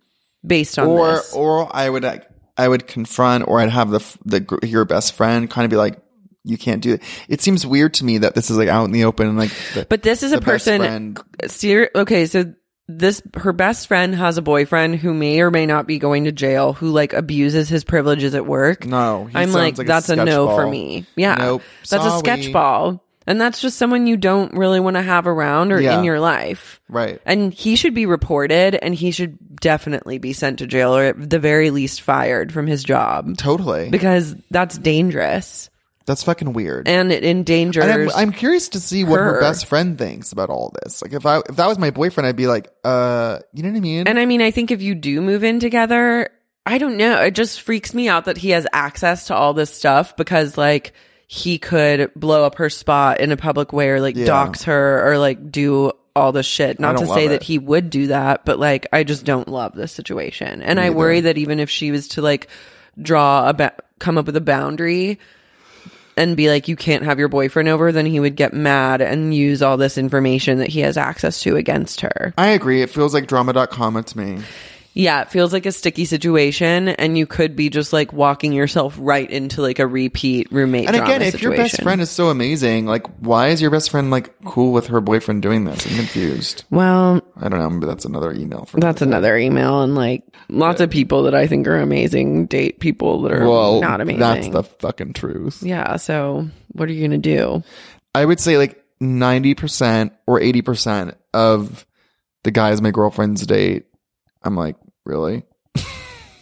Speaker 3: based on
Speaker 1: Or
Speaker 3: this.
Speaker 1: or I would like I would confront or I'd have the f- the gr- your best friend kind of be like you can't do it. It seems weird to me that this is like out in the open and like the-
Speaker 3: but this is a
Speaker 1: the best
Speaker 3: person.
Speaker 1: friend-
Speaker 3: Ser- okay, so this her best friend has a boyfriend who may or may not be going to jail who like abuses his privileges at work.
Speaker 1: No, he
Speaker 3: I'm like,
Speaker 1: sounds like a
Speaker 3: that's a, no
Speaker 1: sketch
Speaker 3: for
Speaker 1: ball.
Speaker 3: me. Yeah,
Speaker 1: Nope.
Speaker 3: that's a
Speaker 1: Sorry.
Speaker 3: sketch ball, and that's just someone you don't really want to have around or
Speaker 1: Yeah.
Speaker 3: in your life.
Speaker 1: right.
Speaker 3: And he should be reported and he should definitely be sent to jail or at the very least fired from his job
Speaker 1: Totally.
Speaker 3: because that's dangerous
Speaker 1: that's fucking weird.
Speaker 3: and it endangers.
Speaker 1: And I'm, I'm curious to see what her.
Speaker 3: her.
Speaker 1: best friend thinks about all this. Like, if I if that was my boyfriend, I'd be like, uh, you know what I mean?
Speaker 3: And I mean, I think if you do move in together, I don't know. It just freaks me out that he has access to all this stuff because, like, he could blow up her spot in a public way or, like, dox her or, like, do all this shit. Not to
Speaker 1: don't
Speaker 3: say
Speaker 1: love
Speaker 3: that
Speaker 1: it.
Speaker 3: he would do that, but, like, I just don't love this situation. And I worry that even if she was to, like, draw a, ba- come up with a boundary, and be like, you can't have your boyfriend over, then he would get mad and use all this information that he has access to against her.
Speaker 1: I agree. It feels like drama.com to me.
Speaker 3: Yeah, it feels like a sticky situation, and you could be just like walking yourself right into like a repeat roommate.
Speaker 1: And again,
Speaker 3: drama
Speaker 1: if your best
Speaker 3: situation.
Speaker 1: friend is so amazing, like, why is your best friend like cool with her boyfriend doing this? I'm confused.
Speaker 3: well,
Speaker 1: I don't know. Maybe that's another email for
Speaker 3: that's another email, and like lots of people that I think are amazing date people that are
Speaker 1: Well,
Speaker 3: not amazing.
Speaker 1: that's the fucking truth.
Speaker 3: yeah. So what are you gonna do?
Speaker 1: I would say like 90% or 80% of the guys my girlfriend's date, I'm like, really?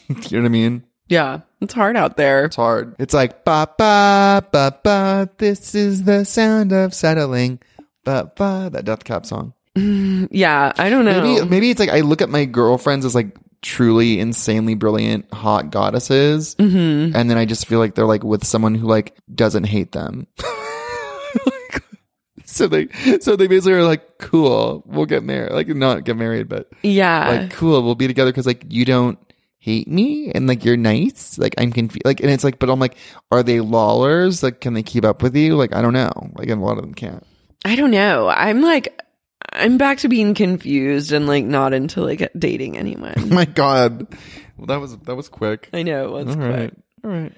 Speaker 1: you know what I mean?
Speaker 3: Yeah, it's hard out there.
Speaker 1: It's hard. It's like ba ba ba ba. This is the sound of settling. Ba ba. That Death Cab song.
Speaker 3: Yeah, I don't know.
Speaker 1: Maybe um, maybe it's like I look at my girlfriends as like truly insanely brilliant hot goddesses, mm-hmm. and then I just feel like they're like with someone who like doesn't hate them. so they so they basically are like cool. We'll get married. Like not get married, but
Speaker 3: yeah,
Speaker 1: like cool we'll be together because like you don't hate me and like you're nice like i'm confused like and it's like but i'm like are they lollers like can they keep up with you like i don't know like and a lot of them can't
Speaker 3: I don't know. I'm like, I'm back to being confused and like not into like dating anyone.
Speaker 1: my god well that was that was quick
Speaker 3: I know. It's quick.
Speaker 1: all right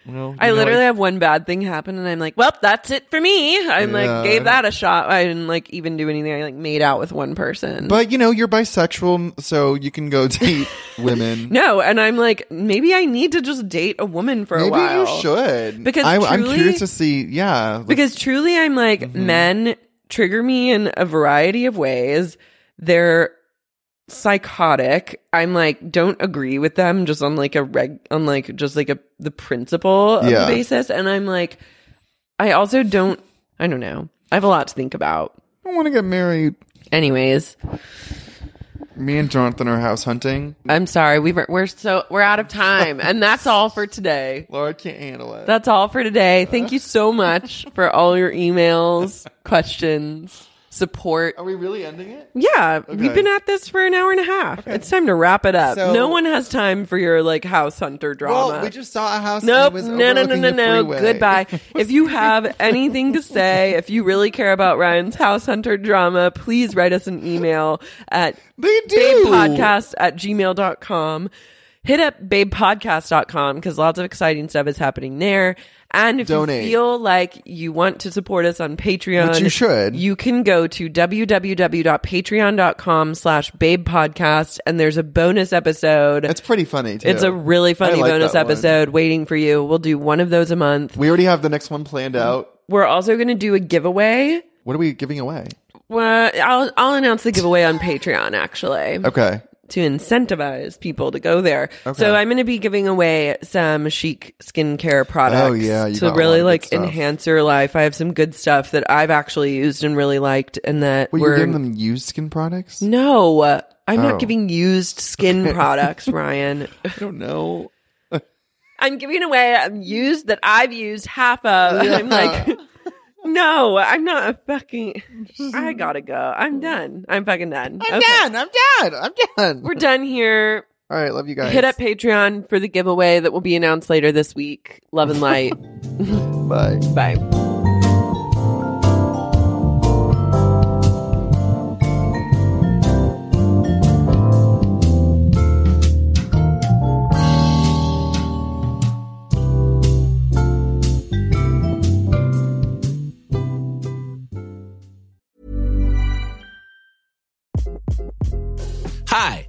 Speaker 1: well
Speaker 3: I literally have one bad thing happen, and I'm like, "Well, that's it for me." I'm
Speaker 1: Yeah,
Speaker 3: like, gave
Speaker 1: I
Speaker 3: that a shot. I didn't like even do anything. I like made out with one person.
Speaker 1: but you know you're bisexual so you can go date women
Speaker 3: no, and I'm like, maybe I need to just date a woman for a
Speaker 1: maybe
Speaker 3: while.
Speaker 1: you should
Speaker 3: Because
Speaker 1: I, i'm
Speaker 3: truly-
Speaker 1: curious to see yeah like,
Speaker 3: because truly, I'm like,
Speaker 1: Mm-hmm.
Speaker 3: men trigger me in a variety of ways. They're psychotic. I'm like, don't agree with them just on like a reg, on like just like a the principle of
Speaker 1: Yeah.
Speaker 3: the basis, and I'm like, I also don't. I don't know. I have a lot to think about.
Speaker 1: i want to get married
Speaker 3: Anyways,
Speaker 1: me and jonathan are house hunting
Speaker 3: I'm sorry. We were, we're so we're out of time, and that's all for today.
Speaker 1: laura can't handle it
Speaker 3: That's all for today. Thank you so much for all your emails, questions. support.
Speaker 1: Are we really ending it?
Speaker 3: Yeah, we've been at this for an hour and a half. It's time to wrap it up.
Speaker 1: So-
Speaker 3: no one has time for your like house hunter drama.
Speaker 1: Well, we just saw a house.
Speaker 3: Nope.
Speaker 1: That was
Speaker 3: No, no, no,
Speaker 1: overlooking
Speaker 3: no,
Speaker 1: the
Speaker 3: no.
Speaker 1: freeway.
Speaker 3: Goodbye. if you have anything to say, if you really care about Ryan's House Hunter drama, please write us an email at
Speaker 1: They do.
Speaker 3: babepodcast at gmail.com. Hit up babepodcast.com because lots of exciting stuff is happening there. And if
Speaker 1: Donate.
Speaker 3: you feel like you want to support us on Patreon,
Speaker 1: Which you should.
Speaker 3: you can go to www.patreon.com slash babepodcast and there's a bonus episode.
Speaker 1: It's pretty funny too.
Speaker 3: It's a really funny
Speaker 1: I like
Speaker 3: bonus
Speaker 1: that one.
Speaker 3: episode waiting for you. We'll do one of those a month.
Speaker 1: We already have the next one planned out.
Speaker 3: We're also going to do a giveaway.
Speaker 1: What are we giving away?
Speaker 3: Well, I'll, I'll announce the giveaway on Patreon actually
Speaker 1: Okay.
Speaker 3: to incentivize people to go there. So I'm going to be giving away some chic skincare products
Speaker 1: Oh, yeah, you
Speaker 3: to
Speaker 1: got a lot
Speaker 3: really
Speaker 1: of
Speaker 3: like
Speaker 1: good stuff.
Speaker 3: enhance your life. I have some good stuff that I've actually used and really liked and that
Speaker 1: Well,
Speaker 3: were
Speaker 1: you're giving them used skin products?
Speaker 3: No, I'm
Speaker 1: Oh.
Speaker 3: not giving used skin products, Ryan.
Speaker 1: I don't know.
Speaker 3: I'm giving away a used that I've used half of. And I'm like, no, I'm not a fucking. I gotta go. I'm done. I'm fucking done.
Speaker 1: I'm
Speaker 3: Okay.
Speaker 1: done. I'm done. I'm done.
Speaker 3: We're done here.
Speaker 1: All right. Love you guys.
Speaker 3: Hit up Patreon for the giveaway that will be announced later this week. Love and light.
Speaker 1: Bye.
Speaker 3: Bye.
Speaker 6: Hi,